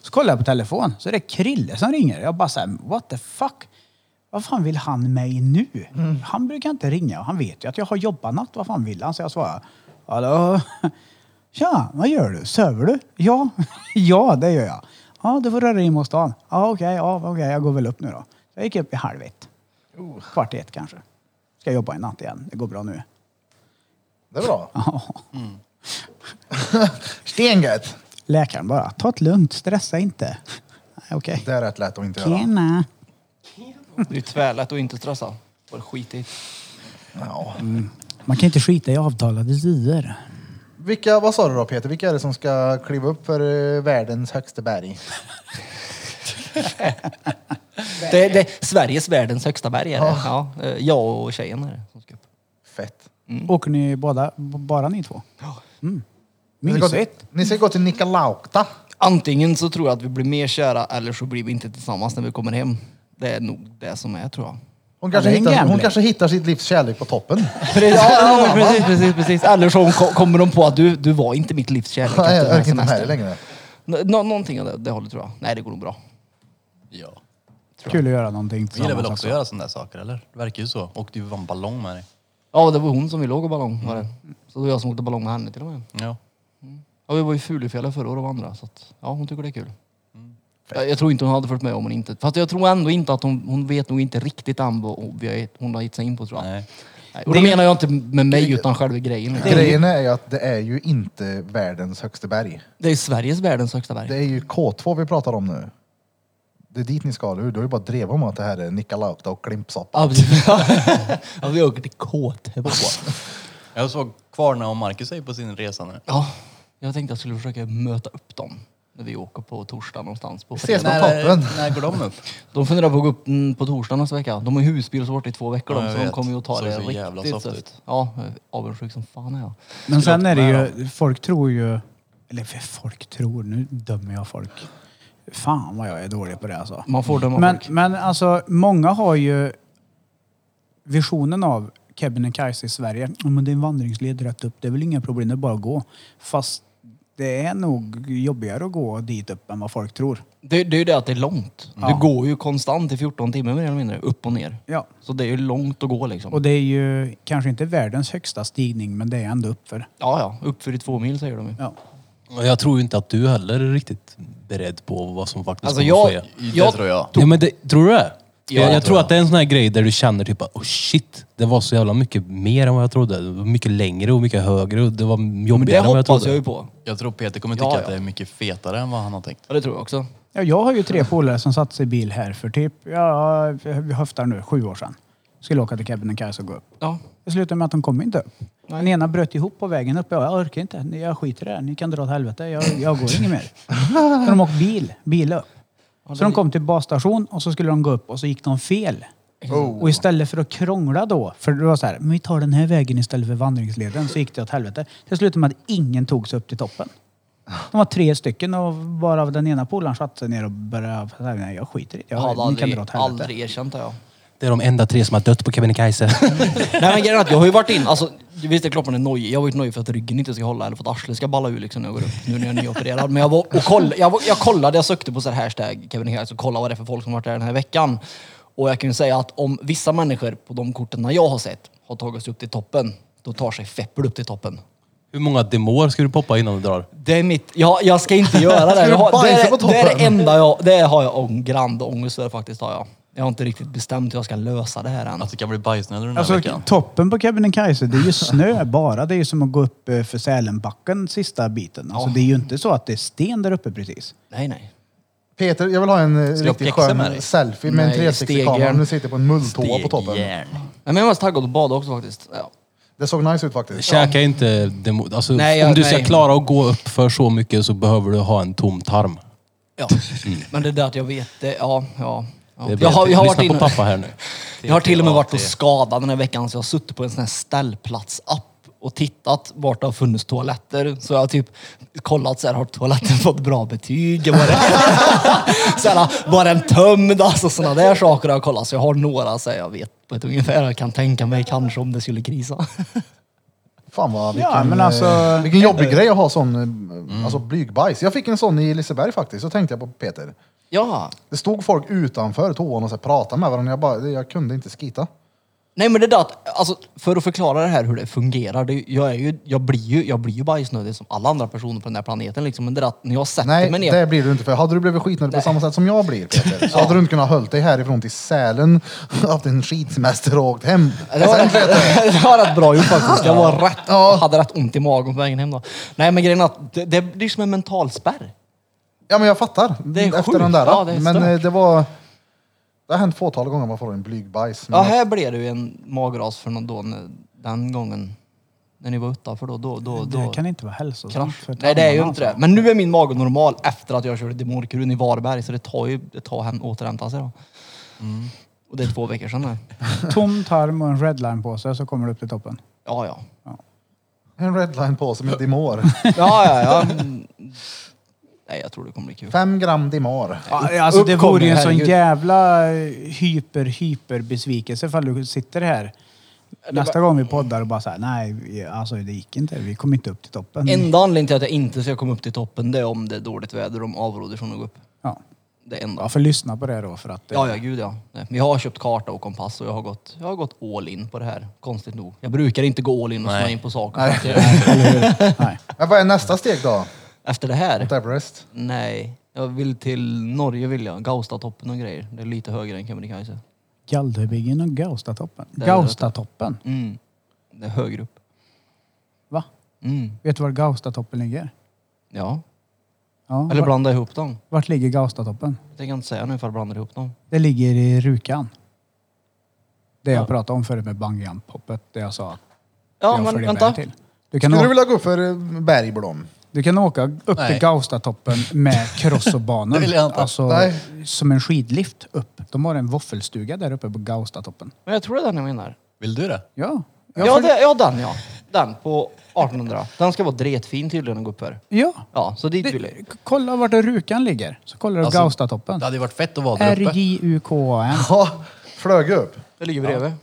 B: Så kollar jag på telefon, så är det Krille som ringer. Jag bara såhär, what the fuck? Vad fan vill han mig nu? Han brukar inte ringa och han vet ju att jag har jobbat natt. Vad fan vill han? Så jag svarar, hallå? <laughs> Tja, vad gör du? Söver du? Ja, <laughs> ja det gör jag. Ja, du får röra dig in mot stan. Ja, okej, ja, okej, jag går väl upp nu då. Jag gick upp i halv ett. Kvart i ett kanske. Ska jobba i natt igen. Det går bra nu.
C: Det är bra. Mm. <laughs> Stengött!
B: Läkaren bara, ta det lugnt, stressa inte. Nej, Okej.
C: Det är rätt lätt att inte göra.
B: Tjena.
E: Det är ju tvärlätt att inte stressa. Bara skitigt.
C: Ja.
B: Man kan inte skita i avtalade tider.
C: Vilka, vad sa du då Peter, vilka är det som ska kliva upp för eh, världens högsta berg?
E: Det, det är Sveriges världens högsta berg är det. Ja, eh, jag och tjejen är det som ska upp.
C: Fett.
B: Åker ni båda, b- bara ni två? Ja. Mm.
C: Ni ska, gå till,
B: Mysigt.
C: ni ska gå till Nikolaukta.
E: Antingen så tror jag att vi blir mer kära eller så blir vi inte tillsammans när vi kommer hem. Det är nog det som är tror jag.
C: Hon
B: Ja,
C: kanske,
B: det är en
C: hittar, hon
B: gambling.
C: kanske hittar sitt livs kärlek på toppen.
E: Precis, ja, precis, precis, precis. Eller så ko- kommer de på att du, du var inte mitt livs
C: <laughs>
E: kärlek
C: Nej, jag
E: efter den här
C: orkar inte med det
E: semestern.
C: längre.
E: Nå- nå- någonting av det, det hållet tror jag. Nej, det går nog bra.
D: Ja.
B: Kul att göra någonting
D: Du gillar väl
B: tillsammans
D: också att göra sådana där saker eller? Det verkar ju så. Och du vann ballong med dig.
E: Ja, det var hon som ville åka ballong var det. Så det var jag som åkte ballong med henne till och med.
D: Ja.
E: Ja, vi var i Fulufjällen förra året och andra så att, ja, hon tycker det är kul.
D: Mm.
E: Jag, jag tror inte hon hade följt med om hon inte... Fast jag tror ändå inte att hon, hon vet nog inte riktigt än vad hon- vi har gett- hon har gett sig in på tror jag.
D: Nej.
E: Nej, Och det menar jag inte med mig utan själva grejen.
C: Grejen är ju att det är ju inte världens högsta berg.
E: Det är Sveriges världens högsta berg.
C: Det är ju K2 vi pratar om nu. Det är dit ni ska nu. Du har ju bara drev om att det här är Nikolaukta och Klimpsoppa.
E: Absolut. <laughs> ja, vi åker till K2.
D: Jag såg Kvarna och Marcus är ju på sin resa nu.
E: Ja, jag tänkte jag skulle försöka möta upp dem när vi åker på torsdag någonstans. På
C: Ses
E: fredag.
C: på
D: När,
C: toppen.
D: när går de upp?
E: de funderar på att gå upp mm, på torsdag nästa vecka. De har husbil och så borta i två veckor
D: Ja,
E: de,
D: jag
E: så de
D: vet.
E: kommer ju att ta
D: Såg
E: det
D: så jävla
E: riktigt
D: soft ut.
E: tufft. Ja, jag är avundsjuk som fan är jag.
B: alltså. Men sen är det ju, folk tror ju, eller för folk tror, nu dömer jag folk. Fan vad jag är dålig på det alltså.
E: Man får döma
B: Men,
E: folk.
B: men alltså, många har ju visionen av Kebnekaise i Sverige. Ja, men det är en vandringsled rätt upp. Det är väl inga problem, det är bara att gå. Fast det är nog jobbigare att gå dit upp än vad folk tror.
E: Det, det är ju det att det är långt.
B: Ja.
E: Du går ju konstant i 14 timmar mer eller mindre, upp och ner.
B: Ja.
E: Så det är ju långt att gå liksom.
B: Och det är ju kanske inte världens högsta stigning, men det är ändå uppför.
E: ja, ja, upp för i två mil säger de ju.
B: Ja.
G: Och jag tror ju inte att du heller är riktigt beredd på vad som faktiskt
E: Alltså
G: kommer
E: jag,
G: ske.
D: Det
E: jag,
D: tror jag.
G: Ja, men det, tror du det?
E: Ja,
G: Ja, jag,
E: det
G: jag
E: tror
G: tror att det är en sån här grej där du känner typ att, oh shit, det var så jävla mycket mer än vad jag trodde. Det var mycket längre och mycket högre och det var
E: men det
G: jobbigare än vad jag
E: hoppas jag
G: trodde.
E: ju på.
D: Jag tror Peter kommer tycka
E: Ja, ja.
D: att det är mycket fetare än vad han har tänkt.
E: Ja, det tror jag också.
B: Ja, jag har ju tre polare som satt sig i bil här för typ, ja, vi höftar nu, sju år sedan. Skulle åka till Kebnekaise och gå upp.
E: Ja.
B: Det slutade med att de kom inte upp. Den ena bröt ihop på vägen upp. Jag orkar inte. Jag skiter i det här. Ni kan dra åt helvete. Jag, jag går inget mer. Så de åkte bil. Bil upp. Så de kom till basstation och så skulle de gå upp och så gick de fel.
E: Oh.
B: Och istället för att krångla då, för det var så här, men vi tar den här vägen istället för vandringsleden, så gick det åt helvete. Det slutade med att ingen tog sig upp till toppen. De var tre stycken och varav den ena polaren satte sig ner och började, så här, nej jag skiter i det.
E: Jag hade
B: Jag, ni kan
E: aldrig,
B: dra åt helvete.
E: aldrig erkänt det jag.
G: Det är de enda tre som har dött på Kebnekaise.
E: Nej men grejen är att jag har ju varit in, alltså du visst är kloppan är nojig. Jag var ju nojig för att ryggen inte ska hålla eller för att arslet ska balla ur liksom när jag går upp nu när jag är nyopererad. Men jag, var och koll, jag, var, jag kollade, jag sökte på så här hashtag Kebnekaise och kollade vad det är för folk som varit där den här veckan. Och jag kan ju säga att om vissa människor på de korten jag har sett har tagit sig upp till toppen, då tar sig Feppel upp till toppen.
G: <laughs> Hur många demor ska du poppa innan du drar?
E: Det är mitt, ja, jag ska inte göra det.
C: du
E: Jag har, det,
C: bajsa på
E: är, det är det
C: toppen?
E: enda jag, det har jag ång, grand ångest för faktiskt har jag. Jag har inte riktigt bestämt hur jag ska lösa det här än.
D: Att det kan bli bajsnödig den här
B: Alltså
D: veckan.
B: toppen på Kebnekaise, det är ju snö bara. Det är ju som att gå upp eh, för Sälenbacken sista biten. Alltså
E: Ja.
B: det är ju inte så att det är sten där uppe precis.
E: Nej, nej.
C: Peter, jag vill ha en eh,
D: Ska jag
C: riktigt
D: flexa
C: skön
D: med dig?
C: selfie med
E: Nej,
C: en 360-kamera
E: stegjärn.
C: om du sitter på en mulltåa på toppen.
D: Stegjärn.
E: Men jag var så taggad att bada också faktiskt. Ja.
C: Det såg nice ut faktiskt.
G: Käka inte demo. Alltså,
E: Nej, jag-
G: om du ska
E: nej.
G: klara att gå upp för så mycket så behöver du ha en tom tarm.
E: Ja, men det är där att jag vet det. Ja, ja. ja.
G: Mm. Det vet
E: Jag har, jag har
G: Lyssna
E: varit
G: på
E: inne,
G: pappa här nu.
E: jag har till och med varit och skadat den här veckan så jag har suttit på en sån här ställplats-app och tittat vart det har funnits toaletter. Så jag har typ kollat så här, har toaletten <laughs> fått bra betyg? Var, det, <laughs> så här, var den tömd? Alltså sådana där saker har jag kollat. Så jag har några så här, jag vet på ett ungefär. Jag kan tänka mig kanske om det skulle krisa.
C: Fan vad, vilken,
B: Ja, men alltså-
C: eh, vilken jobbig grej att ha sån eh, alltså, blygbajs. Jag fick en sån i Liseberg faktiskt, så tänkte jag på Peter.
E: Ja.
C: Det stod folk utanför toan och så här, pratade med varandra. Jag, bara, jag kunde inte skita.
E: Nej men det där att, alltså, för att förklara det här hur det fungerar. Det, jag, är ju, jag blir ju, jag blir ju bajsnödig som alla andra personer på den här planeten liksom. Men det där att när jag sätter
C: Nej,
E: mig ner.
C: det blir du inte för. Hade du blivit skitnödig på samma sätt som jag blir Peter, så hade du inte kunnat hållit dig härifrån till Sälen, <laughs> haft en skidsemester och åkt hem.
E: <laughs> Det
C: <laughs>
E: var, <laughs> det var rätt bra gjort faktiskt. Jag var rätt, hade rätt ont i magen på vägen hem då. Nej men grejen är att det, det blir som en mental spärr.
C: Ja men jag fattar.
E: är
C: Efter
E: sjukt.
C: den där.
E: Ja, det är
C: men
E: stört.
C: eh, det var... Det har hänt fåtal gånger man får en blygbajs. Men
E: Ja här blev det ju en magras för någon då, när- den gången. När ni var utanför då. då, då, då.
B: Det kan inte vara hälsosamt.
E: Krasch.
B: för
E: Nej det är ju
B: tarmarna,
E: inte det. Men nu är min mage normal efter att jag körde demorkurun i Varberg så det tar ju, det tar hem, återhämta sig då. Mm. Och det är två veckor sedan nu.
B: <laughs> alltså. Tom tarm och en redline-påse så kommer du upp till toppen.
E: Ja, ja.
C: En redline på som är Dimor.
E: Ja, ja, ja. Mm. Nej, jag tror det kommer bli kul.
C: Fem gram Dimor.
B: Ja, Alltså, det
E: upp kommer
B: vore ju en
E: det,
B: sån
E: herregud.
B: jävla eh, hyper, hyper besvikelse ifall du sitter här nästa gång vi poddar och bara såhär, nej, vi- alltså det gick inte. Vi kom inte upp till toppen.
E: Enda anledningen till att jag inte ska komma upp till toppen det är om det är dåligt väder och de avråder från att gå upp.
B: Ja.
E: Det
B: ja,
E: enda.
B: för lyssna på det då för att... eh, <laughs>
E: Ja, ja, gud ja. Nej, men Jag har köpt karta och kompass och jag har gått, jag har gått all in på det här, konstigt nog. Jag brukar inte gå all in och snöa in på saker. så att jag-
B: Nej.
C: Men vad är nästa steg då?
E: Efter det här?
C: Mount Everest?
E: Nej. Jag vill till Norge vill jag. Gaustatoppen och grejer. Det är lite högre än Kebnekaise.
B: Galdhöbyggen och Gaustatoppen.
E: Där är det.
B: Gaustatoppen?
E: Mm. Det är högre upp.
B: Va?
E: Mm.
B: Vet du var Gaustatoppen ligger?
E: Ja.
B: Ja,
E: Eller
B: var-
E: blanda ihop dem.
B: Vart ligger Gaustatoppen?
E: Jag tänker inte säga nu ifall jag blandar ihop dem.
B: Det ligger i Rukan. Det jag pratade om förut med bungyjump-hoppet. Det jag sa att
E: Ja,
B: jag
E: men
B: följer
E: vänta.
B: med till. Du kan,
C: Skulle du
B: åka,
C: vilja gå upp för eh, bergblom?
B: du kan åka upp
D: Nej.
B: till Gaustatoppen med crossobanan.
D: Det vill jag inte.
B: Alltså
C: Nej.
B: som en skidlift upp. De har en våffelstuga där uppe på Gaustatoppen.
E: Men jag tror det är den jag menar.
D: Vill du det?
B: Ja. Jag
E: Ja,
B: följ-
E: det, ja den ja. Den på 1800. Den ska vara dretfin tydligen att gå upp för.
B: ja.
E: Ja, så dit vill
B: Det,
E: jag.
B: k- kolla vart Rukan ligger. Så kollar du
D: Alltså,
B: Gaustatoppen.
D: Det hade ju varit fett att vara där uppe.
B: R-J-U-K-A-N.
C: Ja, flög upp.
E: Det ligger bredvid.
C: Så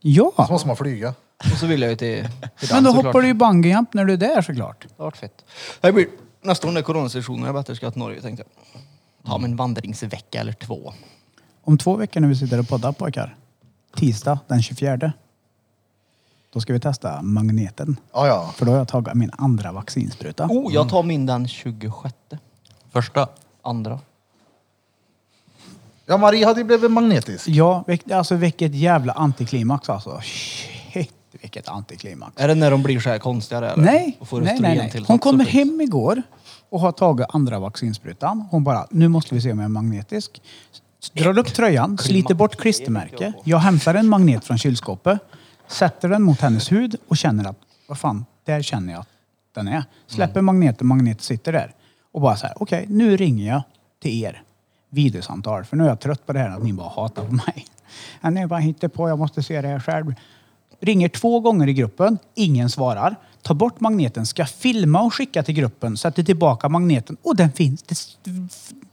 B: Ja.
C: måste man flyga.
E: Och så vill jag ju till, till
B: Men då
E: såklart.
B: hoppar du ju bungyjump när du är där såklart.
E: Det har varit fett. Det blir, nästa gång det är coronarestriktioner, jag bättre ska jag till Norge tänkte jag. Ta mig en vandringsvecka eller två.
B: Om två veckor när vi sitter och poddar pojkar. Tisdag den 24. Då ska vi testa magneten.
C: Ja, ja.
B: För då har jag tagit min andra vaccinspruta.
E: Oh, jag tar min den 26.
D: Första.
E: Andra.
C: Ja, Marie hade ju blivit magnetisk.
B: Ja, vilk- alltså vilket jävla antiklimax alltså. Shit, vilket antiklimax.
E: Är det när de blir så här konstiga eller?
B: Nej,
E: Och får
B: nej,
E: östrogen
B: nej, nej.
E: tillsatt
B: Hon kommer
E: så-
B: hem igår och har tagit andra vaccinsprutan. Hon bara, nu måste vi se om jag är magnetisk. Drar upp tröjan, sliter bort klistermärke. Jag hämtar en magnet från kylskåpet. sätter den mot hennes hud och känner att, vad fan, där känner jag att den är. Släpper
E: Mm.
B: magneten, magneten sitter där. Och bara så här, okej, nu ringer jag till er. Videosamtal, för nu är jag trött på det här att ni bara hatar på mig. <laughs> Ja, Nej, bara hittar på, jag måste se det här själv. Ringer två gånger i gruppen, ingen svarar. Tar bort magneten, ska filma och skicka till gruppen, sätter tillbaka magneten och den finns. Det s-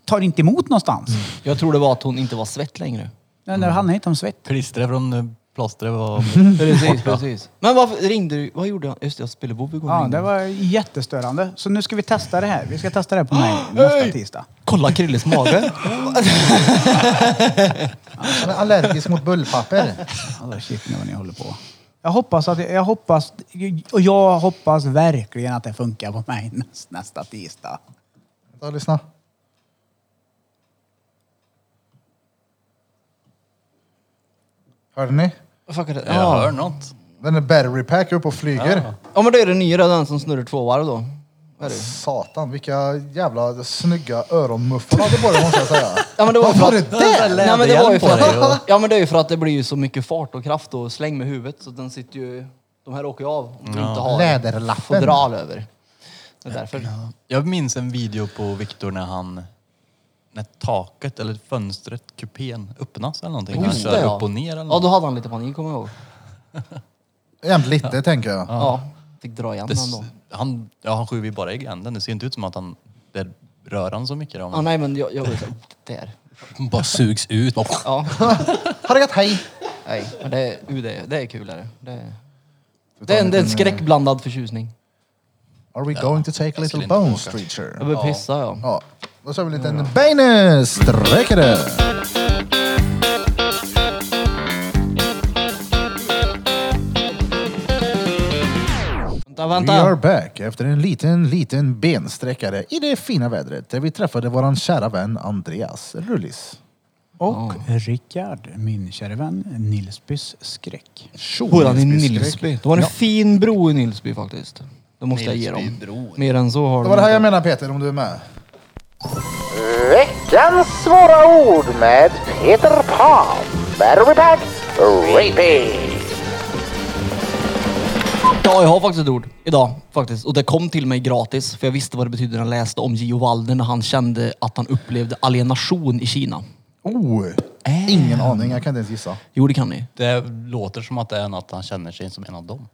B: tar inte emot någonstans.
E: Jag tror det var att hon inte var svett längre.
B: Men Det handlar inte om svett.
D: Klistret från eh, plåstret <laughs> var...
B: Mm.
E: Precis, precis. Men varför ringde du? Vad gjorde jag? Just det, jag spelade WoW igår.
B: Ja,
E: ringde
B: det
E: jag.
B: var jättestörande. Så nu ska vi testa det här. Vi ska testa det här på mig nästa tisdag.
E: Kolla Krilles
D: <laughs>
E: mage.
C: Han är allergisk mot bullpapper.
B: Alltså, shit nu vad ni håller på. Jag hoppas att, jag hoppas, och jag hoppas verkligen att det funkar på mig näs- nästa tisdag.
C: Ta och lyssna. Hörde ni?
E: Fuck är det?
D: Jag hör
E: Ja.
D: något.
C: Den är battery pack upp och flyger.
E: ja, men det är det nya, den som snurrar två varv då. Vad är det?
C: Satan, vilka jävla snygga öronmuffar hade på dig måste jag säga.
E: Ja men det var
C: Vad
E: ju
C: var
E: för
C: det
E: att...
C: där?
E: Nej, men det var ju för
D: Läderhjälm på dig
E: att... Ja men det är ju för att det blir ju så mycket fart och kraft och släng med huvudet så den sitter ju... De här åker ju av om du inte har
C: Läderlappen.
E: fodral över. Det är därför.
D: Jag minns en video på Viktor när han... När taket eller fönstret, kupén, öppnas eller någonting. han
E: Just det,
D: kör upp och ner eller
E: Ja då
D: något.
E: hade han lite panik kommer jag ihåg.
C: Jämt lite tänker jag.
E: Ja. Fick dra igen
D: Det s-
E: han då.
D: han, ja, han skjuter ju bara i gränden. Det ser inte ut som att han... Det rör han så mycket. Då, men
E: Ja nej men jag, jag var ju såhär, där.
G: Bara sugs ut.
E: Ja.
C: Har det gått hej?
E: Nej men det, är- uh, det, är- det är kulare. Det, är- det, är en- det är en skräckblandad förtjusning.
C: Are we going to take a
D: Jag skulle
C: little
D: inte
C: bone
D: åka.
E: Jag
C: stretcher?
E: börjar pissa ja.
C: Ja, då kör vi en liten beinesträckare.
E: Vänta
C: We are
E: vänta.
C: back efter en liten, liten bensträckare i det fina vädret där vi träffade våran kära vän Andreas Rullis.
B: Och Rickard, min kära vän, Nilsbys skräck.
E: Bor han i Nilsby? De har en fin bro i Nilsby faktiskt. Det måste jag ge dem.
D: Nilsbybro.
E: Mer än så har
C: Det
E: de
C: var det här
E: inte.
C: jag menar Peter, om du är med.
A: Veckans svåra ord med Peter Pan. Battery pack, repeat.
E: Ja, jag har faktiskt ett ord idag faktiskt. Och det kom till mig gratis för jag visste vad det betydde när jag läste om Gio Wallner när han kände att han upplevde alienation i Kina.
C: Oh, ingen
E: Äh.
C: aning, jag kan inte ens gissa.
E: Jo, det kan ni.
D: Det låter som att det är något han känner sig som en av dem.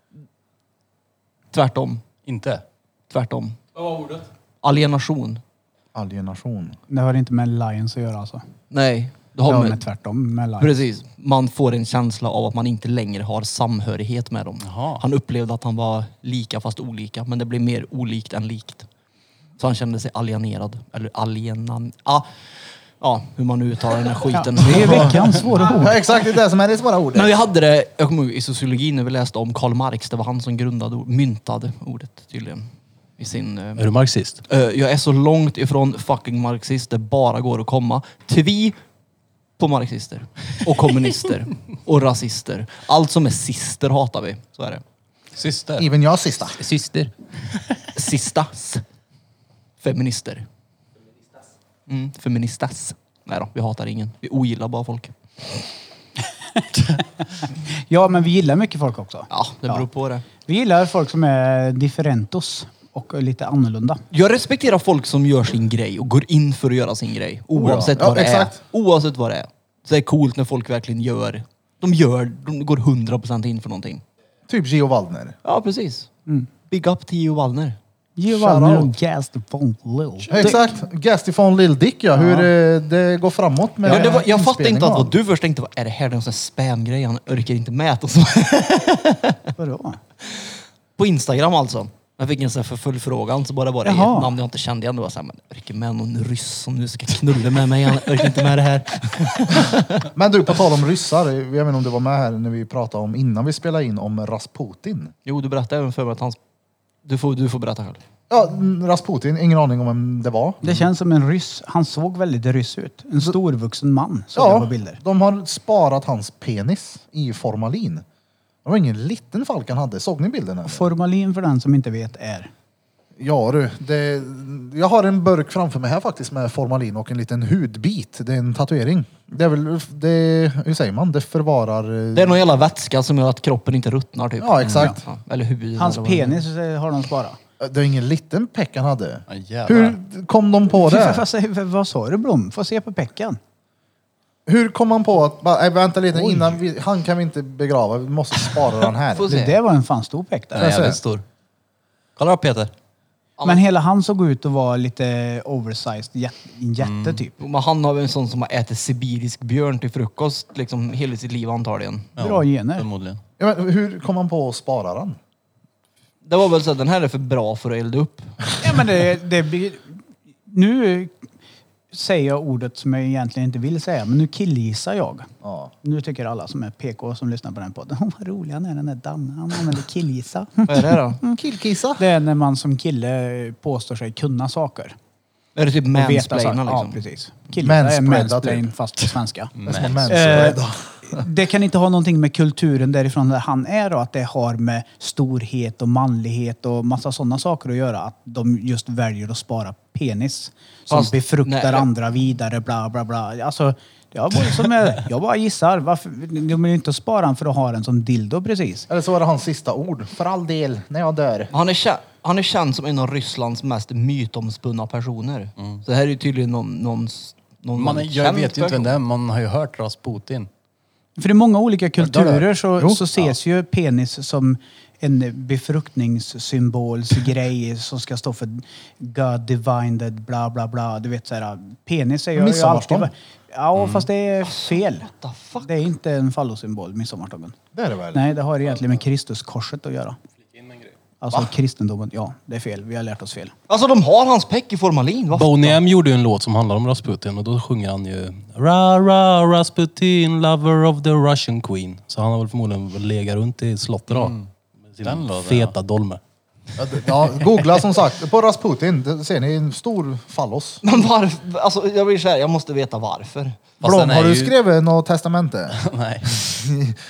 E: Tvärtom.
D: Inte?
E: Tvärtom.
F: Vad var ordet?
E: Alienation.
C: Alienation.
B: Det har inte med Lions att göra alltså.
E: Nej, det
B: Det
E: har
B: har
E: man
B: med tvärtom med Lions.
E: Precis. Man får en känsla av att man inte längre har samhörighet med dem.
D: Jaha.
E: Han upplevde att han var lika fast olika, men det blev mer olikt än likt. Så han kände sig alienerad. Eller alienan... Ah. Ja, hur man nu uttalar den här
B: Ja,
E: skiten. <laughs>
B: det är veckans svåra ord.
C: Ja, exakt, det är det som är det svåra ordet.
E: Men vi hade det, jag kommer ihåg i sociologin när vi läste om Karl Marx, det var han som grundade, ord- myntade ordet tydligen. I sin, eh,
G: Är du marxist?
E: eh, jag är så långt ifrån fucking marxist det bara går att komma. Tvi på marxister och kommunister och rasister. Allt som är sister hatar vi. Så är det.
D: Syster?
C: Even jag sista.
D: Syster.
E: Sistas. Feminister. Mm, feministas. Nej då, vi hatar ingen. Vi ogillar bara folk.
B: Ja, men vi gillar mycket folk också.
E: Ja, det beror på det.
B: Vi gillar folk som är differentos och lite annorlunda.
E: Jag respekterar folk som gör sin grej och går in för att göra sin grej. Oavsett
C: Ja,
E: vad det
C: exakt.
E: är. Oavsett vad det är. Så det är coolt när folk verkligen gör. De gör, de går 100% in för någonting.
C: Typ Gio Waldner.
E: Ja, precis. Big up till Gio Wallner.
B: Ge
C: Shout
B: Wallner och
C: out.
B: Gast Funk Lil.
C: Exakt. Gastifon Lil Dick ja, hur eh, det går framåt med
E: Ja, det var, jag fattar
C: inspelningen
E: inte att
C: av
E: vad du först tänkte, vad är det här? Det är någon sån här spamgrej, han orkar inte mäta. <laughs> Så.
B: Vadå?
E: På Instagram alltså. Jag fick en sån här förföljdfrågan, så bara var det ett
B: Jaha.
E: namn jag inte kände igen. Då var jag såhär, men orkar med någon ryss som nu ska knulla med mig? Han orkar inte med det här.
C: han. Men du, på tal om ryssar. Jag vet inte om du var med här när vi pratade om innan vi spelade in om Rasputin.
E: Jo, du berättade även för mig att han... Du får, du får berätta själv.
C: Ja, Rasputin. Ingen aning om vem det var.
B: Det känns som en ryss. Han såg väldigt ryss ut. En storvuxen man såg jag på
C: Ja,
B: bilder.
C: de har sparat hans penis i formalin. Det var ingen liten falk han hade. Såg ni bilden? eller?
B: Formalin för den som inte vet är.
C: Ja du, det, jag har en burk framför mig här faktiskt med formalin och en liten hudbit. Det är en tatuering. Det är väl, det, hur säger man, det förvarar... eh,
E: Det är någon jävla vätska som gör att kroppen inte ruttnar typ.
C: Ja, exakt.
E: Ja, eller huvudet.
B: Hans
E: eller vad det är.
B: penis eh, har de sparat.
C: Det var ingen liten peck han hade.
D: Ja, jävlar.
C: hur kom de på
B: Fy, vad
C: det?
B: säger- Vad sa du Blom? Får se på Pekkan.
C: Hur kom han på att, bara, nej, vänta lite, innan vi, han kan vi inte begrava, vi måste spara den
D: <laughs>
C: här.
E: Får se.
B: Det där var en fan stor Peck
D: Den
B: där. Alltså,
C: jag
D: är jävligt
C: se?
D: stor. Kolla då Peter.
B: Men hela han såg ut att vara lite oversized jätte, en jätte typ.
E: Jo, Men han har väl en sån som har ätit sibirisk björn till frukost liksom hela sitt liv antagligen.
B: Bra gener.
D: Förmodligen.
C: Ja, men, hur kom han på att spara den?
E: Det var väl så att den här är för bra för att elda upp.
B: Ja, men det, det blir... Nu säger jag ordet som jag egentligen inte vill säga, men nu killgissar jag.
C: Ja.
B: Nu tycker alla som är PK som lyssnar på den podden, "Åh, vad rolig han är den där Dan. Han använder killgissa.
E: Vad är det
D: <laughs>
E: då?
C: Killkissa.
B: Det är när man som kille påstår sig kunna saker.
E: Är det typ
B: Och veta saker.
E: mansplaina
B: Ja,
E: liksom?
B: precis. Killgissa är
C: Manspreada,
B: mansplain
C: typ.
B: fast på svenska.
C: Det är som en
B: Eh,
C: mensrädd.
B: det kan inte ha någonting med kulturen därifrån där han är och att det har med storhet och manlighet och massa sådana saker att göra. Att de just väljer att spara penis som
E: Fast-
B: befruktar
E: nej.
B: andra vidare, bla bla bla. Alltså, jag bara, som jag, jag bara gissar. Varför, de vill ju inte spara den för att ha den som dildo precis.
C: Eller så var det hans sista ord. För all del, när jag dör.
E: Han är, kä- han är känd som en av Rysslands mest mytomspunna personer.
D: Mm.
E: Så det här är ju tydligen någon, någon, någon
D: Man, är-
E: väldigt
D: jag
E: känd
D: vet ju inte vem
E: person.
D: det är, men man har ju hört ras Putin.
B: För i många olika kulturer så,
C: Jo.
B: så ses ju penis som en befruktningssymbolsgrej som ska stå för God divined, bla bla bla. Du vet såhär, penis är ju- har ju alltid...
C: Midsommarstång.
B: varit- Ja, fast det är fel.
E: Alltså, What the fuck?
B: Det är inte en fallosymbol, midsommarstången.
C: Det är det väl?
B: Nej, det har egentligen med Kristuskorset att göra. Alltså kristendomen, ja, det är fel. Vi har lärt oss fel.
E: Alltså de har hans peck i formalin. Vad
G: Boney M gjorde ju en låt som handlar om Rasputin och då sjunger han ju Ra ra Rasputin, lover of the Russian queen. Så han har väl förmodligen legat runt i slottet då. Med sina
D: Mm. Den låten,
G: feta dolmar.
C: Ja, d- Ja, googla som sagt. På Rasputin det ser ni en stor fallos.
E: <laughs> Men varför? Alltså jag blir så här, jag måste veta varför.
D: Fast
C: Blom,
D: den är
C: har du
D: ju-
C: skrivit något
D: <laughs>
C: testamente?
D: <laughs> Nej,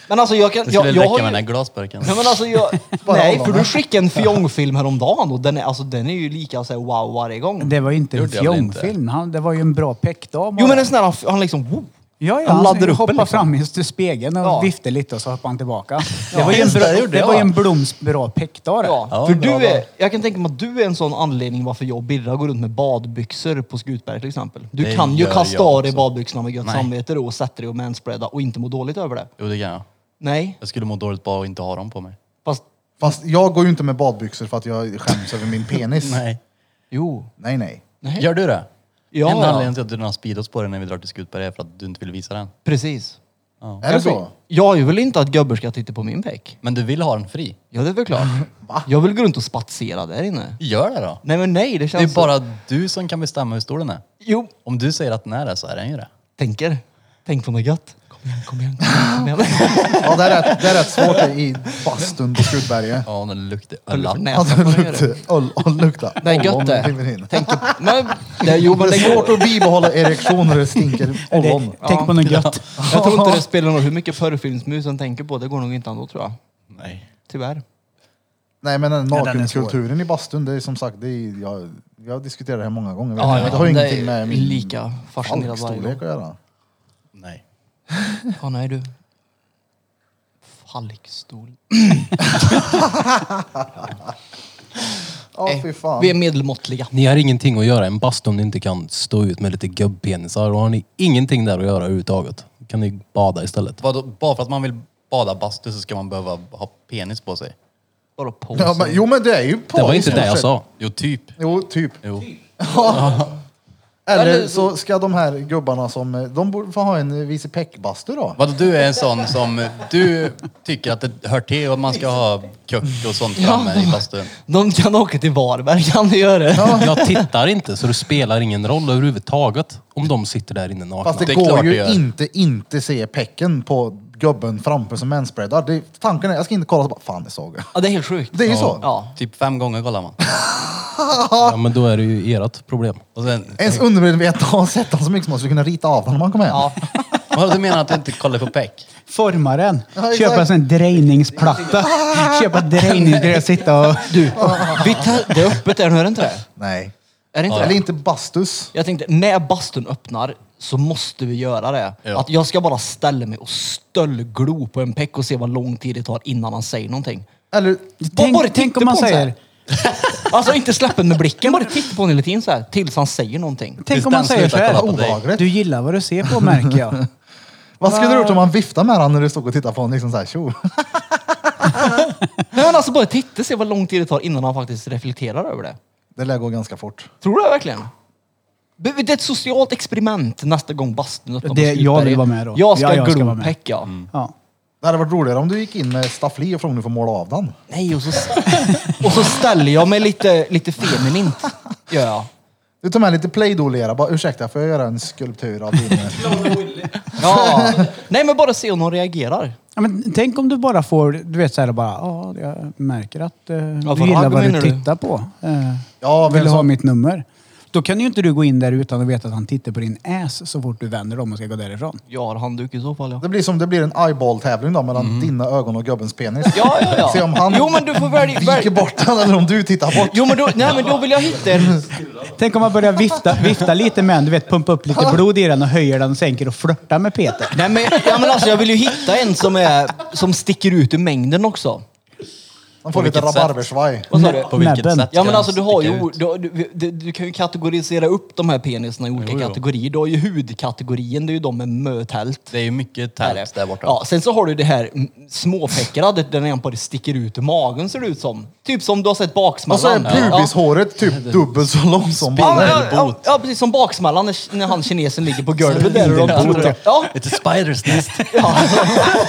E: Men alltså jag kan...
D: det
E: jag,
D: skulle
E: jag
D: räcka
E: har
D: med
E: ju-
D: den här glasburken.
E: Nej men alltså jag...
C: Bara
E: <laughs> nej
C: hålla
E: för
C: med.
E: du skickade en fjongfilm häromdagen och den är, alltså, den är ju lika så här, wow varje gång.
B: Det var ju inte en
D: Gjorde jag väl inte?
B: fjongfilm. Han- Det var ju en bra peckdag.
E: Jo
B: bara.
E: men en sån där, han, han liksom wow.
B: Ja, ja,
E: Han
B: han
E: laddar upp
B: hoppade
E: den liksom.
B: fram i spegeln och
E: Ja,
B: viftade lite och så hoppade
E: <laughs>
B: han tillbaka. Det var ju en,
D: just det,
B: bra,
D: gjorde
B: det
D: jag.
B: var ju en Bloms bra peckdag det.
E: Ja,
D: Ja,
E: för
D: en bra
E: du är,
D: dag.
E: jag kan tänka mig att du är en sån anledning varför jag och Birra går runt med badbyxor på Skutberg till exempel. Du
D: Det
E: kan ju
D: gör
E: kasta
D: jag
E: av dig
D: också.
E: badbyxorna med gött
D: Nej.
E: samvete då och sätta dig och manspreada och inte må dåligt över det.
D: Jo, det kan jag.
E: Nej,
D: Jag skulle må dåligt bara att inte ha dem på mig.
E: fast
C: Fast jag går ju inte med badbyxor för att jag skäms över min penis.
D: Nej.
E: jo.
C: nej. nej.
E: Nej.
D: Gör du det?
E: Ja,
D: Enda
E: ja.
D: anledningen till att du har speedos på dig när vi drar till Skutberg är för att du inte vill visa den.
E: Precis.
C: Är det så?
E: Jag vill inte att gubbar ska titta på min peck.
D: Men du vill ha den fri.
E: Ja, det är väl
D: <laughs>
E: klart. Jag vill gå runt och spatsera där inne.
D: Gör det då!
E: Nej men nej, det
D: Det är
E: känns...
D: bara du som kan bestämma hur stor den är.
E: Jo,
D: Om du säger att den är det så är den ju det.
E: tänker. Tänk på något gött. Kom igen, kom igen, kom igen. Kom <laughs> igen.
C: Ja, det är rätt, det är rätt svårt i bastun på Skutberget. Alltså,
D: Ja, den luktar
E: Höll för
D: öl.
E: näsan på dig, du.
C: Och lukta.
E: Det är gött det. Tänk på... Nej, det, jo, men
C: Det
E: det
C: är svårt
E: går...
C: att bibehålla erektion när det stinker ollon.
B: Det, tänk på något gött.
E: Jag tror inte det spelar någon hur mycket porrfilmsmus han tänker på. Det går nog inte ändå tror jag.
D: Nej.
E: Tyvärr.
C: Nej men den
B: Ja, den är svår.
C: nakenkulturen i bastun, det är som sagt, det är, jag, jag har diskuterat det här många gånger.
E: Ja, ja,
C: det har ju
E: det är
C: ingenting med min
E: lika fascinerad varje
C: falkstorlek att göra.
D: Nej.
E: Ja, nej du. Falkstol.
C: Ja,
E: Nej,
C: fy fan.
E: Eh, Vi är medelmåttliga.
G: Ni har ingenting att göra i en bastu om ni inte kan stå ut med lite gubbpenisar. Då har ni ingenting där att göra överhuvudtaget. Då kan ni bada istället.
D: Vadå, bara för att man vill bada bastu så ska man behöva ha penis på sig?
E: Bara på
C: Ja, men, jo men det är ju på
G: Det var
C: i
G: inte
C: stort
G: det jag
C: sett.
G: sa.
D: Jo, typ.
C: Jo, typ.
D: Jo.
C: Eller så ska de här gubbarna som, eh, de borde få ha en eh, vice peck-bastu då.
D: Vadå, du är en sån som... Du tycker att det hör till och man ska ha kök och sånt framme i bastun.
E: De kan åka till Varberg, kan du göra det?
G: Jag tittar inte så det spelar ingen roll överhuvudtaget om de sitter där inne nakna.
C: Fast det,
D: Det är
C: går
D: klart det
C: ju
D: gör.
C: inte inte se pecken på gubben framför som manspreadar. Det- Tanken är, jag ska inte kolla så bara, fan det såg jag.
E: Ja, det är helt sjukt.
C: Det är ju så.
E: Ja.
D: Typ fem gånger kollar man.
G: Ja, men då är det ju ert problem.
D: Och sen,
C: Ens undermedvetna har sett honom så mycket som man skulle kunna rita av honom när man kom hem.
E: ja.
D: vadå, du menar att du inte kollar på peck?
E: <laughs>
B: forma den.
C: Ja, exakt.
B: Köpa en sån drejningsplatta. Köpa drejningsgrej och sitta och...
E: <laughs> Du, vi tar, det är öppet där nu, är det inte det?
C: Nej.
E: Är det inte
C: Eller
E: det?
C: inte bastus.
E: Jag tänkte, när bastun öppnar så måste vi göra det.
D: Ja.
E: Att jag ska bara ställa mig och stöllglo på en peck och se vad lång tid det tar innan han säger någonting.
C: Eller,
E: Bara titta
B: Tänk, tänk om man
E: på den så här.
B: säger...
E: Alltså inte släppa med blicken, bara titta på honom hela tiden så här, tills han säger någonting.
B: Tänk om
D: den
B: man säger så
D: slutar
B: här.
D: kolla på dig.
C: Obehagligt.
B: Du gillar vad du ser på märker jag.
D: <laughs>
C: vad skulle du ha gjort om man viftade med honom när du stod och tittade på honom? Liksom så här, tjo.
E: Nej men alltså bara titta se vad lång tid det tar innan han faktiskt reflekterar över det.
C: Det lär gå ganska fort.
E: Tror du det verkligen? Det det är ett socialt experiment nästa gång bastun öppnar på
B: Det- jag
E: Skutberg.
B: vill vara med då.
E: Jag ska
B: Ja, jag ska vara
E: glo
B: med. Mm.
E: pecka.
B: Ja.
C: Det hade varit roligare om du gick in med staffli och frågade om du får måla av den.
E: Nej, och så, och så ställer jag mig lite, lite feminint. Gör jag.
C: Du tar med lite play-doh-lera. Bara ursäkta, får jag göra en skulptur av din...
E: Ja. <laughs> Nej, men bara se om någon reagerar.
B: Ja, men tänk om du bara får, du vet så här bara, ja, jag märker att eh,
E: vad
B: du gillar
E: ragg
B: vad du
E: menar du? alltså-
B: tittar på. Eh,
C: Ja,
B: vill
C: men
B: du ha
C: så-
B: mitt nummer? Då kan ju inte du gå in där utan att veta att han tittar på din ass så fort du vänder om och ska gå därifrån.
E: Jag har handduk i så fall, ja.
C: Det blir som det blir en eyeball-tävling då mellan dina ögon och gubbens penis.
E: Ja, ja, ja.
C: Se om han
E: Jo, men du får välja.
C: viker
E: välja.
C: bort den eller om du tittar bort.
E: Jo, men då, nej, men då vill jag hitta en...
B: Tänk om man börjar vifta, vifta lite med den, du vet pumpa upp lite blod i den och höjer den och sänker och flörtar med Peter.
E: Nej, men, ja, men alltså, jag vill ju hitta en som, är, som sticker ut ur mängden också.
C: Han får lite
D: vilket sätt?
C: rabarbersvaj.
E: Vad sa du?
D: På vilket
B: Näbben.
D: sätt
E: Ja, men
D: ska
E: alltså, du,
D: den
E: har ju,
D: sticka
E: o-
D: ut?
E: du, du, du, du kan ju kategorisera upp de här penisarna i olika
D: Jo, jo.
E: kategorier. Du har ju hudkategorin, det är ju de med mötält.
D: Det är ju mycket
E: Är det.
D: tält där borta.
E: Ja, sen så har du det här mm, småfäckra, det- den ena bara sticker ut ur magen ser det ut som. Typ som du har sett
C: Och så är
E: baksmällan.
C: pubishåret typ dubbelt så långt som
E: Ja,
C: bollen.
E: ja, ja, ja, precis som baksmällan när, när han kinesen ligger på golvet
D: <laughs>
E: där. och de tror det. Ja,
D: It's a spider's nest.
E: <laughs>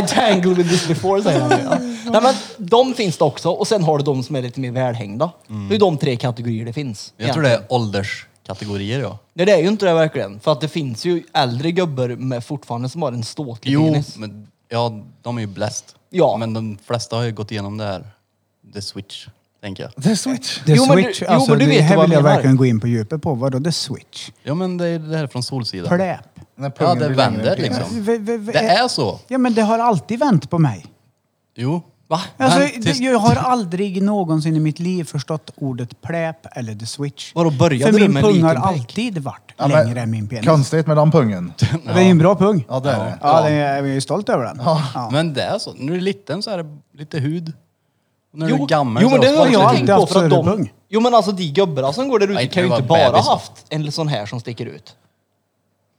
E: I tangled with this before, säger han. Ja. Nej, men de finns det också och sen har du de som är lite mer välhängda. Det är de tre kategorier det finns.
D: Mm. Jag tror det är ålderskategorier ja.
E: Nej, det är ju inte det verkligen. För att det finns ju äldre gubbar med fortfarande som har en ståtlig
D: Jo,
E: penis.
D: men ja, de är ju bläst.
E: Ja.
D: Men de flesta har ju gått igenom det här. The switch, tänker jag.
C: Det är switch.
B: The
E: Jo, men du-
B: switch,
E: jo,
B: alltså
E: men du
B: det
E: vet ju
B: här
E: vad
B: vill
E: jag
B: jag
E: menar.
B: verkligen gå in på djupet på. Vadå the switch?
D: Ja, men det är det här från Solsidan.
B: Pläp.
C: När
D: Ja,
C: pungen
D: det
C: blir längre än
D: vänder
C: penis.
D: liksom.
B: V- v- v-
D: Det är så.
B: Ja men det har alltid vänt på mig.
D: Jo.
E: Va?
B: Alltså,
D: Men tyst.
B: jag har aldrig någonsin i mitt liv förstått ordet pläp eller the switch.
E: Vadå, började
B: För
E: du
B: min
E: med en
B: pung har
E: liten pik?
B: alltid varit
C: Ja, men-
B: längre än min penis.
C: Konstigt med den pungen.
B: Det är ju en bra pung.
C: Ja, det är det.
B: Ja, den är, jag är ju stolt över den. Ja.
D: Men det är så. När du är liten så är det lite hud. Och när du
E: Jo,
D: är gammal
E: jo
D: så
E: men det har
D: sparkar
E: jag
B: alltid
E: alltid
D: du.
E: tänkt på. För att
B: haft
E: de,
B: större pung.
E: jo men alltså de gubbarna som går där ute
D: Nej,
E: kan ju
D: det
E: inte
D: var
E: bara
D: bebis då.
E: haft en sån här som sticker ut.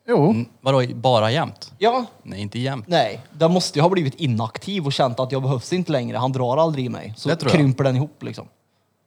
C: Jo.
D: Mm, Vadå, bara jämt?
E: Ja,
D: Nej, inte jämt.
E: nej. Den måste ju ha blivit inaktiv och känt att jag behövs inte längre. Han drar aldrig i mig. Så
D: Det tror jag.
E: krymper den ihop liksom.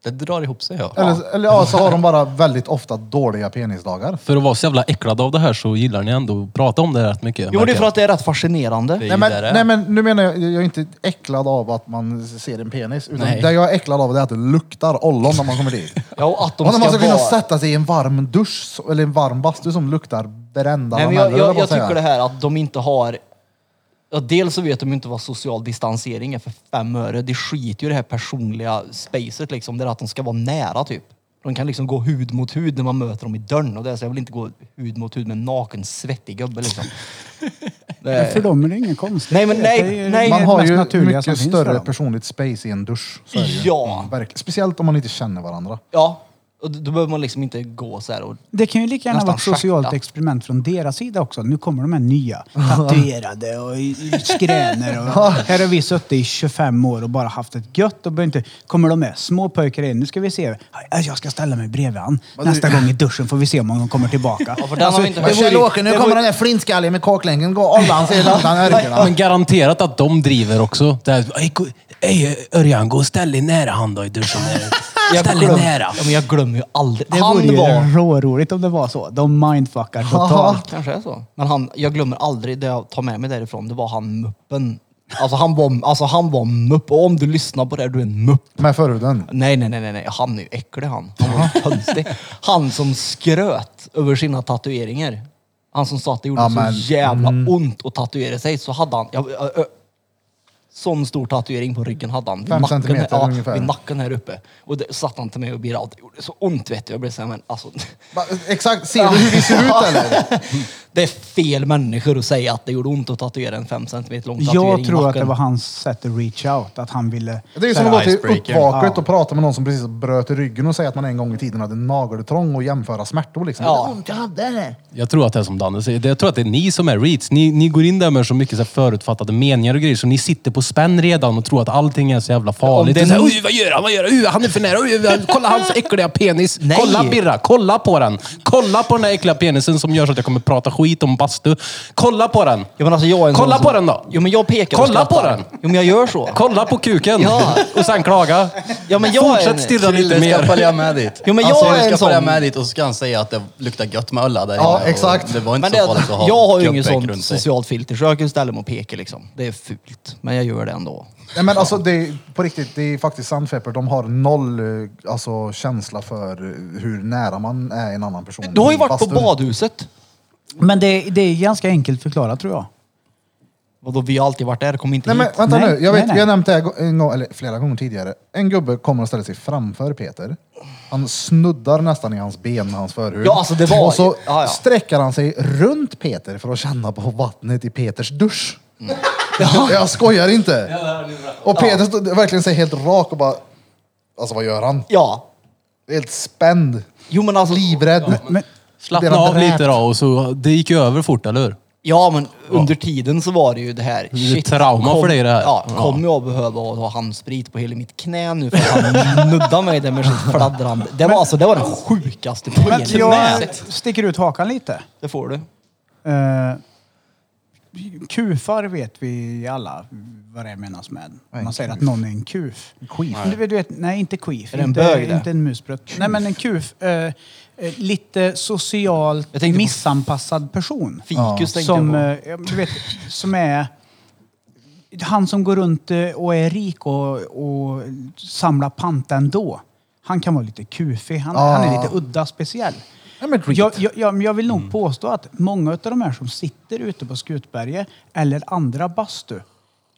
D: Det drar ihop sig ja.
C: Eller, eller ja, så har de bara väldigt ofta dåliga penisdagar.
G: För att vara så jävla äcklad av det här så gillar ni ändå att prata om det rätt mycket.
E: Jo men det är
G: märker
E: för
G: jag.
E: att det är rätt fascinerande.
D: Det är
C: Nej
D: ju
C: men,
D: där det är.
C: nej men nu menar jag, jag är inte äcklad av att man ser en penis. Utan
D: Nej.
C: det jag är äcklad av är att det luktar ollon när man kommer dit.
E: Ja, och att de
C: och när man
E: ska
C: ska kunna
E: vara...
C: sätta sig i en varm dusch, så- eller en varm bastu som luktar brända
E: Nej, men
C: lameller, höll
E: jag, jag,
C: på
E: jag
C: att säga.
E: tycker det här att de inte har... Ja, dels så vet de ju inte vad social distansering är för fem öre. Det skiter ju i det här personliga spacet liksom. Det är att de ska vara nära typ. De kan liksom gå hud mot hud när man möter dem i dörren. Och det är så jag vill inte gå hud mot hud med en naken svettig gubbe liksom. Det är-
B: För dem är det ingen konstigt.
E: Nej, men nej,
B: det är
E: nej.
B: det
C: Man har
B: mest
C: ju
B: naturliga
C: mycket
B: som finns för
C: större
B: dem.
C: personligt space i en dusch. Så är det ju.
E: Ja.
C: Mm, verkligen. Speciellt om man inte känner varandra.
E: Ja, och då behöver man liksom inte gå så här och...
B: Det kan ju lika gärna
E: Nästan
B: vara ett socialt
E: schacka.
B: experiment från deras sida också. Nu kommer de
E: <laughs>
B: här nya, tatuerade och i- i skräner. Och här har vi suttit i 25 år och bara haft ett gött. Och börjar inte, kommer de med små pojkar in, nu ska vi se. "Aj, Jag ska ställa mig bredvid han. Nästa gång i duschen får vi se om han kommer tillbaka.
E: <laughs>
B: Alltså,
E: Ja, för den har vi inte
B: det vore-
C: Kjell-Åke, nu kommer den där flintskallen med kaklänken. Gå och olla han
E: <laughs>
C: sig långt han
G: Ja, Men garanterat att de driver också. Det här, "Ey, gå- Ey Örjan, gå och ställ dig nära han då i duschen.
E: <laughs>
G: Ställ dig nära.
E: Ja, men jag glömmer ju aldrig.
B: Det vore
E: han
B: ju
E: var...
B: råroligt om det var så. De mindfuckar totalt.
E: Kanske är så. Men han, jag glömmer aldrig det jag tar med mig därifrån. Det var han muppen. Alltså han var, alltså han var mupp. Och om du lyssnar på det här, du är en mupp.
C: Med förhuden.
E: Nej, nej, nej, nej, nej. Han är ju äcklig han. Han var ju konstig. Han som skröt över sina tatueringar. Han som sa att det gjorde
C: Ja,
E: så
C: men-
E: jävla ont att tatuera sig. Så hade han... Jag, jag, jag, sån stor tatuering på ryggen hade han. Vid
C: Fem
E: nacken här-
C: centimeter ungefär.
E: Vid nacken här uppe. Och det satt han till mig och begärde. Det gjorde så ont vet du. Jag blev såhär, men alltså...
C: Va, Exakt, ser du hur vi ser ut eller?
E: Det är fel människor att säga att det gjorde ont att tatuera en 5 cm lång tatuering
B: Jag
E: i
B: tror att
E: nacken.
B: det var hans sätt att reach out, att han ville...
C: Det är ju
B: så här,
C: som att gå till
D: icebreaker.
C: uppvaket
B: Ja.
C: och prata med någon som precis bröt ryggen och säga att man en gång i tiden hade nageltrång och jämföra smärtor liksom.
E: Ja.
C: Det är ont jag hade.
G: Jag tror att det är som Danne säger. Jag tror att det är ni som är reads. Ni, ni går in där med så mycket så här förutfattade meningar och grejer så ni sitter på spänn redan och tror att allting är så jävla farligt. Mm.
E: det
G: Det
E: är
G: är så här,
E: ni-
G: Oj, vad gör han? Vad gör han? Oj, han är för nära. Oj, vad- kolla hans äckliga penis.
E: Nej.
G: Kolla Birra. Kolla på den. Kolla på den här äckliga penisen som gör så att jag kommer prata skit om bastu. Kolla på den.
E: Ja, men alltså jag är en
G: Kolla
E: sån
G: på
E: som-
G: den då.
E: Jo men jag pekar och
G: Kolla på
E: skrattar.
G: den.
E: Jo men jag gör så.
G: Kolla på kuken.
E: Ja.
G: Och sen klaga.
E: Ja, men jag är
G: Fortsätt
E: en-
G: stirra lite
D: Krille ska
G: mer.
D: följa med dit.
E: Jo, men
D: han
E: jag
D: sa
E: är
D: du Alltså, ska
E: en sån-
D: följa med dit och så ska han säga att det luktar gött med öl där
C: Ja,
D: inne. Och
C: exakt.
D: Det var inte
E: Men
D: så
E: det,
D: farligt att ha
E: jag har ju ingen
D: gubbäck
E: sån
D: runt sig.
E: socialt filter så jag kan ställa mig och peka liksom. Det är fult. Men jag gör det ändå.
C: Nej men alltså det är, på riktigt, det är faktiskt sant Fepper. De har noll eh, alltså, känsla för hur nära man är en annan person.
E: Du har ju varit på
C: Bastun.
E: badhuset.
B: Men det, det är ganska enkelt förklarat tror jag.
E: Vadå, vi har alltid varit där. Kom inte
C: Nej men
E: hit.
C: vänta
B: Nej,
C: nu, jag
B: nej,
C: vet,
B: nej.
C: vi har nämnt det här gå- en gång, eller flera gånger tidigare. En gubbe kommer och ställer sig framför Peter. Han snuddar nästan i hans ben med hans förhud.
E: Ja, alltså, det var-
C: Och så
E: ja, ja.
C: sträcker han sig runt Peter för att känna på vattnet i Peters dusch.
E: Mm.
C: Jag skojar inte! Och Peter stod verkligen sig helt rak och bara... Alltså vad gör han?
E: Ja.
C: Helt spänd,
E: Jo men alltså...
C: livrädd.
B: Men,
G: Slappna
C: Deras
G: av lite
C: dräp.
G: då. Och så, det gick ju över fort, eller hur?
E: Ja men under tiden så var det ju det här.
G: är ett trauma för dig, det här.
E: Ja,
G: Ja.
E: kommer jag behöva att ha handsprit på hela mitt knä nu för att han <laughs> nuddade mig där med sitt fladdrande. Det var alltså, det var den sjukaste
B: men
E: pojken jag har
B: jag
E: sett.
B: sticker ut hakan lite.
E: Det får du.
B: Eh, kufar vet vi alla vad det menas med. Man säger att någon är en kuf.
C: Skit.
B: Men Du, du vet, nej, inte queef.
E: Är det en
B: inte,
E: bög det?
B: inte en musprutt. Nej, men en kuf. eh, eh, lite
E: Jag
B: socialt
E: tänkte på-
B: missanpassad person.
E: Fikus tänkte
B: Som,
E: jag på.
B: eh, du vet, som är... Han som går runt eh, och är rik och, och samlar pant ändå. Han kan vara lite kufig. Han,
C: Ah.
B: han är lite udda speciell.
C: Ja, men skit.
B: Jag, jag, jag, men jag vill nog påstå att många av de här som sitter ute på Skutberget eller andra bastu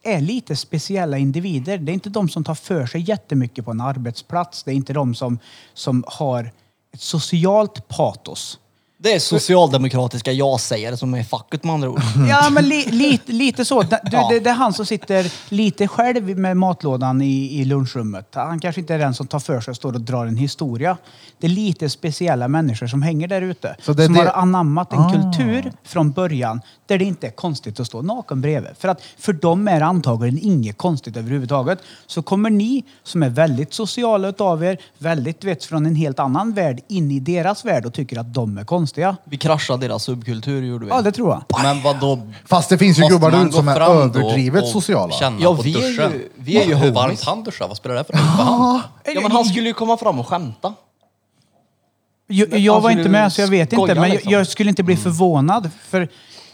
B: är lite speciella individer. Det är inte de som tar för sig jättemycket på en arbetsplats. Det är inte de som, som har ett socialt patos.
E: Det är socialdemokratiska jag-sägare som är i facket med andra ord.
C: Mm.
B: Ja, men li, lite,
C: <laughs>
B: lite så. Du,
E: Ja.
B: det, det är han som sitter lite själv med matlådan i, i lunchrummet. Han kanske inte är den som tar för sig och står och drar en historia. Det är lite speciella människor som hänger där ute.
C: Så det-
B: Som
C: det- Ah.
B: har anammat en kultur från början där det inte är konstigt att stå naken bredvid. För att för dem är det antagligen inget konstigt överhuvudtaget. Så kommer ni som är väldigt sociala utav er, väldigt du vet, från en helt annan värld in i deras värld och tycker att de är konstiga.
E: Vi kraschade deras subkultur gjorde vi.
B: Ja, det tror jag.
D: Men vadå?
C: Fast det finns ju
D: Måste
C: gubbar
D: man
C: där ute
D: gå
C: som är
D: fram då
C: överdrivet
D: och
C: sociala.
D: Känna
E: Ja,
D: på
E: vi är ju-
D: duschen.
E: vi är ju
D: Hur varmt
E: homies.
D: han duschar? Vad spelar det för roll för han?
E: Ja, men han skulle ju komma fram och skämta.
B: Jag,
E: Men
B: jag var
E: alltså,
B: inte med så jag vet
E: skoja,
B: inte. Men
E: liksom.
B: jag, jag skulle inte bli förvånad. För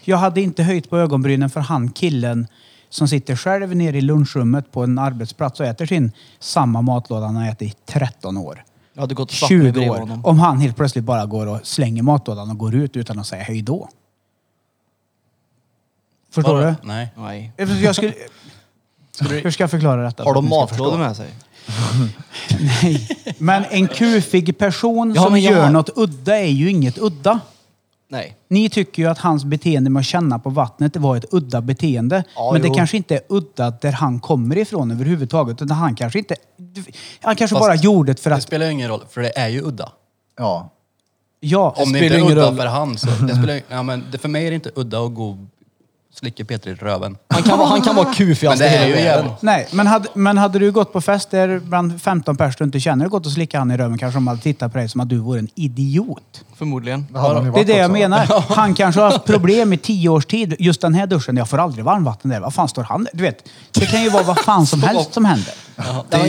B: jag hade inte höjt på ögonbrynen för han killen som sitter själv nere i lunchrummet på en arbetsplats och äter sin samma matlåda han har ätit i 13 år.
E: Jag hade gått och satt mig
B: 20
E: bredvid
B: år.
E: honom.
B: Om han helt plötsligt bara går och slänger matlådan och går ut utan att säga hej då. Förstår du?
D: Nej.
E: Nej.
B: Eftersom Jag skulle, hur ska jag förklara detta?
E: Har
B: för
E: de
B: att ni ska förstå?
E: matlådor med sig?
B: Nej. Men en kufig person
E: Ja,
B: som
E: men jag
B: gör
E: har-
B: något udda är ju inget udda.
E: Nej.
B: Ni tycker ju att hans beteende med att känna på vattnet var ett udda beteende.
E: Ja,
B: men det
E: jo.
B: kanske inte är udda där han kommer ifrån överhuvudtaget. Utan han kanske inte... Han kanske
D: Fast
B: bara gjorde det för
D: Det
B: att...
D: spelar ju ingen roll, för det är ju udda.
C: Ja.
B: Ja,
D: Om det
E: spelar
D: inte är
E: ingen
D: udda
E: roll.
D: för han så... Det spelar, ju- ja, men det, för mig är det inte udda att gå och slicka Peter i röven.
E: Han kan, vara- han kan vara
D: Men
E: kufigast
D: det
E: i
D: är
E: hela
D: ju
E: världen.
D: jävligt.
B: nej. Men hade, men hade du gått på fest där bland 15 pers du inte känner gått och slickat han i röven kanske de hade tittat på dig som att du vore en idiot.
E: Förmodligen.
C: Det hade han ju
B: Det är
C: varit
B: det jag
C: också.
B: menar. Han kanske har haft problem i tio års tid. Just den här duschen, jag får aldrig varmvatten där. Vad fan står han där? Du vet, det kan ju vara vad fan som helst som händer.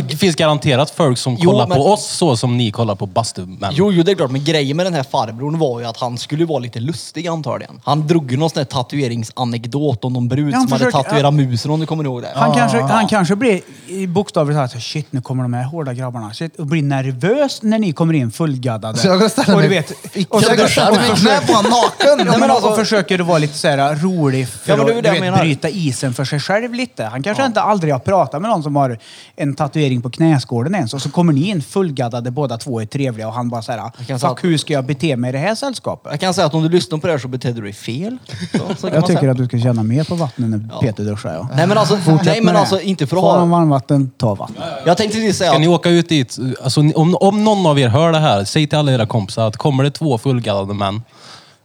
G: Det finns garanterat folk som
E: Jo,
G: kollar
E: men-
G: på oss så som ni kollar på bastumän.
E: Jo, jo, det är klart. Men grejen med den här farbrorn var ju att han skulle vara lite lustig antagligen. Han drog ju någon sån här tatueringsanekdot inte åt om någon brud
B: Ja, han
E: som hade
B: försöker-
E: tatuerat musen om du kommer ihåg det.
B: Han, kanske, han kanske blir i bokstavligt talat så här, shit nu kommer de här hårda grabbarna. Shit, och blir nervös när ni kommer in fullgaddade.
C: Så jag går och ställer
B: och du
C: mig
B: vet,
C: i
B: och, så,
C: knä-
B: och,
C: ställer mig i knä på honom naken.
B: Ja, men alltså, och försöker du vara lite så här rolig för
E: Ja, men det är
B: att
E: det
B: du
E: jag
B: vet,
E: menar.
B: bryta isen för sig själv lite. Han kanske inte aldrig har pratat med någon som har en tatuering på knäskålen ens och så kommer ni in fullgaddade båda två är trevliga och han bara så här,
E: kan säga
B: fuck
E: att-
B: hur ska jag bete mig i det här sällskapet?
E: Jag kan säga att om du lyssnar på det här så betedde du dig fel. Så, så kan
B: Jag
E: man
B: tycker
E: säga.
B: att du ska känna mer på vattnet när Peter duschar. Ja.
E: Nej men alltså, nej, men alltså inte för att
B: Ta någon
E: ha...
B: varmvatten, ta vatten.
E: Jag tänkte precis säga
G: Ska ni
E: att...
G: åka ut dit? Alltså, ni- om, om någon av er hör det här, säg till alla era kompisar att kommer det två fullgaddade män,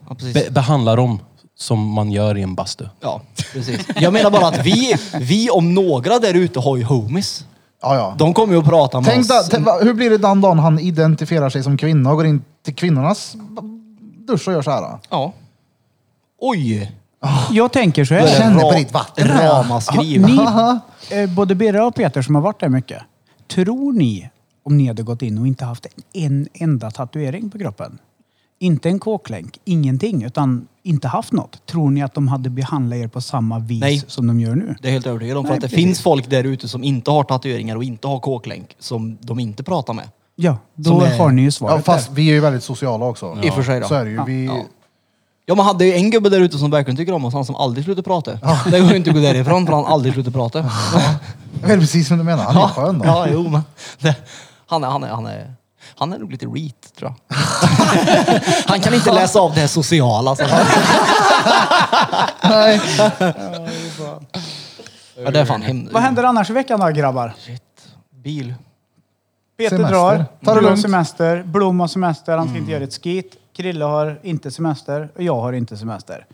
E: Ja, precis.
G: be, behandla dem som man gör i en bastu.
E: Ja, precis. Jag menar bara att vi, vi om några där ute har ju homies.
C: Ja, ja.
E: De kommer ju att prata med
C: Tänk
E: oss.
C: da, tänk, va- hur blir det den dagen han identifierar sig som kvinna och går in till kvinnornas dusch och gör så här? då?
E: Ja. Oj!
B: Jag tänker så här.
C: Känner på ditt vatten.
E: Ramaskri.
B: Ni,
E: <laughs>
B: eh, både Birra och Peter som har varit där mycket. Tror ni, om ni hade gått in och inte haft en enda tatuering på kroppen, inte en kåklänk, ingenting, utan inte haft något. Tror ni att de hade behandlat er på samma vis
E: Nej.
B: som de gör nu?
E: Det är jag helt övertygad om. För
B: Nej,
E: att det
B: precis.
E: finns folk där ute som inte har tatueringar och inte har kåklänk som de inte pratar med.
B: Ja, då
E: Som är-
B: har ni ju
C: Ja,
B: svaret
C: fast
B: där.
C: vi är ju väldigt sociala också.
E: I och för sig då.
C: Så är det ju. Vi,
E: Ja. Ja, man hade ju en gubbe där ute som verkligen tycker om oss, han som aldrig slutar prata.
C: Ah.
E: Det går ju inte att gå därifrån för han aldrig slutar prata.
C: Jag vet precis vad du menar. Han är skön då.
E: ja, jo men. Det, han, är, han, är, han, är, han är nog lite reet tror
C: <laughs>
E: jag. han kan inte läsa av det här sociala. Så.
C: Nej.
E: Ja, det är fan hem.
B: Vad händer annars i veckan då grabbar?
E: Shit. Bil.
B: Peter
C: Semester.
B: drar,
C: Ta det
B: du har
C: lugnt.
B: semester, Blom har semester, han ska
E: Mm.
B: inte göra ett skit. Krille har inte semester och jag har inte semester.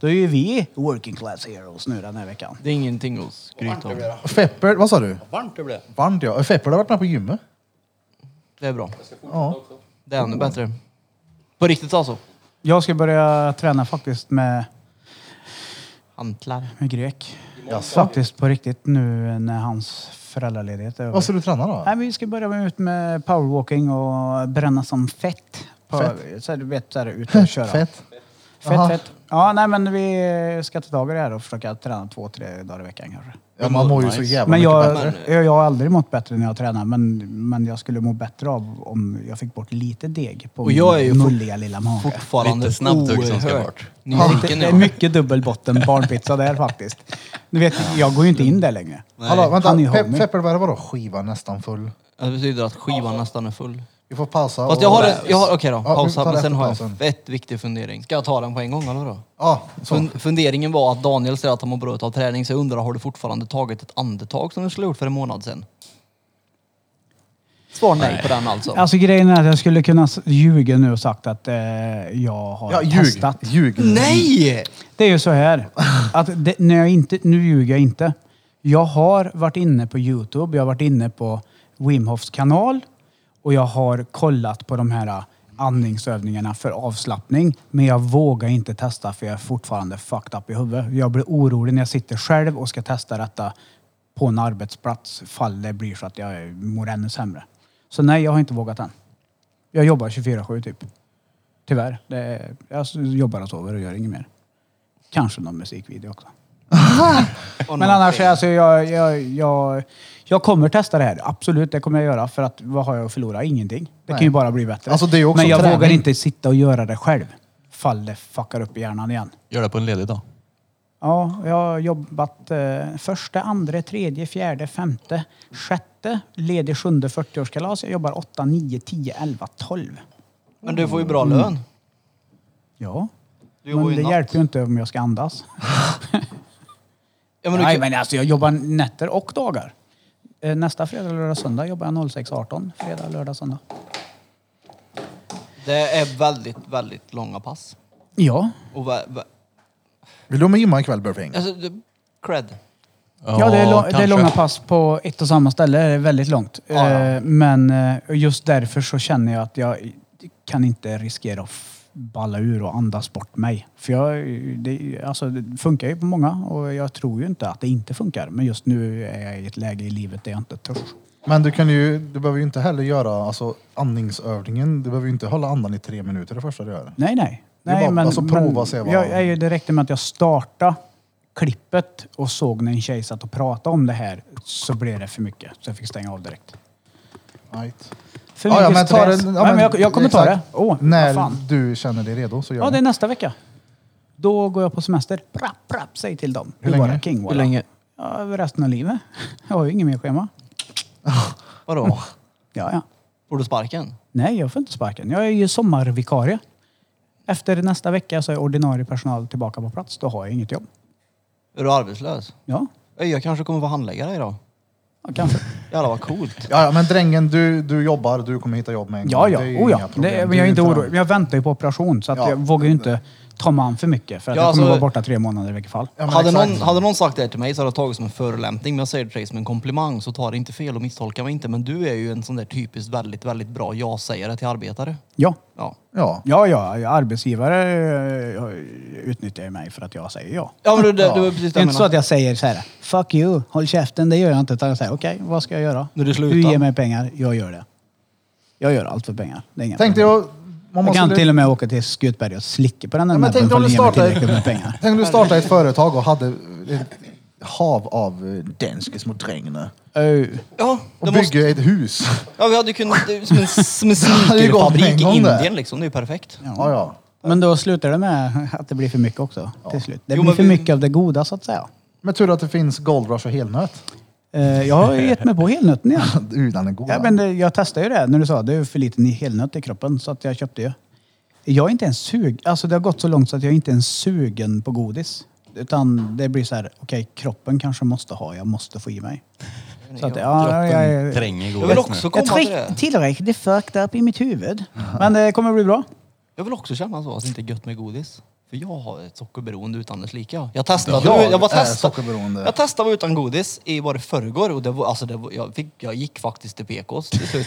B: Då är ju vi working class heroes nu den här veckan.
E: Det är ingenting att skryta om.
C: Fepper, vad sa du?
F: Varmt det blev.
C: Varmt ja. Fepper har varit med på gymmet.
E: Det är bra.
C: Ja.
E: Det är ännu bättre. På riktigt alltså.
B: Jag ska börja träna faktiskt med,
E: Hantlar.
B: med grek. Faktiskt på riktigt nu när hans föräldraledighet är över.
C: Vad ska du träna då?
B: Nej, men vi ska börja med ut med powerwalking och bränna som fett. På,
C: Fett?
B: Så här, du vet, så här, ut och köra.
C: Fett.
B: Fett,
C: Aha.
B: fett. Ja, nej men vi ska ta tag i det här och försöka träna två, tre dagar i veckan kanske.
C: Ja, man mår ju så jävla
B: Men
C: mycket
B: jag,
C: bättre.
B: jag, jag har aldrig mått bättre när jag tränar, men, men jag skulle må bättre av om jag fick bort lite deg på
E: Och jag är ju
B: min
E: fort-
B: mulliga lilla mage.
E: Fortfarande
D: Lite snabbtugg som ska
E: oerhört
D: bort.
B: Det
E: Nyfiken
B: är
E: nu.
B: mycket dubbelbotten barnpizza där faktiskt. Du vet, jag går ju inte in där längre.
C: Hallå, vänta.
B: Han är ju
C: Pe-
B: homie.
C: Fepper, vad är det vadå? Skiva nästan full.
E: Det betyder att skivan nästan är full.
C: Vi får pausa.
E: Fast
C: och-
E: jag har, ett- jag har okej då,
C: Ja, vi
E: pausa.
C: tar
E: Men sen
C: efter
E: har jag
C: pausen.
E: en fett viktig fundering. Ska jag ta den på en gång eller då?
C: Ja, så.
E: Fun- funderingen var att Daniel säger att han mår bra av träning, så jag undrar, har du fortfarande tagit ett andetag som du skulle ha gjort för en månad sedan? Svar nej, på den alltså.
B: Alltså grejen är att jag skulle kunna s- ljuga nu och sagt att eh, jag har
C: Ja, ljug.
B: testat.
C: Ljug.
E: nej!
B: Det är ju så här, att det, när jag inte, nu ljuger jag inte. Jag har varit inne på Youtube, jag har varit inne på Wim Hofs kanal och jag har kollat på de här äh, andningsövningarna för avslappning. Men jag vågar inte testa för jag är fortfarande fucked up i huvudet. Jag blir orolig när jag sitter själv och ska testa detta på en arbetsplats fall det blir så att jag mår ännu sämre. Så nej, jag har inte vågat än. Jag jobbar 24-7 typ. Tyvärr. Det är, jag jobbar och sover och gör inget mer. Kanske någon musikvideo också. Men annars, alltså, jag, jag, jag, jag kommer testa det här. Absolut, det kommer jag göra. För att vad har jag att förlora? Ingenting. Det kan ju bara bli bättre.
C: Alltså, det är ju också
B: Men jag
C: träning.
B: vågar inte sitta och göra det själv. Fall det fuckar upp i hjärnan igen.
D: Gör det på en ledig dag.
B: Ja, jag har jobbat eh, första, andra, tredje, fjärde, femte, sjätte, ledig sjunde 40-årskalas. Jag jobbar 8, 9, 10, 11, 12.
E: Men du får ju bra lön.
B: Ja.
E: Du jobbar
B: men
E: ju
B: det
E: natt.
B: hjälper ju inte om jag ska andas.
E: Ja, men du
B: Nej,
E: kan-
B: men alltså jag jobbar nätter och dagar. Eh, Nästa fredag, lördag, söndag jobbar jag 06.18. Fredag, lördag, söndag.
E: Det är väldigt, väldigt långa pass.
B: Ja.
E: Och vä- vä-
C: Vill du vara med Jimma ikväll, Burping?
E: alltså, du- cred.
B: Ja, det är, lång, det
D: kanske.
B: är långa pass på ett och samma ställe. Det är väldigt långt.
E: Ja, ja.
B: Eh, Men eh, just därför så känner jag att jag kan inte riskera att f- balla ur och andas bort mig. För jag, det, alltså, det funkar ju på många och jag tror ju inte att det inte funkar. Men just nu är jag i ett läge i livet där jag inte törs.
C: Men du, kan ju, du behöver ju inte heller göra alltså, andningsövningen. Du behöver ju inte hålla andan i tre minuter det första du gör.
B: Nej, nej.
C: Det är
B: nej
C: bara- alltså, prova och se vad-
B: jag är ju direkt med att jag startade klippet och såg när en tjej satt och pratade om det här så blev det för mycket. Så jag fick stänga av direkt.
C: Right.
B: För mycket
C: ta
B: stress.
C: den-
B: Nej, men jag, jag kommer ta det.
C: exakt.
B: Åh,
C: När
B: vad fan.
C: du känner dig redo så gör
B: Ja, det
C: det.
B: är nästa vecka. Då går jag på semester. Prapp, prapp, säg till dem. Hur
C: länge?
B: King,
E: Hur länge?
B: Ja, över resten av livet. Jag har ju inget mer schema.
E: Vadå?
B: Ja, ja.
E: Får du sparken?
B: Nej, jag får inte sparken. Jag är ju sommarvikarie. Efter nästa vecka så är ordinarie personal tillbaka på plats. Då har jag inget jobb.
E: Är du arbetslös?
B: Ja,
E: Ey, Jag kanske kommer vara handläggare idag.
B: ja
C: <laughs>
B: kanske.
E: Jävlar vad coolt.
C: Ja, ja, men drängen, du, du jobbar, du kommer hitta jobb med en
B: Ja,
C: gång.
B: ja.
C: Det är
B: Oh, ja.
C: inga problem.
B: Det,
C: Du
B: men jag är inte
C: utan-
B: orolig. Men Jag väntar ju på operation så att
C: Ja.
B: jag vågar ju inte ta mig an för mycket. För att
E: Ja,
B: jag kommer
E: alltså-
B: vara borta tre månader i vilket fall.
C: Ja, men
E: hade,
C: exakt.
E: någon, hade någon sagt det här till mig så hade jag tagit som en förolämpning. Men jag säger det till dig som en komplimang så ta det inte fel och misstolka mig inte. Men du är ju en sån där typiskt väldigt, väldigt bra jag-sägare till arbetare.
B: Ja.
E: Ja.
C: Ja.
B: Ja, ja. Arbetsgivare eh, utnyttjar ju mig för att jag säger ja.
E: Ja men det, det, det var precis det
B: Det är
E: jag
B: inte så
E: menade.
B: att jag säger så här, fuck you, håll käften, det gör jag inte. Utan jag säger, okej, vad ska jag göra?
E: Nu är det slut,
B: du
E: då.
B: ger mig pengar, jag gör det. Jag gör allt för pengar. Det är inga
C: Tänkte
B: problem.
C: jag... Man
B: jag
C: måste
B: kan till och med åka till Skutberg och slicka på den där
C: men
B: näbben
C: tänk
B: för
C: om
B: att
C: du
B: ge mig
C: startar-
B: tillräckligt
C: <laughs>
B: med pengar.
C: Tänk om du startade ett företag och hade ett hav av eh, danska små drängar.
B: Ö,
E: Ja,
C: Och
E: det
C: bygger
E: måste,
C: ett hus.
E: ja, vi hade ju kunnat... det är
C: <laughs>
E: Som en, som en
C: hade ju gått med en
E: sneakerfabrik i
C: gång det.
E: Indien liksom. Det är ju perfekt.
C: Ja, ja.
B: Men då slutar det med att det blir för mycket också. Till slut. Det
E: Jo,
B: blir
E: men
B: för
E: vi-
B: mycket av det goda så att säga.
C: Men tur att det finns Gold Rush och helnöt. <laughs>
B: Eh, Jag har ju gett mig på
E: <laughs>
B: helnötten igen.
C: Uh, den är god.
B: Ja, men det, jag testade ju det när du sa det är för liten helnöt i kroppen så att jag köpte ju. Jag är inte ens sug, alltså det har gått så långt så att jag inte ens sugen på godis. Utan det blir så här, okej kroppen kanske måste ha, jag måste få i mig. Så att, ja, jag,
D: Kroppen
B: jag,
D: tränger
E: Jag vill
D: godis nu.
E: också komma till
B: jag
E: det.
B: tillräckligt fucked up i mitt huvud. Men det kommer bli bra.
E: Jag vill också känna så, att det inte är gött med godis. För jag har ett sockerberoende utan dess lika. Jag testade,
C: Ja,
E: jag, var
C: är
E: testad,
C: sockerberoende.
E: jag testade att vara utan godis i var det förrgår och det var, alltså det var, jag, fick, jag gick faktiskt till PKs till slut.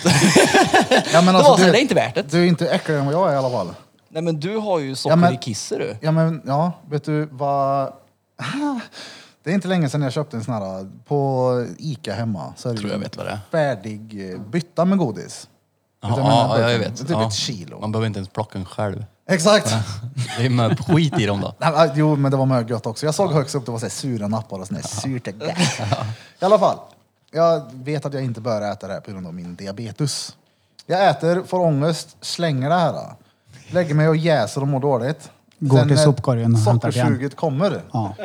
C: Ja, men
E: Det
C: alltså,
E: var så här,
C: du-
E: det är inte värt det.
C: Du är inte äckligare än vad jag är i alla fall.
E: Nej men du har ju socker
C: Ja, men-
E: i kisser du.
C: Ja, men ja, vet du vad... <laughs> Det är inte länge sedan jag köpte en sån här eh, på Ica hemma. Så är det
D: Tror
C: ju
D: jag vet vad det är.
C: Färdig eh, bytta med godis.
D: Ja,
C: Vet du vad jag menar?
D: ja, ja, jag
C: Burken.
D: vet.
C: Typ
D: Ja.
C: ett kilo.
D: Man behöver inte ens plocka den själv.
C: Exakt!
D: Det är med skit i dem då.
C: Nej, men, ah, Jo, men det var mögött också. Jag såg högst upp, det var så här sura nappar och sånt där surt
B: <laughs>
C: och gött. I alla fall, jag vet att jag inte bör äta det här på grund av min diabetes. Jag äter, får ångest, slänger det här. då. Lägger mig och jäser och mår dåligt.
B: Går till
C: när
B: sopkorgen och hämtar igen.
C: Sockersuget kommer.
B: Ja.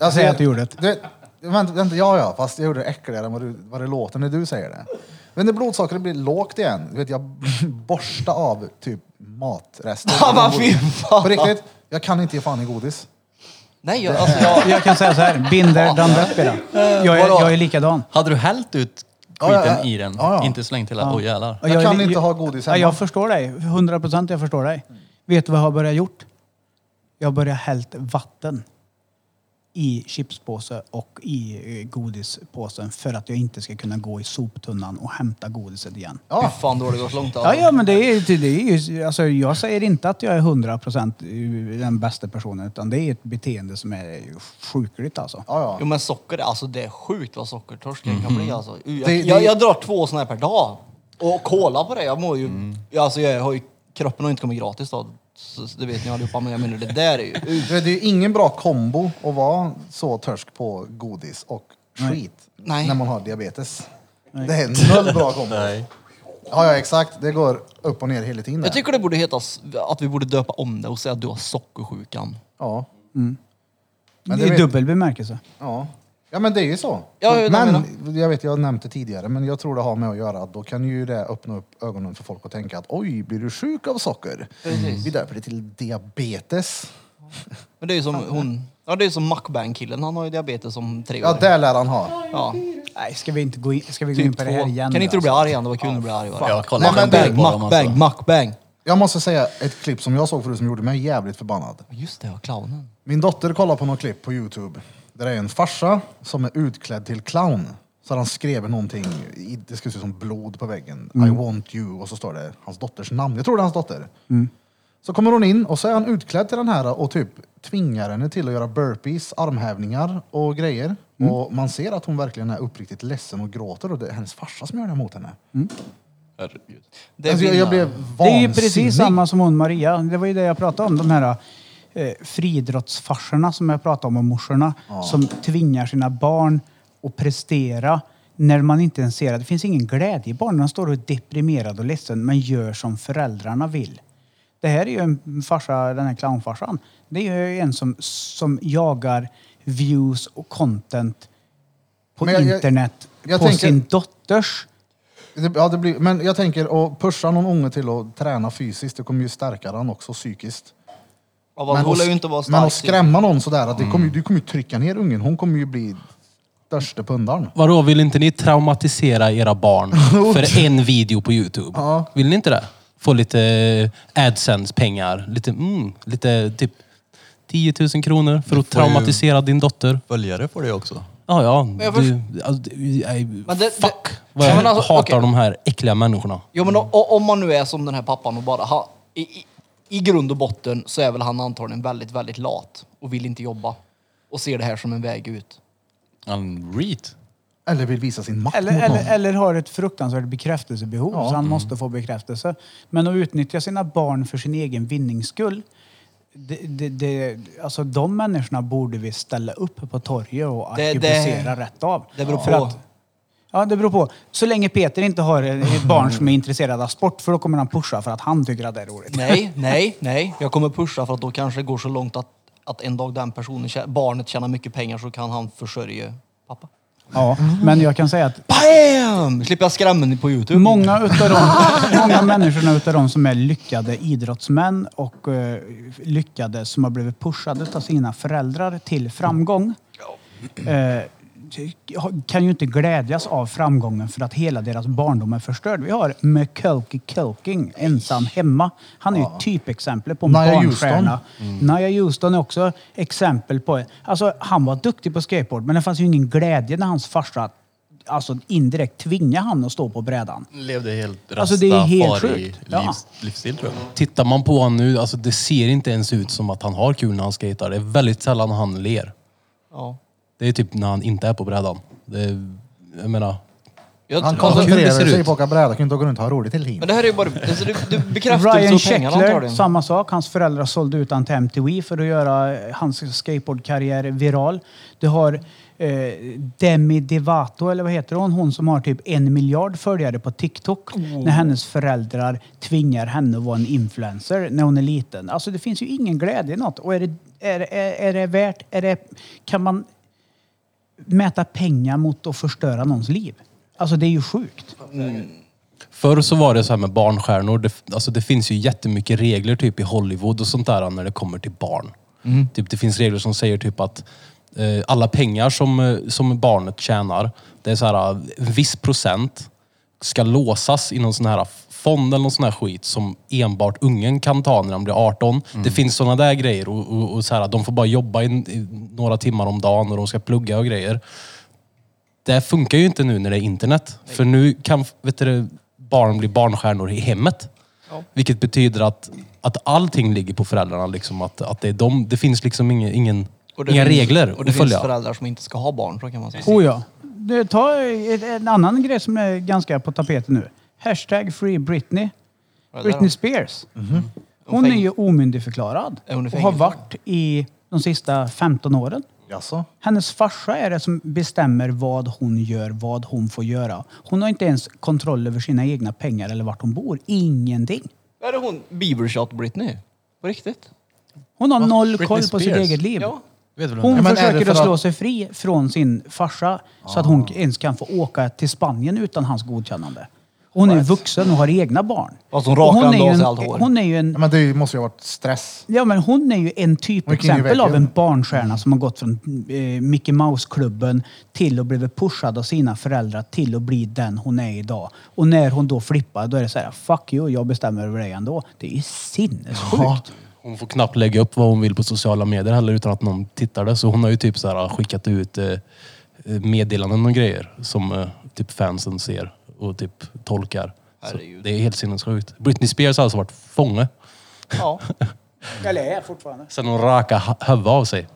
C: Jag
B: Säg att du gjorde det.
C: Vänta, vänta, ja, ja, fast jag gjorde det äckligare än vad, du, vad det låter när du säger det. Men när blodsockret blir lågt igen, du vet, jag <laughs> borstar av typ matrester.
E: Ja, vad fy fan.
C: På riktigt, jag kan inte ge fan i godis.
E: Nej jag, alltså jag...
B: Jag kan säga så här, binder done up i det. Jag är,
E: Vadå?
B: jag är likadan.
D: Hade du hällt ut
C: Ja,
D: skiten
C: ja, ja.
D: i den,
C: Ja, ja.
D: inte slängt hela... Åh jävlar.
B: Och
C: Jag kan
B: är-
C: inte ha godis
B: Ja,
C: hemma.
B: jag förstår dig. 100 procent jag förstår dig. Vet du vad jag har börjat gjort? Jag har börjat hällt vatten i chipspåse och i eh, godispåsen för att jag inte ska kunna gå i soptunnan och hämta godiset igen.
C: Ja.
E: Fy fan då har det gått långt
B: Ja,
E: alltså.
B: ja men det är, det är ju, alltså, jag säger inte att jag är 100 procent den bästa personen utan det är ett beteende som är sjukligt alltså.
C: Ja,
E: Jo
C: ja.
E: men socker, alltså det är sjukt vad sockertörsken kan bli alltså. Jag,
C: Det-
E: jag,
C: det-
E: jag drar två såna här per dag. Och kola på det, jag mår ju... Jag, alltså jag har ju... Kroppen har ju inte kommit gratis då. Så, så det vet ni allihopa men jag menar det där är ju...
C: Du vet, Det är ju ingen bra kombo att vara så törsk på godis och skit
E: Nej.
C: när man har diabetes. Det är en noll bra kombo. Ja, ja, exakt. Det går upp och ner hela tiden.
E: Jag tycker det borde heta s- att vi borde döpa om det och säga att du har sockersjukan.
C: Ja. Men
B: Det
C: det
B: är
C: vet-
B: dubbel bemärkelse.
C: Ja. ja, men det är ju så.
E: Ja, jag vet vad
C: men
E: du
C: jag vet, jag har nämnt det tidigare, men jag tror det har med att göra att då kan ju det öppna upp ögonen för folk och tänka att oj, blir du sjuk av socker?
E: Precis.
C: Vi döper det till diabetes.
E: Men det är ju som hon... Ja det är ju som Macbang-killen, han har ju diabetes om tre år.
C: Ja, det lär han ha.
E: Ja,
B: Nej, ska vi inte gå in, ska vi gå in
E: typ
B: på
E: två.
B: det här igen?
E: Kan
B: nu,
E: inte du
B: alltså?
E: bli arg igen? Det var kul när du blev arg. va?
D: Jag
C: Nej,
D: kollar
C: men
D: aldrig
E: Macbang,
D: på dem, alltså.
E: Macbang, Macbang!
C: Jag måste säga ett klipp som jag såg förut som gjorde mig jävligt förbannad.
E: Just det, ja, clownen.
C: Min dotter kollar på något klipp på Youtube där det är en farsa som är utklädd till clown. Så han skrev någonting, i, det skulle se ut som blod på väggen.
B: Mm.
C: I want you och så står det hans dotters namn. Jag tror det är hans dotter. Så kommer hon in och så är han utklädd till den här och typ tvingar henne till att göra burpees, armhävningar och grejer.
B: Mm.
C: Och man ser att hon verkligen är uppriktigt ledsen och gråter och det är hennes farsa som gör det mot henne.
D: Herregud.
E: Det är
C: Alltså jag, jag
E: vinnaren.
C: blev
B: Det är ju
C: vansinnig.
B: precis samma som hon Maria. Det var ju det jag pratade om. De här eh, friidrottsfarsorna som jag pratade om och morsorna som tvingar sina barn att prestera när man inte ens ser att det finns ingen glädje i barnen. De står och är deprimerade och ledsen men gör som föräldrarna vill. Det här är ju en farsa, den här clownfarsan. Det är ju en som, som jagar views och content på
C: Men jag- jag-
B: internet
C: jag
B: på
C: tänker-
B: sin dotters
C: Det, ja, det blir, men jag tänker att pusha någon unge till att träna fysiskt, det kommer ju stärka den också psykiskt.
H: Av att
C: Men
H: hon
C: att-
H: lär ju inte vara Mm.
C: Men att
H: stark. typ.
C: skrämma någon sådär, att det kommer, ju- du kommer ju trycka ner ungen. Hon kommer ju bli största pundaren.
G: Vadå, vill inte ni traumatisera era barn för en video på Youtube? Vill ni inte det? Få lite AdSense-pengar. Lite, mm, lite typ 10 000 kronor för att
D: får ju-
G: traumatisera din dotter.
D: Följare får det också.
G: Ja, ja.
H: jag
G: Du, alltså, du, nej,
H: Men det-
G: fuck!
H: det-
G: vad
H: Ja,
G: jag
H: men alltså,
G: hatar
H: okej.
G: de här äckliga människorna.
H: Jo men o- om man nu är som den här pappan och bara... Ha, i, i, I grund och botten så är väl han antagligen väldigt, väldigt lat och vill inte jobba. Och ser det här som en väg ut.
D: En reet.
C: Eller vill visa sin makt
B: Eller,
C: mot någon.
B: eller, eller har ett fruktansvärt bekräftelsebehov så
H: Mm.
B: han måste få bekräftelse. Men att utnyttja sina barn för sin egen vinnings skull. Det, det, det, alltså de människorna borde vi ställa upp på torget och
H: Det- det-
B: arkebusera rätt av.
H: det beror
B: För
H: på.
B: Att, ja, det beror på. Så länge Peter inte har ett barn
H: Mm.
B: som är intresserad av sport för då kommer han pusha för att han tycker att det är roligt.
H: Nej, nej, nej. Jag kommer pusha för att då kanske det går så långt att, att en dag den personen, tjä- barnet tjänar mycket pengar så kan han försörja pappa.
B: Ja, men jag kan säga att
H: Bam! Slipper jag skrämmen på Youtube.
B: Många utav de, många människorna utav de som är lyckade idrottsmän och eh, lyckade som har blivit pushade av sina föräldrar till framgång eh, kan ju inte glädjas av framgången för att hela deras barndom är förstörd. Vi har McCulkey Culking, ensam hemma. Han är ju typexemplet på en
C: Nia
B: barnstjärna. Mm. Nia Houston är också exempel på... Alltså, han var duktig på skateboard men det fanns ju ingen glädje när hans farsa alltså, indirekt tvingade han att stå på brädan.
D: Levde helt
B: Alltså, det är helt
D: rastafari
B: sjukt. Ja.
D: livs, livsstil tror jag.
G: Tittar man på honom nu, alltså det ser inte ens ut som att han har kul när han skejtar. Det är väldigt sällan han ler.
H: Ja.
G: Det är typ när han inte är på brädan. Det är, jag menar,
H: Jag,
C: Han
H: alltså,
C: koncentrerar
G: ser
C: sig
G: ut.
C: på att åka bräda, kan inte gå runt och ha roligt hela
H: men
C: tiden.
H: det här är ju bara alltså, du, du bekräftelse
B: Ryan
H: och pengarna
B: Sheckler,
H: antagligen.
B: samma sak. Hans föräldrar sålde ut han till MTV för att göra eh, hans skateboardkarriär viral. Du har eh, Demi Devato, eller vad heter hon? Hon som har typ en miljard följare på TikTok. När hennes föräldrar tvingar henne att vara en influencer när hon är liten. Alltså det finns ju ingen glädje i något. Och är det, är, är, är det värt... Är det, kan man mäta pengar mot att förstöra någons liv? Alltså det är ju sjukt.
G: Förr så var det så här med barnstjärnor. Det, alltså det finns ju jättemycket regler typ i Hollywood och sånt där när det kommer till barn. Typ, det finns regler som säger typ att eh, alla pengar som, eh, som barnet tjänar, det är så här, eh, en viss procent ska låsas i någon sån här fond eller någon sån här skit som enbart ungen kan ta när han blir 18. Det finns såna där grejer. Och, och, och så här, de får bara jobba i, i några timmar om dagen och de ska plugga och grejer det funkar ju inte nu när det är internet. För nu kan vet du, barn bli barnstjärnor i hemmet. Vilket betyder att, att allting ligger på föräldrarna. Liksom, att, att det, är de, det finns liksom ingen, ingen,
H: Och det
G: inga
H: finns-
G: regler
H: Och det
G: att
H: finns
G: följa.
H: föräldrar som inte ska ha barn, så kan man säga.
B: Oh ja. Du, ta ett- en annan grej som är ganska på tapeten nu. Hashtag Free Britney.
H: Ja, där
B: Britney Spears. Hon är ju omyndigförklarad.
H: Är hon i
B: Och har
H: fängelse?
B: varit i de sista 15 åren.
C: Jaså?
B: Hennes farsa är det som bestämmer vad hon gör, vad hon får göra. Hon har inte ens kontroll över sina egna pengar eller vart hon bor. Ingenting.
H: Är det hon Biebershot Britney? På riktigt?
B: Hon har noll
D: Britney
B: koll på sitt
D: Spears?
B: eget liv.
H: Ja.
D: Vet du vad
B: Hon
C: Ja, men är det
B: försöker
C: för
B: att slå
C: att-
B: sig fri från sin farsa så att hon
H: Ah.
B: ens kan få åka till Spanien utan hans godkännande. Och Hon är vuxen och har egna barn.
H: Fast Alltså, hon rakar
B: Och
H: ändå
B: är ju
H: av sig
B: en-
H: allt hår.
B: Hon är ju en,
C: Ja, men det måste ju ha varit stress.
B: ja, men hon är ju en typexempel
C: väggen.
B: av en barnstjärna som har gått från eh, Mickey Mouse-klubben till att blivit pushad av sina föräldrar till att bli den hon är idag. Och när hon då flippar, då är det så här, fuck you, jag bestämmer över dig ändå. Det är ju sinnessjukt.
G: Hon får knappt lägga upp vad hon vill på sociala medier heller utan att någon tittar det. Så hon har ju typ så här, skickat ut eh, eh, meddelanden och grejer som eh, typ fansen ser och typ tolkar. Så
H: Herregud.
G: det är helt sinnessjukt. Britney Spears har alltså varit fånge
H: Ja.
B: Eller är fortfarande.
G: sen hon rakade hö- huvudet av sig.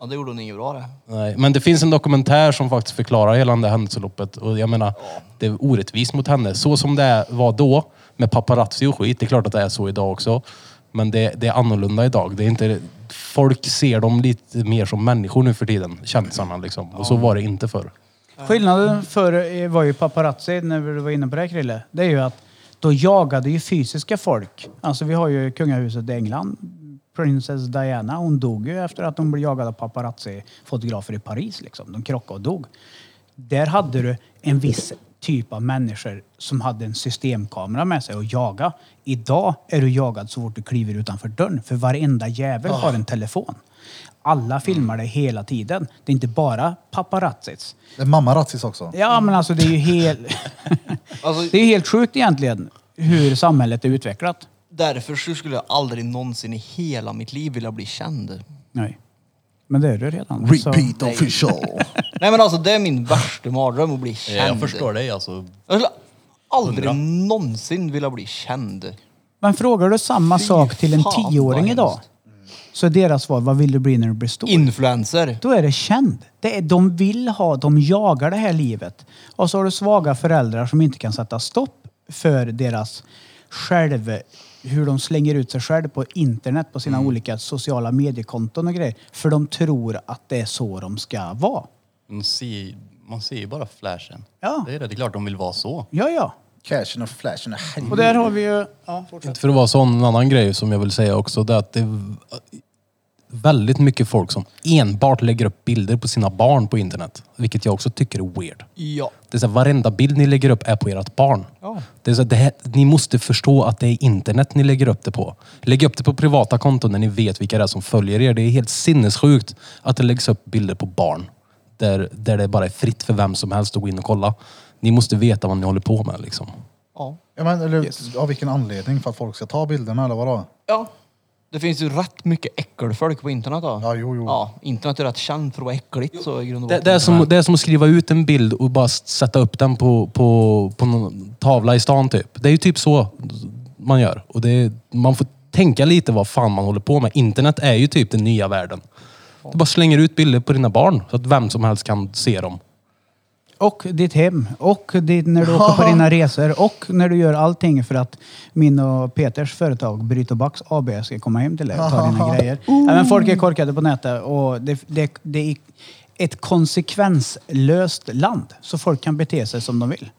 H: ja, det gjorde hon inget bra det.
G: Nej, men det finns en dokumentär som faktiskt förklarar hela det händelseloppet. Och jag menar, det är orättvist mot henne. Så som det är- var då, med paparazzi och skit. Det är klart att det är så idag också. Men det, det är annorlunda idag. Det är inte folk ser dem lite mer som människor nu för tiden. Kändisarna liksom. Och så var det inte förr.
B: Skillnaden för eh, var ju paparazzi, när du var inne på det här, Krille, det är ju att då jagade ju fysiska folk. Alltså vi har ju kungahuset i England. Princess Diana, hon dog ju efter att hon blev jagad av paparazzi-fotografer i Paris. Liksom. De krockade och dog. Där hade du en viss typ av människor som hade en systemkamera med sig och jaga. Idag är du jagad så fort du kliver utanför dörren, för varenda jävel har en telefon. Alla filmar dig hela tiden. Det är inte bara paparazzis.
C: Det är mamma Razzis också.
B: Ja, men alltså det är ju helt...
H: Alltså,
E: Alltså-
B: det är ju helt sjukt egentligen hur samhället är utvecklat.
E: Därför så skulle jag aldrig någonsin i hela mitt liv vilja bli känd.
B: Nej. Men det är du redan. så-
C: Repeat official.
E: Nej men alltså det är min värsta mardröm att bli känd.
D: Jag förstår dig alltså.
E: Jag skulle aldrig
D: Hundra.
E: någonsin vilja bli känd.
B: Men frågar du samma sak till en
E: fan,
B: tioåring
E: vad
B: idag
E: hemskt.
B: så är deras svar, vad vill du bli när du blir stor?
E: Influencer.
B: Då är det känd. Det är, de vill ha, de jagar det här livet. Och så har du svaga föräldrar som inte kan sätta stopp för deras själv, hur de slänger ut sig själv på internet, på
E: Mm.
B: sina olika sociala mediekonton och grejer. För de tror att det är så de ska vara.
D: Man ser, man ser ju bara flashen.
B: Ja.
D: Det är det. Det är klart de vill vara så.
B: Ja, ja.
C: Cashen och flashen och helvete.
B: Och där har vi ju... Ja,
G: Inte för att vara sån, en annan grej som jag vill säga också, det är att det är väldigt mycket folk som enbart lägger upp bilder på sina barn på internet. Vilket jag också tycker är weird.
E: Ja.
G: Det är så här, varenda bild ni lägger upp är på ert barn. Det är så här, det här, ni måste förstå att det är internet ni lägger upp det på. Lägg upp det på privata konton när ni vet vilka det är som följer er. Det är helt sinnessjukt att det läggs upp bilder på barn. Där, där det bara är fritt för vem som helst att gå in och kolla. Ni måste veta vad ni håller på med liksom.
E: Ja.
C: <laughs> Ja, men, eller, Av vilken anledning? För att folk ska ta bilderna eller vadå?
E: ja. Det finns ju rätt mycket äckelfolk på internet då.
C: Ja, jo, jo.
E: Ja, internet är rätt känd för att vara äckligt så i grund och
G: Det,
E: botten.
G: det, är som, det är som att skriva ut en bild och bara s- sätta upp den på, på, på någon tavla i stan typ. Det är ju typ så man gör. Och det, är- man får tänka lite vad fan man håller på med. Internet är ju typ den nya världen. Du bara slänger ut bilder på dina barn så att vem som helst kan se dem.
B: Och ditt hem. Och ditt, när du
C: <laughs>
B: åker på dina resor. Och när du gör allting för att min och Peters företag Bryt och Bax AB ska komma hem till dig och ta
C: <laughs>
B: dina grejer. Även folk är korkade på nätet och det, det, det är ett konsekvenslöst land. Så folk kan bete sig som de vill.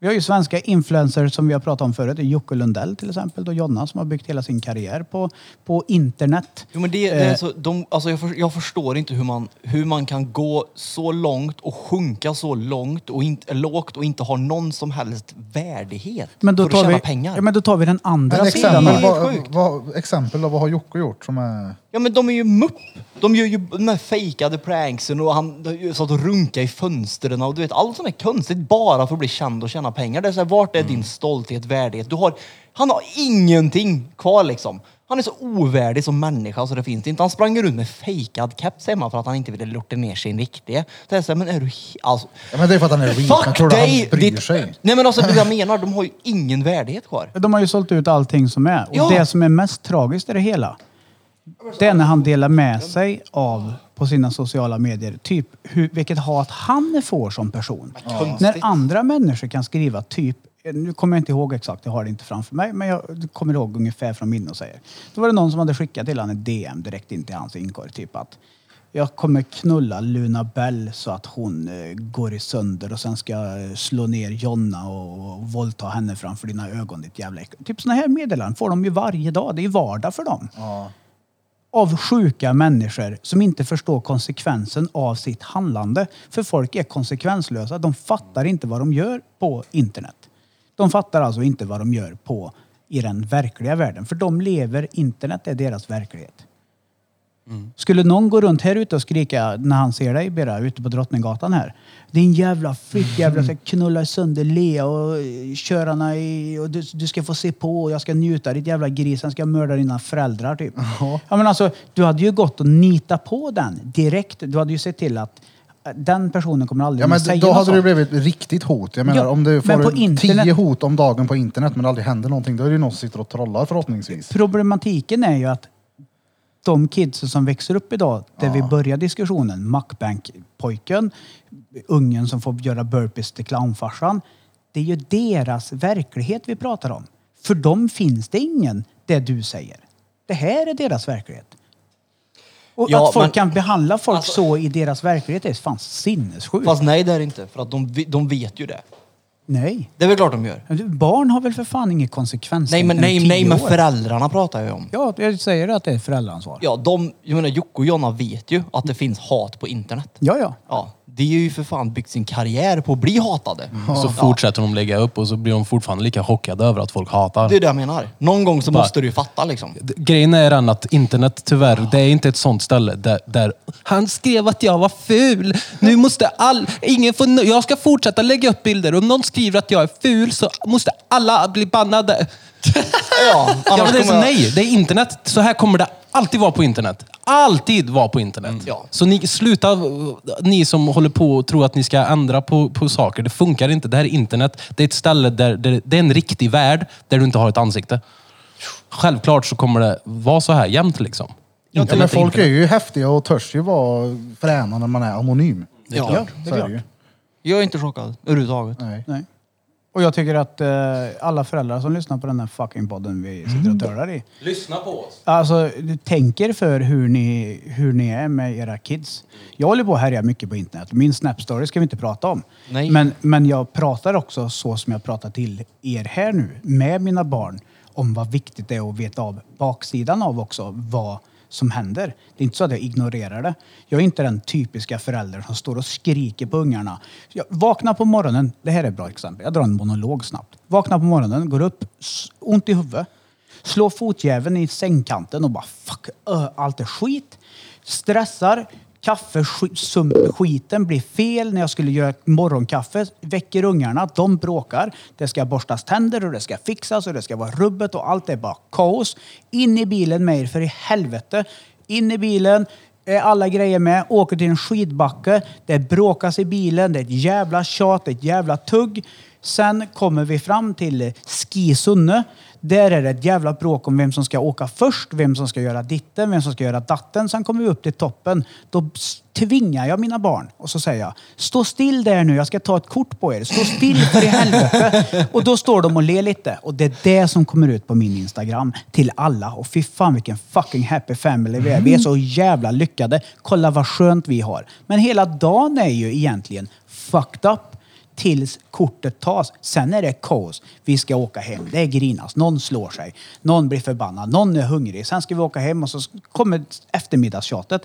B: Vi har ju svenska influencers som vi har pratat om förut. Jocke Lundell till exempel och Jonna som har byggt hela sin karriär på, på internet.
E: Jo, men det, det
B: Eh.
E: är så, de, alltså jag, för, jag förstår inte hur man, hur man kan gå så långt och sjunka så långt och inte, lågt och inte ha någon som helst värdighet
B: Men då,
E: för att
B: tar
E: tjäna
B: vi,
E: pengar.
B: ja, men då tar vi den andra
C: Men
B: sidan.
C: exempel,
E: helt
C: vad,
E: sjukt.
C: vad, exempel då, vad har Jocke gjort som är...
E: Ja men de är ju mupp. De gör ju de här fejkade pranksen och han satt och runka i fönstren och du vet allt som är konstigt bara för att bli känd och tjäna pengar. Det är så här, vart är
C: Mm.
E: din stolthet, värdighet? Du har, han har ingenting kvar liksom. Han är så ovärdig som människa så det finns inte. Han sprang ju runt med fejkad keps hemma för att han inte ville lorta ner sin riktiga. Det är så här, men är du he- alltså,
C: Ja, men det är för att han är rik. Han tror
E: Fuck
C: att han
E: dig!
C: bryr
E: ditt-
C: sig.
E: Nej men alltså det jag menar, de har
C: <laughs>
E: ju ingen värdighet kvar.
B: De har ju sålt ut allting som är. Och
E: Ja.
B: det som är mest tragiskt i det hela, det är när han delar med sig av på sina sociala medier, typ hur, vilket hat han får som person. När andra människor kan skriva typ, nu kommer jag inte ihåg exakt, jag har det inte framför mig, men jag kommer ihåg ungefär från minne och säger. Då var det någon som hade skickat till honom ett DM direkt in till hans inkorg, typ att jag kommer knulla Luna Bell så att hon eh, går i sönder och sen ska jag eh, slå ner Jonna och, och våldta henne framför dina ögon, ditt jävla äckel. Typ såna här meddelanden får de ju varje dag. Det är ju vardag för dem. Av sjuka människor som inte förstår konsekvensen av sitt handlande. För folk är konsekvenslösa. De fattar inte vad de gör på internet. De fattar alltså inte vad de gör på i den verkliga världen. För de lever, internet är deras verklighet. Skulle någon gå runt här ute och skrika när han ser dig Bera, ute på Drottninggatan här. Din jävla fitt jävla ska knulla sönder Lea och eh, köra henne i... Och du, du ska få se på och jag ska njuta ditt jävla gris. Sen ska jag mörda dina föräldrar typ. Ja men alltså, du hade ju gått och nita på den direkt. Du hade ju sett till att eh, den personen kommer aldrig
C: Ja, men
B: mer säga
C: då
B: något
C: hade det
B: sånt.
C: blivit riktigt hot. Jag menar,
B: Ja,
C: om du
B: men på
C: får
B: internet-
C: tio hot om dagen på internet men det aldrig händer någonting, då är det ju någon som sitter och trollar förhoppningsvis.
B: Problematiken är ju att de kids som växer upp idag, där vi börjar diskussionen, Macbank-pojken, ungen som får göra burpees till clownfarsan. Det är ju deras verklighet vi pratar om. För dem finns det ingen, det du säger. Det här är deras verklighet. Och
E: Ja,
B: att folk
E: men-
B: kan behandla folk
E: Alltså-
B: så i deras verklighet är fan sinnessjukt.
E: Fast nej det är det inte, för att de, vi- de vet ju det.
B: Nej.
E: Det är väl klart de gör.
B: Men du, Barn har väl för fan ingen konsekvens.
E: Nej men,
B: när de är
E: nej, nej,
B: tio
E: men
B: år.
E: föräldrarna pratar jag ju om.
B: Ja, jag säger att det är föräldraansvar.
E: Ja, de, jag menar Jocke och Jonna vet ju att det finns hat på internet.
B: Ja, ja.
E: Ja, det är ju för fan byggt sin karriär på att bli hatade.
G: Så fortsätter de lägga upp och så blir de fortfarande lika chockade över att folk hatar.
E: Det är det jag menar. Någon gång så
G: Bara-
E: måste du ju fatta liksom.
G: D- Grejen är den att internet tyvärr, det är inte ett sånt ställe där, där han skrev att jag var ful. Nu måste all, ingen få, nö- jag ska fortsätta lägga upp bilder. Om någon skriver att jag är ful så måste alla bli bannade.
E: Ja,
G: Ja, men det är
E: kommer
G: så, nej, det är internet. Så här kommer det alltid vara på internet. Alltid vara på internet.
C: Mm.
E: Ja.
G: Så ni, sluta, eh, ni som håller på och tror att ni ska ändra på, på saker. Det funkar inte. Det här är internet. Det är ett ställe där, där det är en riktig värld där du inte har ett ansikte. Självklart så kommer det vara så här jämt liksom.
C: Ja,
G: Internet
C: men folk är
G: internet.
C: ju häftiga och törs ju vara fräna när man är anonym.
E: Det är klart.
C: Så är det ju.
E: Jag är inte chockad överhuvudtaget.
C: Nej.
B: Nej. Och jag tycker att eh, alla föräldrar som lyssnar på den här fucking podden vi sitter och törlar i.
F: Mm. Lyssna på oss.
B: Alltså, du tänker för hur ni, hur ni är med era kids. Jag håller på och härjar mycket på internet. Min Snap-story ska vi inte prata om.
E: Nej.
B: Men, men jag pratar också så som jag pratar till er här nu, med mina barn, om vad viktigt det är att veta av baksidan av också, vad som händer. Det är inte så att jag ignorerar det. Jag är inte den typiska föräldern som står och skriker på ungarna. Jag vaknar på morgonen, det här är ett bra exempel, jag drar en monolog snabbt. Vaknar på morgonen, går upp, s- ont i huvudet. Slår fotjäveln i sängkanten och bara fuck, ö, allt är skit. Stressar. Kaffe, sk- sump, skiten blir fel när jag skulle göra morgonkaffe. Väcker ungarna, de bråkar. Det ska borstas tänder och det ska fixas och det ska vara rubbet och allt är bara kaos. In i bilen med er för i helvete. In i bilen, är alla grejer med, åker till en skidbacke. Det bråkas i bilen, det är ett jävla tjat, det är ett jävla tugg. Sen kommer vi fram till eh, Skisunne. Där är det ett jävla bråk om vem som ska åka först, vem som ska göra ditten, vem som ska göra datten. Sen kommer vi upp till toppen. Då s- tvingar jag mina barn och så säger jag, stå still där nu, jag ska ta ett kort på er. Stå still för i helvete. Och då står de och ler lite. Och det är det som kommer ut på min Instagram till alla. Och fy fan vilken fucking happy family vi är. Vi är så jävla lyckade. Kolla vad skönt vi har. Men hela dagen är ju egentligen fucked up tills kortet tas. Sen är det kaos. Vi ska åka hem. Det är grinas. Någon slår sig. Någon blir förbannad. Någon är hungrig. Sen ska vi åka hem och så kommer eftermiddagstjatet.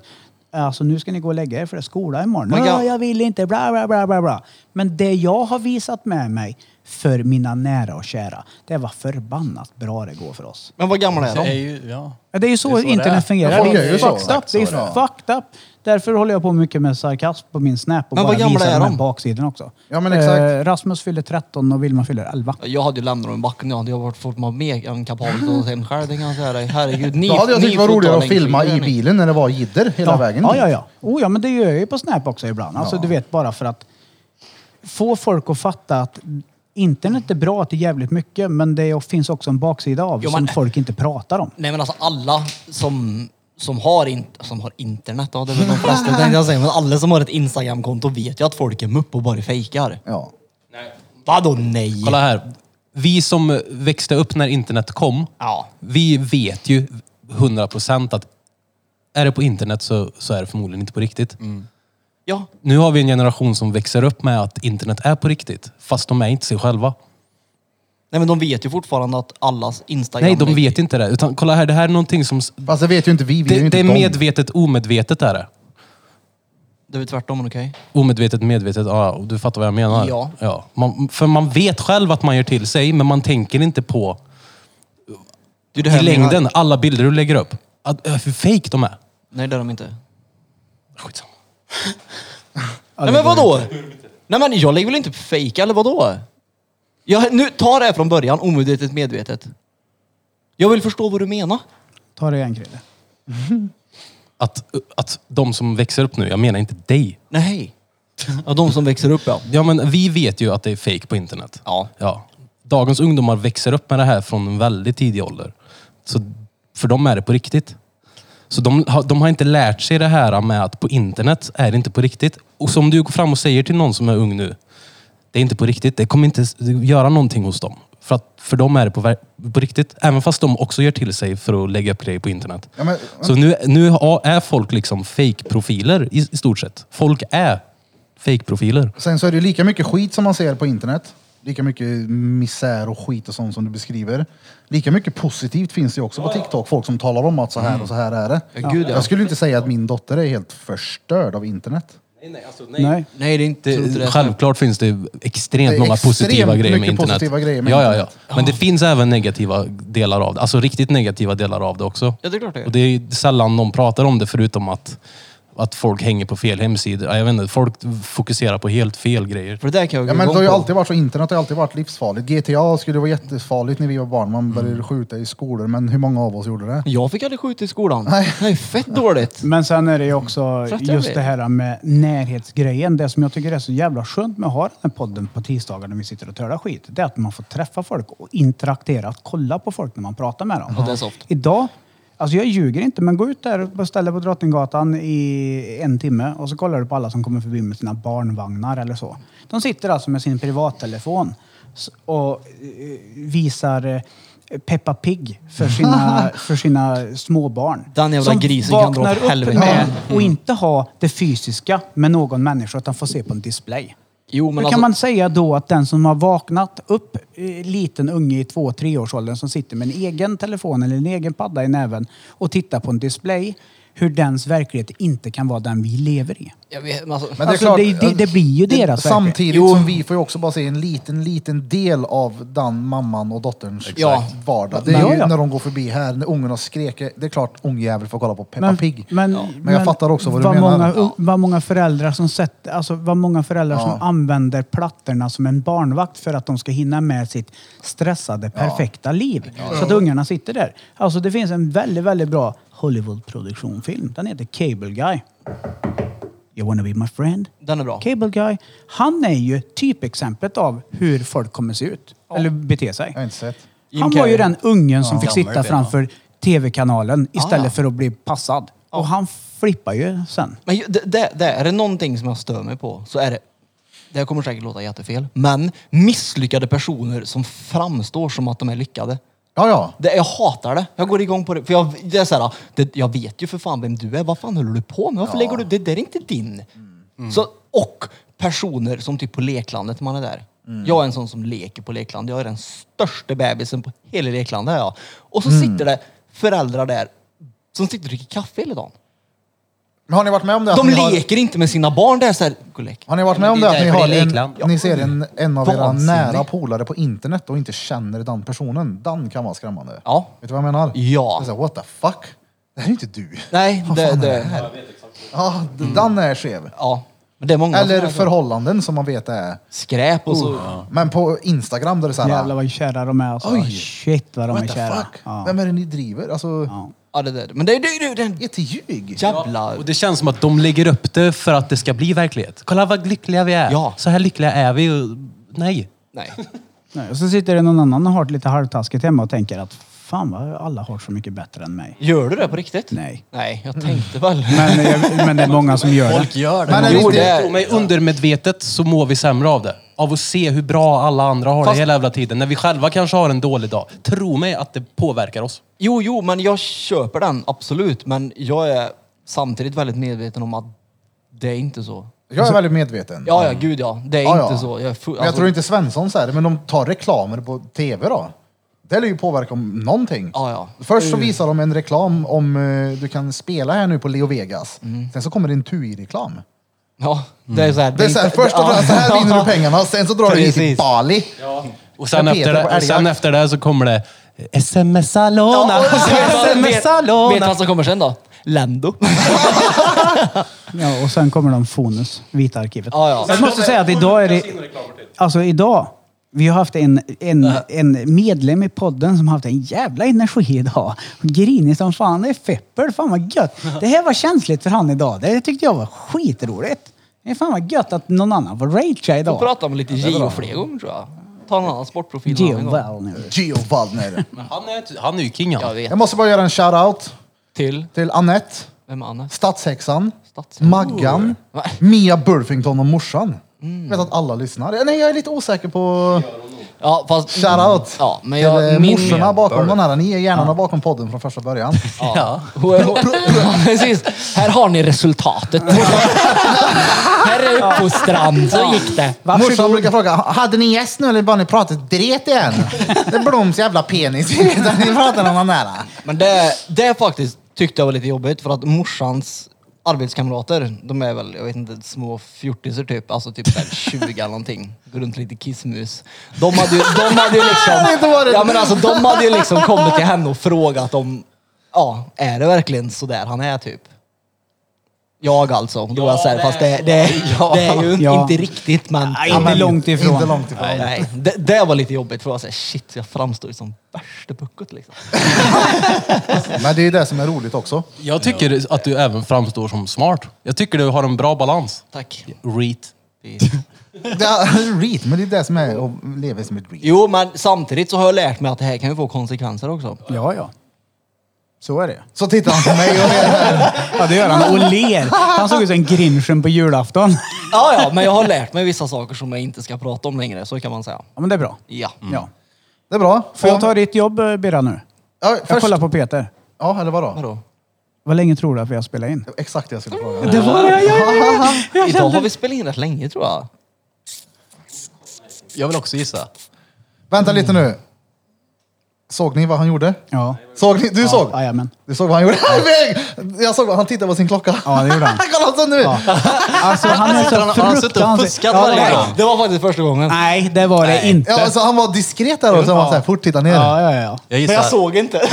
B: Alltså nu ska ni gå och lägga er för det är skola imorgon.
E: Men
B: Men
E: jag-
B: jag vill inte, bla bla bla bla bla. Men det jag har visat med mig för mina nära och kära, det var förbannat bra det går för oss.
E: Men vad gamla är
D: Det är
E: de?
D: ju, ja.
B: Ja, Det är ju så,
D: Det är så det
B: internet
D: är.
B: fungerar.
C: Folk
B: det
C: är
B: är
C: ju så.
B: fucked up. Det är
C: Så är det.
B: fucked up. Därför håller jag på mycket med sarkasm på min Snap och
E: Men vad
B: bara
E: gamla
B: visar
E: är
B: de här
E: de?
B: baksidan också.
C: Ja, men exakt.
B: Eh, Rasmus fyller 13 och Vilma fyller 11.
E: Jag hade ju lämnat dem i backen. Jag hade ju varit fortfarande mer än kapabel att ta hem själv. Det kan jag säga dig. Herregud. Ni,
C: Då hade jag
E: ni
C: tyckt det var
E: får ta
C: roligare att
E: den
C: filma i
E: skiten.
C: bilen när det var jidder hela
B: ja.
C: vägen typ.
B: Ja,
C: dit.
B: ja, ja. Oh, ja, men det gör jag ju på Snap också ibland. Alltså,
C: Ja.
B: du vet, bara för att få folk att fatta att internet är bra till jävligt mycket, men det finns också en baksida av
E: Jo,
B: som
E: men-
B: folk inte pratar om.
E: Nej men alltså alla som, som, har, in, som har internet, ja, det är väl de flesta tänkte jag säga. Men alla som har ett Instagramkonto vet ju att folk är mupp och bara fejkar.
C: Ja.
F: Nej.
E: Vadå nej?
G: Kolla här. Vi som växte upp när internet kom,
E: Ja.
G: vi vet ju 100% att är det på internet så, så är det förmodligen inte på riktigt.
E: Ja.
G: Nu har vi en generation som växer upp med att internet är på riktigt, fast de är inte sig själva.
E: Nej men de vet ju fortfarande att allas Instagram...
G: Nej, de vet inte det. Utan kolla här, det här är någonting som... s-
C: Fast det vet ju inte vi. Vi är ju
G: Det,
C: inte
G: det är
C: dem.
G: medvetet omedvetet är det.
E: Det är väl tvärtom, men okej.
G: Omedvetet medvetet, ja, och du fattar vad jag menar.
E: Ja.
G: ja. Man, för man vet själv att man gör till sig, men man tänker inte på
E: Det är det
G: i
E: jag menar.
G: längden, alla bilder du lägger upp. Att, äh, hur fake de är.
E: Nej det är de inte.
G: Skitsamma.
E: Nej men vadå? Nej men jag lägger väl inte fejka eller vadå? Jag, nu, ta det här från början, omedvetet medvetet. Jag vill förstå vad du menar.
B: Ta det igen, Chrille.
G: Att, att de som växer upp nu, jag menar inte dig.
E: Nej. Ja, de som växer upp ja.
G: Ja, men vi vet ju att det är fake på internet.
E: Ja.
G: ja. Dagens ungdomar växer upp med det här från en väldigt tidig ålder. Så för dem är det på riktigt. Så de, har- de har inte lärt sig det här med att på internet är det inte på riktigt. Och som du går fram och säger till någon som är ung nu, det är inte på riktigt. Det kommer inte s- göra någonting hos dem. För, att, för dem är det på, ver- På riktigt. Även fast de också gör till sig för att lägga upp grejer på internet.
C: Ja, men-
G: Så nu, nu har- är folk liksom fake-profiler i, i stort sett. Folk är fake-profiler.
C: Sen så är det ju lika mycket skit som man ser på internet. Lika mycket misär och skit och sånt som du beskriver. Lika mycket positivt finns det ju också på TikTok. Folk som talar om att så här och så här är det.
E: gud, ja.
C: Jag skulle inte säga att min dotter är helt förstörd av internet.
F: Nej, nej, alltså nej.
B: Nej.
E: Nej, det är inte...
G: Det-
E: inte det.
G: Självklart finns det extremt
C: Det är
G: många
C: extremt
G: positiva grejer med
C: mycket
G: internet.
C: positiva grejer med
G: ja, ja,
C: internet.
G: ja. Men det finns även negativa delar av det. Alltså riktigt negativa delar av det också.
E: Ja, det är klart det är.
G: Och det är sällan någon pratar om det förutom att, att folk hänger på fel hemsidor. Ja, Jag vet inte, folk fokuserar på helt fel grejer.
E: För det där kan jag
C: Ja,
E: gå
C: men det
E: igång
C: har ju
E: på.
C: alltid varit så. Internet har ju alltid varit livsfarligt. GTA skulle vara jättefarligt när vi var barn. Man började
E: Mm.
C: skjuta i skolor. Men hur många av oss gjorde det?
E: Jag fick aldrig skjuta i skolan. Nej. Nej, fett dåligt.
B: Men sen är det ju också
E: Trött jag
B: just
E: blir.
B: det här med närhetsgrejen. Det som jag tycker är så jävla skönt med att ha den här podden på tisdagar när vi sitter och tölar skit, det är att man får träffa folk och interagera, att kolla på folk när man pratar med dem.
E: Ja, det är soft.
B: Idag, alltså jag ljuger inte, men gå ut där på stället på Drottninggatan i en timme och så kollar du på alla som kommer förbi med sina barnvagnar eller så. De sitter alltså med sin privattelefon s- och eh, visar eh, Peppa Pig
E: <laughs>
B: för sina, för sina småbarn.
E: Den jävla
B: som
E: grisen kan dra åt
B: vaknar upp
E: helvete. Mm.
B: med och inte ha det fysiska med någon människa utan får se på en display.
E: Jo, men
B: Hur
E: alltså,
B: kan man säga då att den som har vaknat upp, eh, liten unge i två treårsåldern som sitter med en egen telefon eller en egen padda i näven och tittar på en display, hur dens verklighet inte kan vara den vi lever i?
E: jag vet, men alltså,
C: Men
B: Alltså, det- det- det blir ju deras verklighet.
C: Samtidigt som vi får ju också bara se en liten, liten del av den mamman och dotterns
E: Ja.
C: vardag. Det är
B: Ja,
C: ju
B: ja.
C: när de går förbi här, när ungen har skreket. Det är klart ungjävel får kolla på Peppa Pig.
B: Men,
C: Men jag fattar också vad du menar.
B: Många,
C: Ja.
B: Vad många föräldrar, som, sett, alltså, vad många föräldrar som använder plattorna som en barnvakt för att de ska hinna med sitt stressade, perfekta liv. Så att ungarna sitter där. Alltså det finns en väldigt, väldigt bra Hollywood-produktionfilm. Den heter Cable Guy. You wanna be my friend?
E: den är bra.
B: Cable Guy. Han är ju typexemplet av hur folk kommer se ut. Eller bete sig.
C: Jag har inte sett.
E: Jim
B: Han var ju
E: Carrey.
B: den ungen som fick
D: Gammal
B: sitta
D: film,
B: framför tv-kanalen istället
E: Ah.
B: för att bli passad. Och han flippar ju sen.
E: Men ju- det, det, det, är det någonting som jag stör mig på så är det, det här kommer säkert låta jättefel, men misslyckade personer som framstår som att de är lyckade.
C: Ja, ja.
E: Det, jag hatar det. Jag går igång på det. För jag, det är så här, det, jag vet ju för fan vem du är. Vad fan håller du på med? Varför lägger du... Det där är inte din.
C: Mm.
E: Så, och personer som typ på leklandet man är där.
C: Mm.
E: Jag är en sån som leker på lekland. Jag är den största bebisen på hela leklandet. Ja. Och så
C: Mm.
E: sitter det föräldrar där som sitter och dricker kaffe hela dagen.
C: Men har ni varit med om det? att
E: De
C: ni har-
E: leker inte med sina barn. Det är så här, gå och lek.
C: Har ni varit med om det
D: Det är
C: att ni,
D: därför
C: har
D: det är lekland.
C: en, ni ser en, en av era
E: Vansinnigt.
C: nära polare på internet och inte känner den personen? Den kan vara skrämmande.
E: Ja.
C: Vet du vad jag menar?
E: Ja.
C: Det är så här, what the fuck? Det här är inte du.
E: Nej, det, det,
F: Jag vet exakt.
C: Ja, d- den är skev.
E: ja. Men det är många som
C: Eller Oh.
E: är så.
C: förhållanden som man vet är.
E: skräp och så.
C: Men på Instagram där det är så här,
B: Jävlar vad kära de är alltså.
C: Oj.
B: Shit vad de
C: what
B: är
C: the
B: kära.
C: fuck?
B: Ja.
C: Vem är det ni driver? Alltså, ja.
E: Ja, det där. Men det är ju den
C: jätteljug.
E: jävla...
G: Och det känns som att de lägger upp det för att det ska bli verklighet. Kolla vad lyckliga vi är.
E: Ja.
G: Så här lyckliga är vi. Och... Nej.
E: Nej.
B: Nej, och så sitter det någon annan och har det lite halvtaskigt hemma och tänker att fan vad alla har så mycket bättre än mig.
E: Gör du det på riktigt?
B: Nej.
E: Nej, jag tänkte väl.
B: Men, jag, men det är många som gör det.
D: Folk gör det.
C: Men är det
G: Jo,
C: inte-
G: det är... tror mig undermedvetet så mår vi sämre av det. Av att se hur bra alla andra har det hela jävla tiden. När vi själva kanske har en dålig dag. Tro mig att det påverkar oss.
E: Jo, jo, men jag köper den absolut. Men jag är samtidigt väldigt medveten om att det är inte så.
C: Jag är väldigt medveten.
E: Ja, ja, gud ja. Det är
C: Ja,
E: inte
C: ja.
E: så. Jag, är full, alltså,
C: Men jag tror inte Svensson säger det, men de tar reklamer på tv då. Det lär ju påverka om någonting.
E: Ja, ja. Eh.
C: Först så visar de en reklam om eh, du kan spela här nu på Leo Vegas. Sen så kommer det en TUI-reklam.
E: Ja, det Mm. är så här.
C: Det är så här, först och främst, så här
E: <laughs>
C: vinner du pengarna, sen så drar du hit till
E: Precis.
C: Bali.
G: Och sen,
C: Jag vet
G: efter
C: det på
G: det, och sen
C: älgjakt.
G: efter det så kommer det SMS Alona.
E: Vet
G: SMS
E: vet du
G: Alona.
E: vad som kommer sen då? Lendo.
B: Ja, och sen kommer de Fonus, Vita arkivet.
E: Ja, ja.
B: Jag måste säga att idag är det... Alltså idag, vi har haft en, en, en medlem i podden som har haft en jävla energi idag. Grinig som fan, det är fepper, fan vad gött. Det här var känsligt för han idag, det tyckte jag var skitroligt. Det är fan vad gött att någon annan får ragea
E: Får
B: idag.
E: prata om lite Gio fler gånger tror jag. Ta en annan sportprofil en annan gång.
B: Geo nu.
C: Geo Waldner.
G: Han är, han är ju king
E: Jag
G: han.
E: vet.
C: Jag måste bara göra en shout-out
E: Till,
C: till Annette,
E: vem är Anna?
C: Stadshäxan,
E: Stadshäxan.
C: Maggan,
E: Va?
B: Mm.
C: Mia Burfington och morsan. Jag vet att alla lyssnar. Nej, jag är lite osäker på...
E: Ja, fast...
C: Shoutout
E: Ja, men
C: till eh,
E: jag... Min...
C: morsorna bakom den här. Ni är hjärnorna bakom podden från första
B: <laughs>
C: början.
E: Ja. Precis. Här har ni resultatet. här är uppfostran. Så gick det.
C: Morsan brukar fråga, hade ni gäst nu eller bara ni pratat dret
B: <laughs>
C: igen? Det är Bloms jävla penis. <laughs> ni pratar om den där.
E: Men det, det faktiskt tyckte jag var lite jobbigt för att morsans arbetskamrater, de är väl, jag vet inte, små fjortisar typ, alltså typ såhär 20 eller någonting. Går runt lite kissmus. De hade ju, de hade ju liksom, ja men alltså de hade ju liksom kommit till henne och frågat om, ja, är det verkligen sådär han är typ? Jag alltså. Då var jag såhär, fast det, det, <laughs> det är ju
B: Ja.
E: inte riktigt men...
B: Nej, inte långt ifrån.
C: Inte långt ifrån.
E: Nej, det, det var lite jobbigt för jag var såhär, shit jag framstår ju som värsta puckot liksom.
C: Men det är ju det som är roligt också.
G: Jag tycker att du även framstår som smart. Jag tycker du har en bra balans.
E: Tack.
G: Reet.
C: Ja, reet, men det är <laughs> det som är att leva som ett reet.
E: Jo, men samtidigt så har jag lärt mig att det här kan ju få konsekvenser också.
B: Ja, ja. Så är det.
C: Så tittar han på mig och
B: <laughs> Ja, det gör han. Och ler. Han såg ut som grinchen på julafton.
E: Ja, ja, <laughs> men jag har lärt mig vissa saker som jag inte ska prata om längre, så kan man säga.
B: Ja, men det är bra.
E: Ja.
B: Ja.
C: Det är bra.
B: Får jag ta ditt jobb, eh, Birra, nu?
C: ja,
B: Jag
C: först...
B: kollar på Peter.
C: Ja, eller vadå?
E: Vadå?
B: Vad länge tror du att vi har spelat in?
C: Det var Exakt det jag skulle fråga.
B: Det var det
E: Idag har vi spelat in rätt länge tror jag.
G: Jag vill också gissa.
C: Vänta lite nu. Såg ni vad han gjorde?
B: Ja.
C: Såg ni? Du såg?
B: Jajamän.
C: Du såg vad han gjorde? <laughs> Väg! jag såg vad han tittade på sin klocka.
B: Ja, det gjorde han.
C: Kolla <laughs> han så nu!
B: Alltså han är så
G: Han- han har suttit och
B: fruktansvärt...
G: fuskat varje
B: nej.
G: gång.
E: Det var faktiskt första gången.
B: Nej, det var det inte.
C: Ja, alltså, han var diskret där och så han var så här, fort titta ner.
B: Ja, ja, ja.
G: Jag
E: Men
G: gissar.
E: jag såg inte.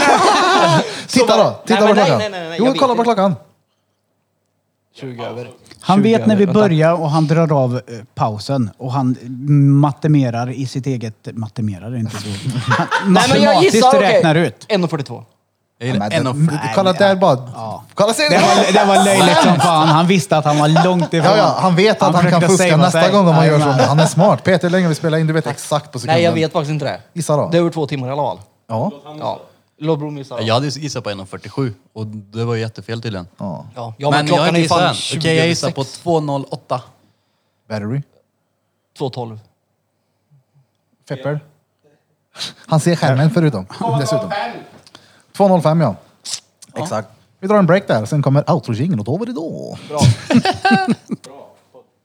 C: Titta då! Titta
E: Nej,
C: på
E: men nej,
C: klockan.
E: nej, nej, nej, jag
C: jo,
E: vet
C: kolla på
E: inte.
C: klockan.
E: 20 över.
B: Han
E: 20
B: vet när
E: över,
B: vi
E: vänta.
B: börjar och han drar av eh, pausen och han matemerar i sitt eget... Matemerar är inte så... Han
E: Nej, men jag
B: matematiskt
E: gissar. okej.
B: räknar ut.
E: 1.42.
G: Jag gillar-
C: Men,
G: en och-
C: men, kolla där bara. Kolla, ser
B: Det
C: ni?
B: var, det var löjligt som fan. Han visste att han var långt ifrån.
C: Ja, ja, han vet att han, kan
B: försökte
C: fuska
B: savea
C: nästa
B: sig.
C: gång om han gör så.
B: Jajamän.
C: Han är smart. Peter, hur länge vi spelar in, du vet exakt på sekunden.
E: Nej, jag vet faktiskt inte det.
C: Gissa då.
E: Det är över två timmar i alla fall.
C: Ja.
E: Ja. Låt bron missa.
G: Jag hade gissat på 1.47 och det var ju jättefel tydligen.
C: ja.
E: Ja, ja, men, klockan är ju fan 20
G: Okej, jag gissar
E: över
G: på
E: sex.
G: 2.08.
C: Battery.
E: 2.12.
C: Fepper. <laughs> Han ser skärmen <laughs> förutom. Dessutom. 2.05 ja. Exakt. Vi drar en break där, sen kommer outrojingeln och då var det då. <laughs> Bra.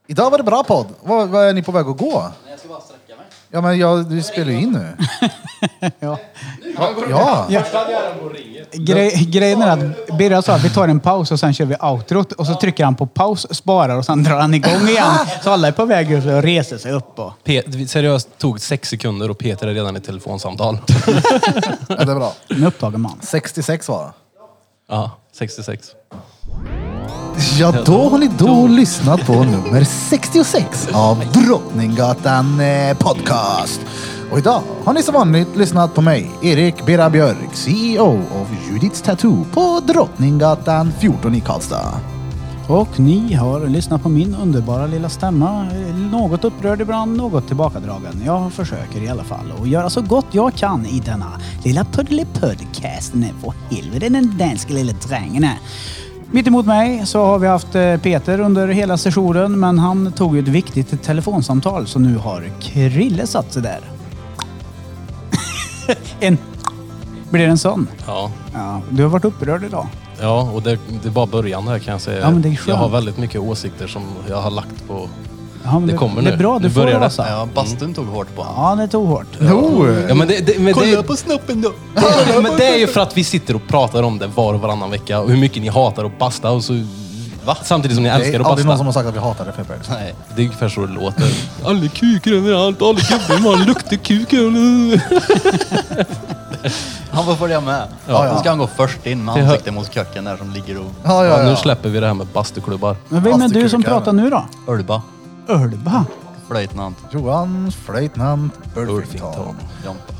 C: Idag var det bra podd. Vad, vad är ni på väg att gå?
I: Jag ska bara sträcka mig.
C: Ja men jag, du spelar ju
I: <laughs>
C: in nu.
B: Ja.
C: Va- Ja.
B: Grej, grejen är att Birra sa att vi tar en paus och sen kör vi outrot och så trycker han på paus, sparar och sen drar han igång igen. Så alla är på väg ut och reser sig upp. Och...
G: Pe- det seriöst tog sex sekunder och Peter är redan
B: <laughs>
G: i telefonsamtal.
C: ja, det är bra.
B: Nu upptagen man.
C: 66 var det.
G: Ja, 66.
C: Ja, då har ni då lyssnat på nummer 66 av Drottninggatan eh, Podcast. Och idag har ni som vanligt lyssnat på mig, Erik Bera Björk, CEO av Judiths Tattoo på Drottninggatan 14 i Karlstad.
B: Och ni har lyssnat på min underbara lilla stämma. Eh, Något upprörd ibland, något tillbakadragen. Jag försöker i alla fall att göra så gott jag kan i denna lilla puddelipodcast. Nej, för helvete den danske lilla drängen här. Mitt emot mig så har vi haft eh, Peter under hela sessionen men han tog ju ett viktigt telefonsamtal så nu har Krille satt sig där. <laughs> en... Blir det en sån?
G: Ja.
B: Ja, du har varit upprörd idag.
G: Ja, och det, det är bara början här kan jag säga.
B: Ja, men det är skönt.
G: jag har väldigt mycket åsikter som jag har lagt på...
B: Ja, men
G: Det kommer nu.
B: det är bra, du
G: nu
B: får
G: börjar
B: rasa.
G: det. Ja, bastun tog hårt på honom.
B: Ja, det tog hårt.
C: Jo!
B: Eh,
G: Ja, men det, det, men det,
D: på snoppen då!
G: det, men det är ju för att vi sitter och pratar om det var och varannan vecka och hur mycket ni hatar att basta och så... Va? Samtidigt som ni
C: Det
G: älskar
C: är
G: att
C: aldrig
G: basta.
C: någon som har sagt att vi hatar det Pepper.
G: Nej, det är ungefär så det låter. Alla kukar överallt, alla gubbar, man luktar kuk.
D: Han får följa med.
C: Ja, ja.
D: Nu ska han gå först in med
G: Det hör-
D: ansiktet mot köken där som ligger och
C: Ja, ja,
G: Ja, nu
C: ja.
G: släpper vi det här med bastuklubbar.
B: Men vem är du som
C: Plastikkukar.
B: pratar nu då?
D: ölba.
B: Ölva?
D: Flöjtnant.
C: Johan Flöjtnant Burfington.
G: Burfington.
D: Jampa.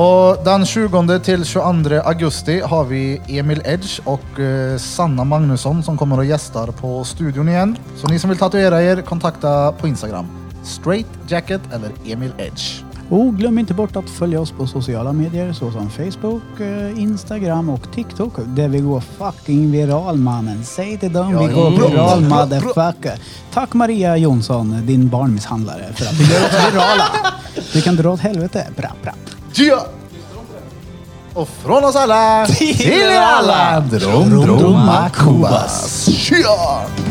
C: Och den 20 till 22 augusti har vi Emil Edge och eh, Sanna Magnusson som kommer och gästar på studion igen. Så ni som vill tatuera er, kontakta på Instagram. Straight Jacket eller Emil Edge.
B: Och Oh, glöm inte bort att följa oss på sociala medier såsom Facebook, eh, Instagram och TikTok. Där vi går fucking viral mannen. Säg till dem vi går viral motherfucker. Tack Maria Jonsson, din barnmisshandlare, för att vi gör oss virala. Du kan dra åt helvete. Bra, bra.
C: Ja! Och från oss alla till er alla! Drom, droma, kubas. Tja!